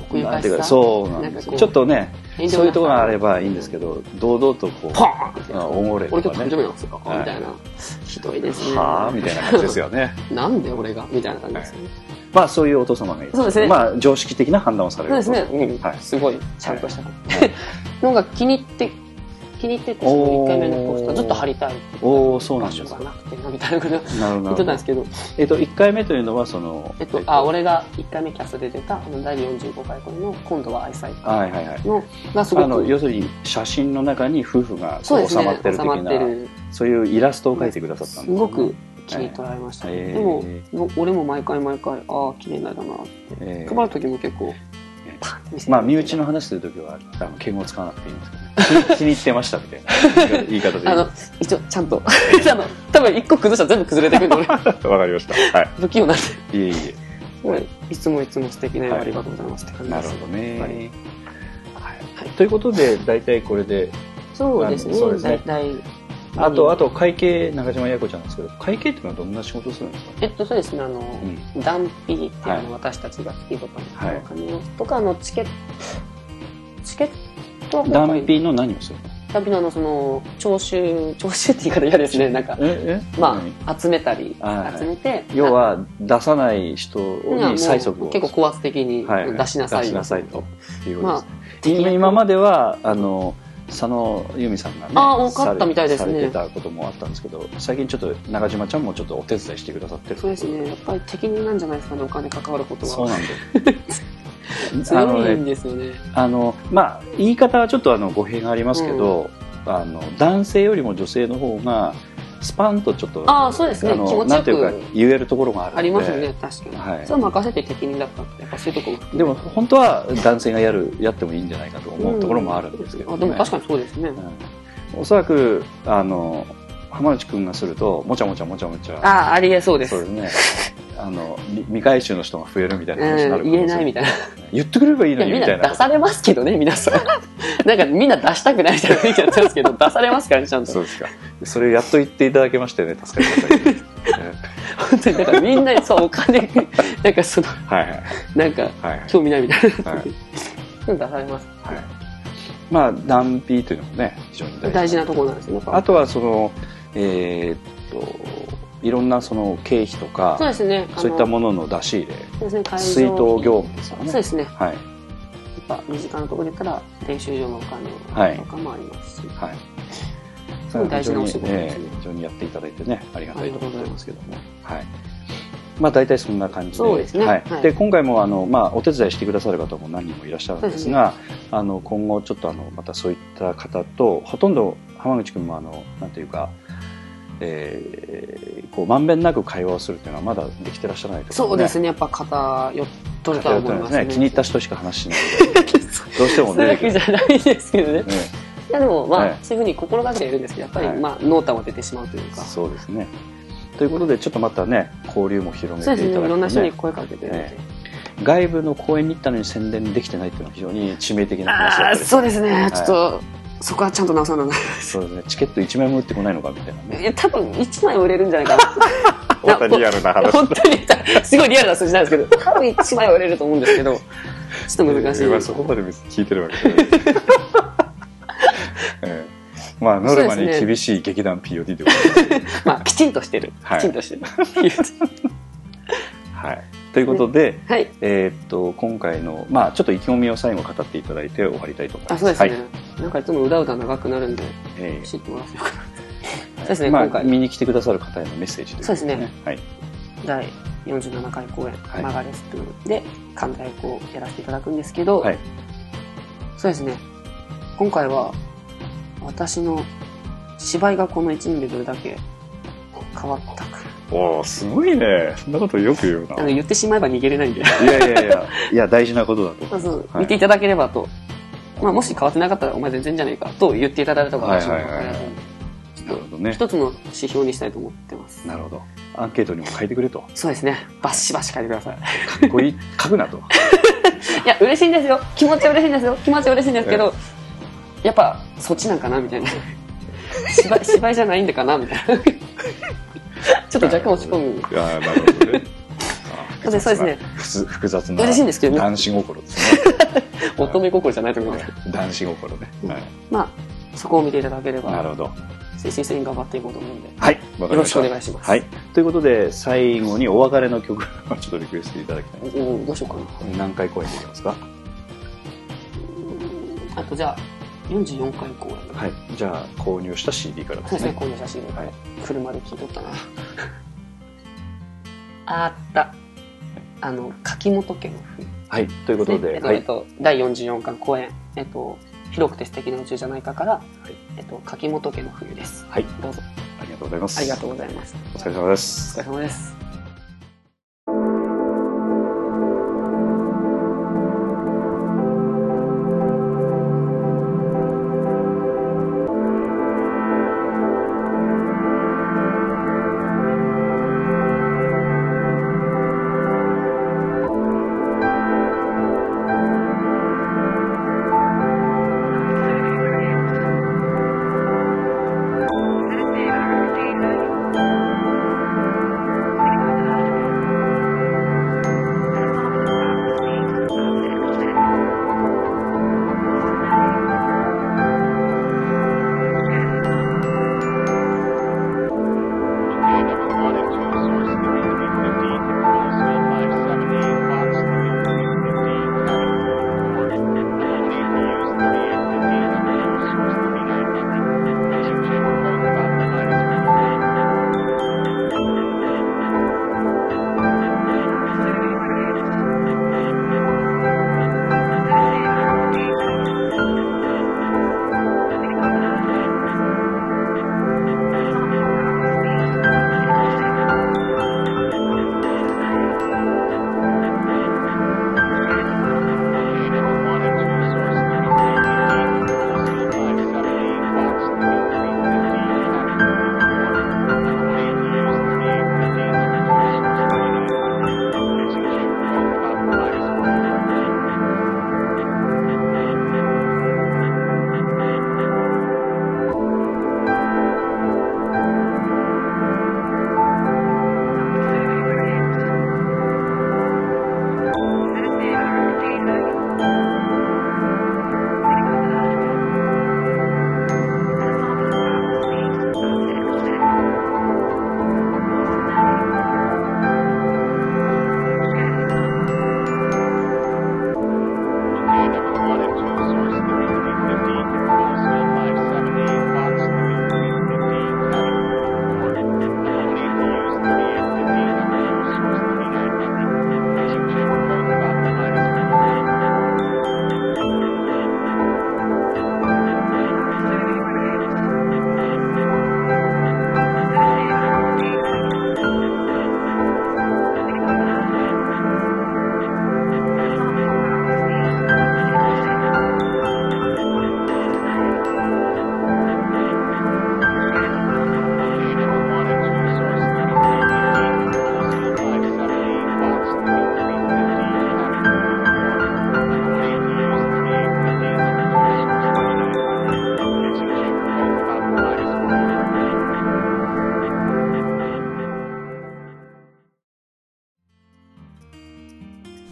[SPEAKER 4] 奥ゆ
[SPEAKER 3] な
[SPEAKER 4] か
[SPEAKER 3] んて
[SPEAKER 4] し
[SPEAKER 3] いう
[SPEAKER 4] さ
[SPEAKER 3] かそうなんです
[SPEAKER 4] なんかこう
[SPEAKER 3] ちょっとね
[SPEAKER 4] 遠慮なさ
[SPEAKER 3] そういうところがあればいいんですけど堂々とこう
[SPEAKER 4] ポーンって
[SPEAKER 3] あおごれとか
[SPEAKER 4] 俺
[SPEAKER 3] ね
[SPEAKER 4] と誕生日なんですよ、
[SPEAKER 3] はい
[SPEAKER 4] みたいなひどいですね
[SPEAKER 3] はあみたいな感じですよ
[SPEAKER 4] (laughs)
[SPEAKER 3] ね
[SPEAKER 4] なんで俺がみたいな感じですね、
[SPEAKER 3] まあそういうお父様がいる
[SPEAKER 4] そうですね
[SPEAKER 3] まあ常識的な判断をされ
[SPEAKER 4] そう
[SPEAKER 3] る
[SPEAKER 4] ですね、うん
[SPEAKER 3] はい
[SPEAKER 4] すごいちゃんとした、 (laughs) のが気に入って気に入っててその1回目のポスターずっと貼りたい
[SPEAKER 3] おおそうな
[SPEAKER 4] 場
[SPEAKER 3] んで
[SPEAKER 4] 所
[SPEAKER 3] す
[SPEAKER 4] がなくてなみたいなこと言っ
[SPEAKER 3] なるほどなる
[SPEAKER 4] てた
[SPEAKER 3] ほ
[SPEAKER 4] んで
[SPEAKER 3] ど
[SPEAKER 4] すけど
[SPEAKER 3] えっと1回目というのはその
[SPEAKER 4] えっと、あ、俺が1回目キャスで出た、あの、第45回これの、今度は愛妻家
[SPEAKER 3] はいはいはい
[SPEAKER 4] の、がすご
[SPEAKER 3] あの
[SPEAKER 4] く、
[SPEAKER 3] 要するに写真の中に夫婦がこ
[SPEAKER 4] そう
[SPEAKER 3] う
[SPEAKER 4] です
[SPEAKER 3] 収
[SPEAKER 4] ね、
[SPEAKER 3] まってる
[SPEAKER 4] 収
[SPEAKER 3] 的
[SPEAKER 4] ま
[SPEAKER 3] な
[SPEAKER 4] ってる、
[SPEAKER 3] そういうイラストを描いてくださったんですすよね
[SPEAKER 4] ごく気に取られました。
[SPEAKER 3] ええ
[SPEAKER 4] でも、もう俺も毎回毎回、ああ、綺麗なだなって。
[SPEAKER 3] えー
[SPEAKER 4] 配る時も結構、パンって見せて
[SPEAKER 3] まあ身内の話するときはあの敬語を使わなくていいんですけど、ね、気に (laughs) 気に入ってましたみたいな言い方で
[SPEAKER 4] あの、一応、ちゃんと、 (laughs) あの、多分一個崩したら全部崩れてくる (laughs) ので、
[SPEAKER 3] わかりましたはい
[SPEAKER 4] 俺、不器用なんで、す
[SPEAKER 3] いえいえ
[SPEAKER 4] ごい、いつもいつも素敵な絵をありがとうございますって感じ
[SPEAKER 3] な
[SPEAKER 4] で
[SPEAKER 3] る
[SPEAKER 4] す。
[SPEAKER 3] ほどね、
[SPEAKER 4] やっぱり
[SPEAKER 3] はいということで大体これで
[SPEAKER 4] そうです
[SPEAKER 3] あのそう
[SPEAKER 4] ね、
[SPEAKER 3] ですね
[SPEAKER 4] 大体。
[SPEAKER 3] あとあ
[SPEAKER 4] と、
[SPEAKER 3] と会計中島八重子ちゃんですけど会計っていうのはどんな仕事をするんですか、
[SPEAKER 4] えっと、そうですね、あの、ダンピーっていう
[SPEAKER 3] はい
[SPEAKER 4] のを私たちが聞き取ったんですけど、
[SPEAKER 3] はい
[SPEAKER 4] お金をとかあのチケットチケットは
[SPEAKER 3] うん、
[SPEAKER 4] 今
[SPEAKER 3] ダ
[SPEAKER 4] 回
[SPEAKER 3] ンピの何をするの
[SPEAKER 4] ダンピのあのその徴収徴収って言い方嫌ですねなんか
[SPEAKER 3] え
[SPEAKER 4] まあ集めたり、
[SPEAKER 3] はい
[SPEAKER 4] 集めて
[SPEAKER 3] 要は出さない人に
[SPEAKER 4] あ
[SPEAKER 3] 催促を
[SPEAKER 4] 結構高圧的に
[SPEAKER 3] はい
[SPEAKER 4] 出しなさい,、
[SPEAKER 3] 出しなさいということ
[SPEAKER 4] ま
[SPEAKER 3] で
[SPEAKER 4] あ
[SPEAKER 3] す、今今まではあの佐野由美さんがね
[SPEAKER 4] あー多かったみたいです
[SPEAKER 3] さ
[SPEAKER 4] ね
[SPEAKER 3] れされてたこともあったんですけど最近ちょっと中島ちゃんもちょっとお手伝いしてくださってる
[SPEAKER 4] そうですねやっぱり適任なんじゃないですかねお金関わること
[SPEAKER 3] そう
[SPEAKER 4] は
[SPEAKER 3] なんですあの
[SPEAKER 4] (laughs) 強いん
[SPEAKER 3] ね
[SPEAKER 4] ですよね
[SPEAKER 3] あのまあ言い方はちょっとあの語弊がありますけど、あの男性よりも女性の方がスパンとちょっと
[SPEAKER 4] ああそうですね
[SPEAKER 3] あの
[SPEAKER 4] 気持ち
[SPEAKER 3] な
[SPEAKER 4] よ
[SPEAKER 3] んていうか
[SPEAKER 4] く
[SPEAKER 3] 言えるところがあるんで
[SPEAKER 4] ありますよね確かに、
[SPEAKER 3] はい
[SPEAKER 4] それは任せて適任だったってやっぱそういうとこも含め
[SPEAKER 3] でも本当は男性がやるやってもいいんじゃないかと思うところもあるんですけど、ね
[SPEAKER 4] あでも確かにそうですね、
[SPEAKER 3] うんおそらくあの浜内くんがするともちゃもちゃもちゃもちゃ
[SPEAKER 4] ああありえそうです
[SPEAKER 3] そうですねあのみ未回収の人が増えるみたいな話にな
[SPEAKER 4] う
[SPEAKER 3] る
[SPEAKER 4] ん、言えないみたいな。
[SPEAKER 3] 言ってくれればいい
[SPEAKER 4] い
[SPEAKER 3] の
[SPEAKER 4] や、
[SPEAKER 3] に
[SPEAKER 4] み
[SPEAKER 3] み
[SPEAKER 4] ん
[SPEAKER 3] た
[SPEAKER 4] ない
[SPEAKER 3] な
[SPEAKER 4] 出されますけどね、皆さん。 (laughs) なんかみんな出したくないみたいな雰囲気になってますけど、出されますからね、ちゃん
[SPEAKER 3] そ
[SPEAKER 4] と。
[SPEAKER 3] うですかそれをやっと言っていただけましたよね助かり (laughs) ましたうん
[SPEAKER 4] 本当に、だからみんなにそう、お金、なんかその、
[SPEAKER 3] はいはい
[SPEAKER 4] なんか、
[SPEAKER 3] はいはい
[SPEAKER 4] 興味ないみたいな。
[SPEAKER 3] はい
[SPEAKER 4] 出されます。
[SPEAKER 3] はいまあ断費というのもね非常に大事
[SPEAKER 4] 大事なところなんですよね。
[SPEAKER 3] あとはそのえーっといろんなその経費とか
[SPEAKER 4] そうですね。あの
[SPEAKER 3] そういったものの出し入れ
[SPEAKER 4] そうですね、会場
[SPEAKER 3] 水道業務ですよね
[SPEAKER 4] そうですね。や
[SPEAKER 3] はい
[SPEAKER 4] っぱ、身近なところで言ったら、練習場のお
[SPEAKER 3] はい
[SPEAKER 4] 金とかもありますし。
[SPEAKER 3] はい。
[SPEAKER 4] すごい大事なお仕事で
[SPEAKER 3] え
[SPEAKER 4] すね
[SPEAKER 3] え非常にやっていただいてね、ありがたいと思ってますけども。はい。まあ大体そんな感じで。
[SPEAKER 4] そうですね
[SPEAKER 3] はい
[SPEAKER 4] はい
[SPEAKER 3] で、今回もあの、まあお手伝いしてくださる方も何人もいらっしゃるんですが、あの、今後ちょっとあの、またそういった方と、ほとんど浜口くんもあの、なんていうか、えーこうまんべんなく会話をするっていうのはまだできてらっしゃらないと
[SPEAKER 4] そうです
[SPEAKER 3] ね。
[SPEAKER 4] ね、やっぱ、肩、よっとるとは
[SPEAKER 3] 偏って
[SPEAKER 4] 思い
[SPEAKER 3] ま
[SPEAKER 4] ますすね。
[SPEAKER 3] ね。気に入った人しか話しないので、どうしても
[SPEAKER 4] (laughs) そういうわ
[SPEAKER 3] ね。
[SPEAKER 4] けじゃないですけどね。
[SPEAKER 3] ね
[SPEAKER 4] (laughs) いやでもまあ、
[SPEAKER 3] ええ
[SPEAKER 4] そういうふうに心がけてはいるんですけどやっぱり、
[SPEAKER 3] はい
[SPEAKER 4] まあ濃淡は出てしまうというかそ
[SPEAKER 3] そうですね。ということで、ちょっとまたね、交流も広
[SPEAKER 4] う
[SPEAKER 3] めてい
[SPEAKER 4] ですね
[SPEAKER 3] た
[SPEAKER 4] いろん
[SPEAKER 3] だ
[SPEAKER 4] な人に
[SPEAKER 3] くと、ね、
[SPEAKER 4] 声かけてるので、
[SPEAKER 3] え外部の公演に行ったのに宣伝できてないっていうのは非常に致命的な話だ
[SPEAKER 4] あ
[SPEAKER 3] っ
[SPEAKER 4] あ
[SPEAKER 3] たり
[SPEAKER 4] そうですね、
[SPEAKER 3] はい
[SPEAKER 4] ちょっとそこはちゃんと直さな
[SPEAKER 3] そうですね。チケット1枚も売ってこないのかみたいな
[SPEAKER 4] (laughs)
[SPEAKER 3] ね。
[SPEAKER 4] いいや多分1枚は売れるんじゃないか (laughs) な
[SPEAKER 3] またリアルな話。
[SPEAKER 4] 本当にすごいリアルな数字なんですけど多分1枚は売れると思うんですけどちょっと難しい、
[SPEAKER 3] えーまあそこまで別に聞いてるわけじゃない。
[SPEAKER 4] (laughs)
[SPEAKER 3] えーまあ、ノルマに厳しい劇団 POD でございます。
[SPEAKER 4] まあきちんとしてる、
[SPEAKER 3] はい
[SPEAKER 4] きちんとしてる
[SPEAKER 3] はい。ということで、
[SPEAKER 4] はい
[SPEAKER 3] えーっと、今回の、まあ、ちょっと意気込みを最後語っていただいて終わりたいと思いま
[SPEAKER 4] あ
[SPEAKER 3] す。
[SPEAKER 4] そうですね、
[SPEAKER 3] はい
[SPEAKER 4] なんかいつもうだうだ長くなるんで
[SPEAKER 3] えー
[SPEAKER 4] 知ってもらってよかなそうですね、
[SPEAKER 3] ま
[SPEAKER 4] 今
[SPEAKER 3] あ、
[SPEAKER 4] 回
[SPEAKER 3] 見に来てくださる方へのメッセージということ
[SPEAKER 4] そうですね。
[SPEAKER 3] はい。
[SPEAKER 4] 第47回公演「
[SPEAKER 3] はい
[SPEAKER 4] マガレスプーン」で神田役をやらせていただくんですけど、
[SPEAKER 3] はい
[SPEAKER 4] そうですね今回は私の芝居がこの1年でどれだけ変わったか
[SPEAKER 3] おおすごいね。そんなことよく言う
[SPEAKER 4] あの言ってしまえば逃げれないんで (laughs)
[SPEAKER 3] いやいやいや、いや、大事なことだと。
[SPEAKER 4] まず
[SPEAKER 3] はい
[SPEAKER 4] 見ていただければとまあ、もし変わってなかったらお前全然じゃねえかと言っていただいた方が私も
[SPEAKER 3] はいはいはいはい
[SPEAKER 4] ち
[SPEAKER 3] な
[SPEAKER 4] ょっ
[SPEAKER 3] るほどね
[SPEAKER 4] と一つの指標にしたいと思ってます
[SPEAKER 3] なるほどアンケートにも書いてくれと
[SPEAKER 4] そうですねバッシバシ書いてください
[SPEAKER 3] かっこいい書くな
[SPEAKER 4] (laughs)
[SPEAKER 3] と
[SPEAKER 4] いや嬉しいんですよ気持ちは嬉しいんですよ気持ちは嬉しいんですけどやっぱそっちなんかなみたいな芝居芝居じゃないんだかなみたいなちょっと若干落ち込む
[SPEAKER 3] ああなるほどね
[SPEAKER 4] そうですそうです
[SPEAKER 3] 複雑
[SPEAKER 4] ね
[SPEAKER 3] な複雑な
[SPEAKER 4] 嬉しいんですけど
[SPEAKER 3] 男子心ですね
[SPEAKER 4] 乙女心じゃないと思います
[SPEAKER 3] 男子心ね、はい
[SPEAKER 4] まあそこを見ていただけれ
[SPEAKER 3] なる
[SPEAKER 4] ば
[SPEAKER 3] ほど
[SPEAKER 4] 精神性に頑張っていこうと思うんで
[SPEAKER 3] はいわかりました
[SPEAKER 4] よろしくお願いします
[SPEAKER 3] はい、ということで最後にお別れの曲をちょっとリクエストいただきたいんで
[SPEAKER 4] おおどうしようかな
[SPEAKER 3] す何回公演できますか
[SPEAKER 4] あとじゃあ44回公演
[SPEAKER 3] はいじゃあ購入した CD からで
[SPEAKER 4] そうですすね
[SPEAKER 3] ね
[SPEAKER 4] こういう写真で、
[SPEAKER 3] はい
[SPEAKER 4] 車で聞いとったなあったあの柿本家の冬
[SPEAKER 3] はいということで、
[SPEAKER 4] ねえっと
[SPEAKER 3] は
[SPEAKER 4] えっ
[SPEAKER 3] い
[SPEAKER 4] と第44巻公演、えっと「広くて素敵な宇宙じゃないか」から、えっと、柿本家の冬です
[SPEAKER 3] はい
[SPEAKER 4] どうぞ
[SPEAKER 3] ありがとうございます
[SPEAKER 4] ありがとうございます
[SPEAKER 3] お疲れ様です
[SPEAKER 4] お疲れ様です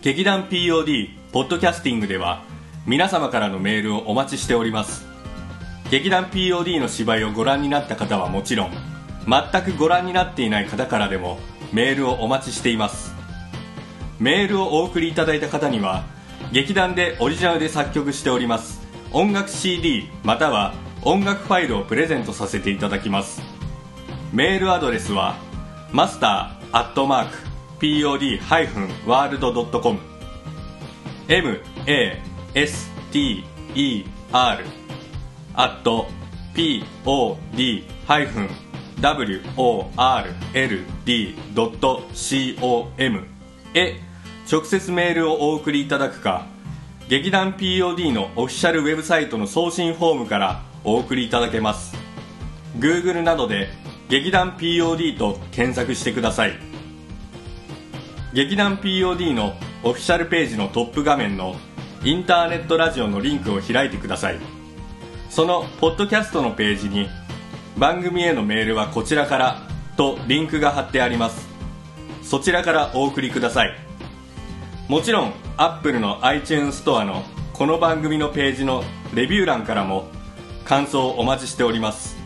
[SPEAKER 2] 劇団 POD ポッドキャスティングでは皆様からのメールをお待ちしております劇団 POD の芝居をご覧になった方はもちろん全くご覧になっていない方からでもメールをお待ちしていますメールをお送りいただいた方には劇団でオリジナルで作曲しております音楽 CD または音楽ファイルをプレゼントさせていただきますメールアドレスはマスターアットマーク pod-world.com m-a-s-t-e-r アット pod-world.com へ直接メールをお送りいただくか劇団 POD のオフィシャルウェブサイトの送信フォームからお送りいただけます Google などで劇団 POD と検索してください劇団 POD のオフィシャルページのトップ画面のインターネットラジオのリンクを開いてくださいそのポッドキャストのページに番組へのメールはこちらからとリンクが貼ってありますそちらからお送りくださいもちろん Apple の iTunes ストアのこの番組のページのレビュー欄からも感想をお待ちしております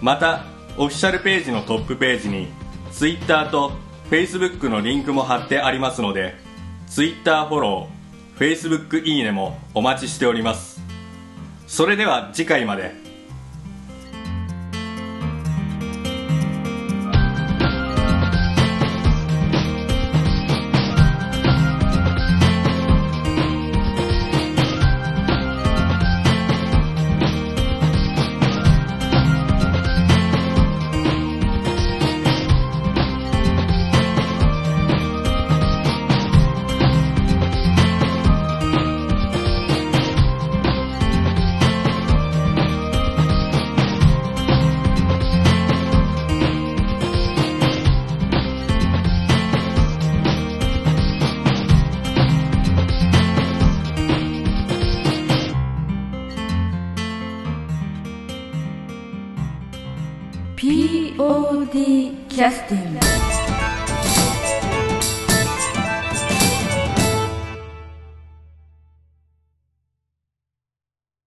[SPEAKER 2] またオフィシャルページのトップページに Twitter と Facebook のリンクも貼ってありますので Twitter フォロー Facebook いいねもお待ちしておりますそれでは次回まで
[SPEAKER 1] キャスティング POD キャスティング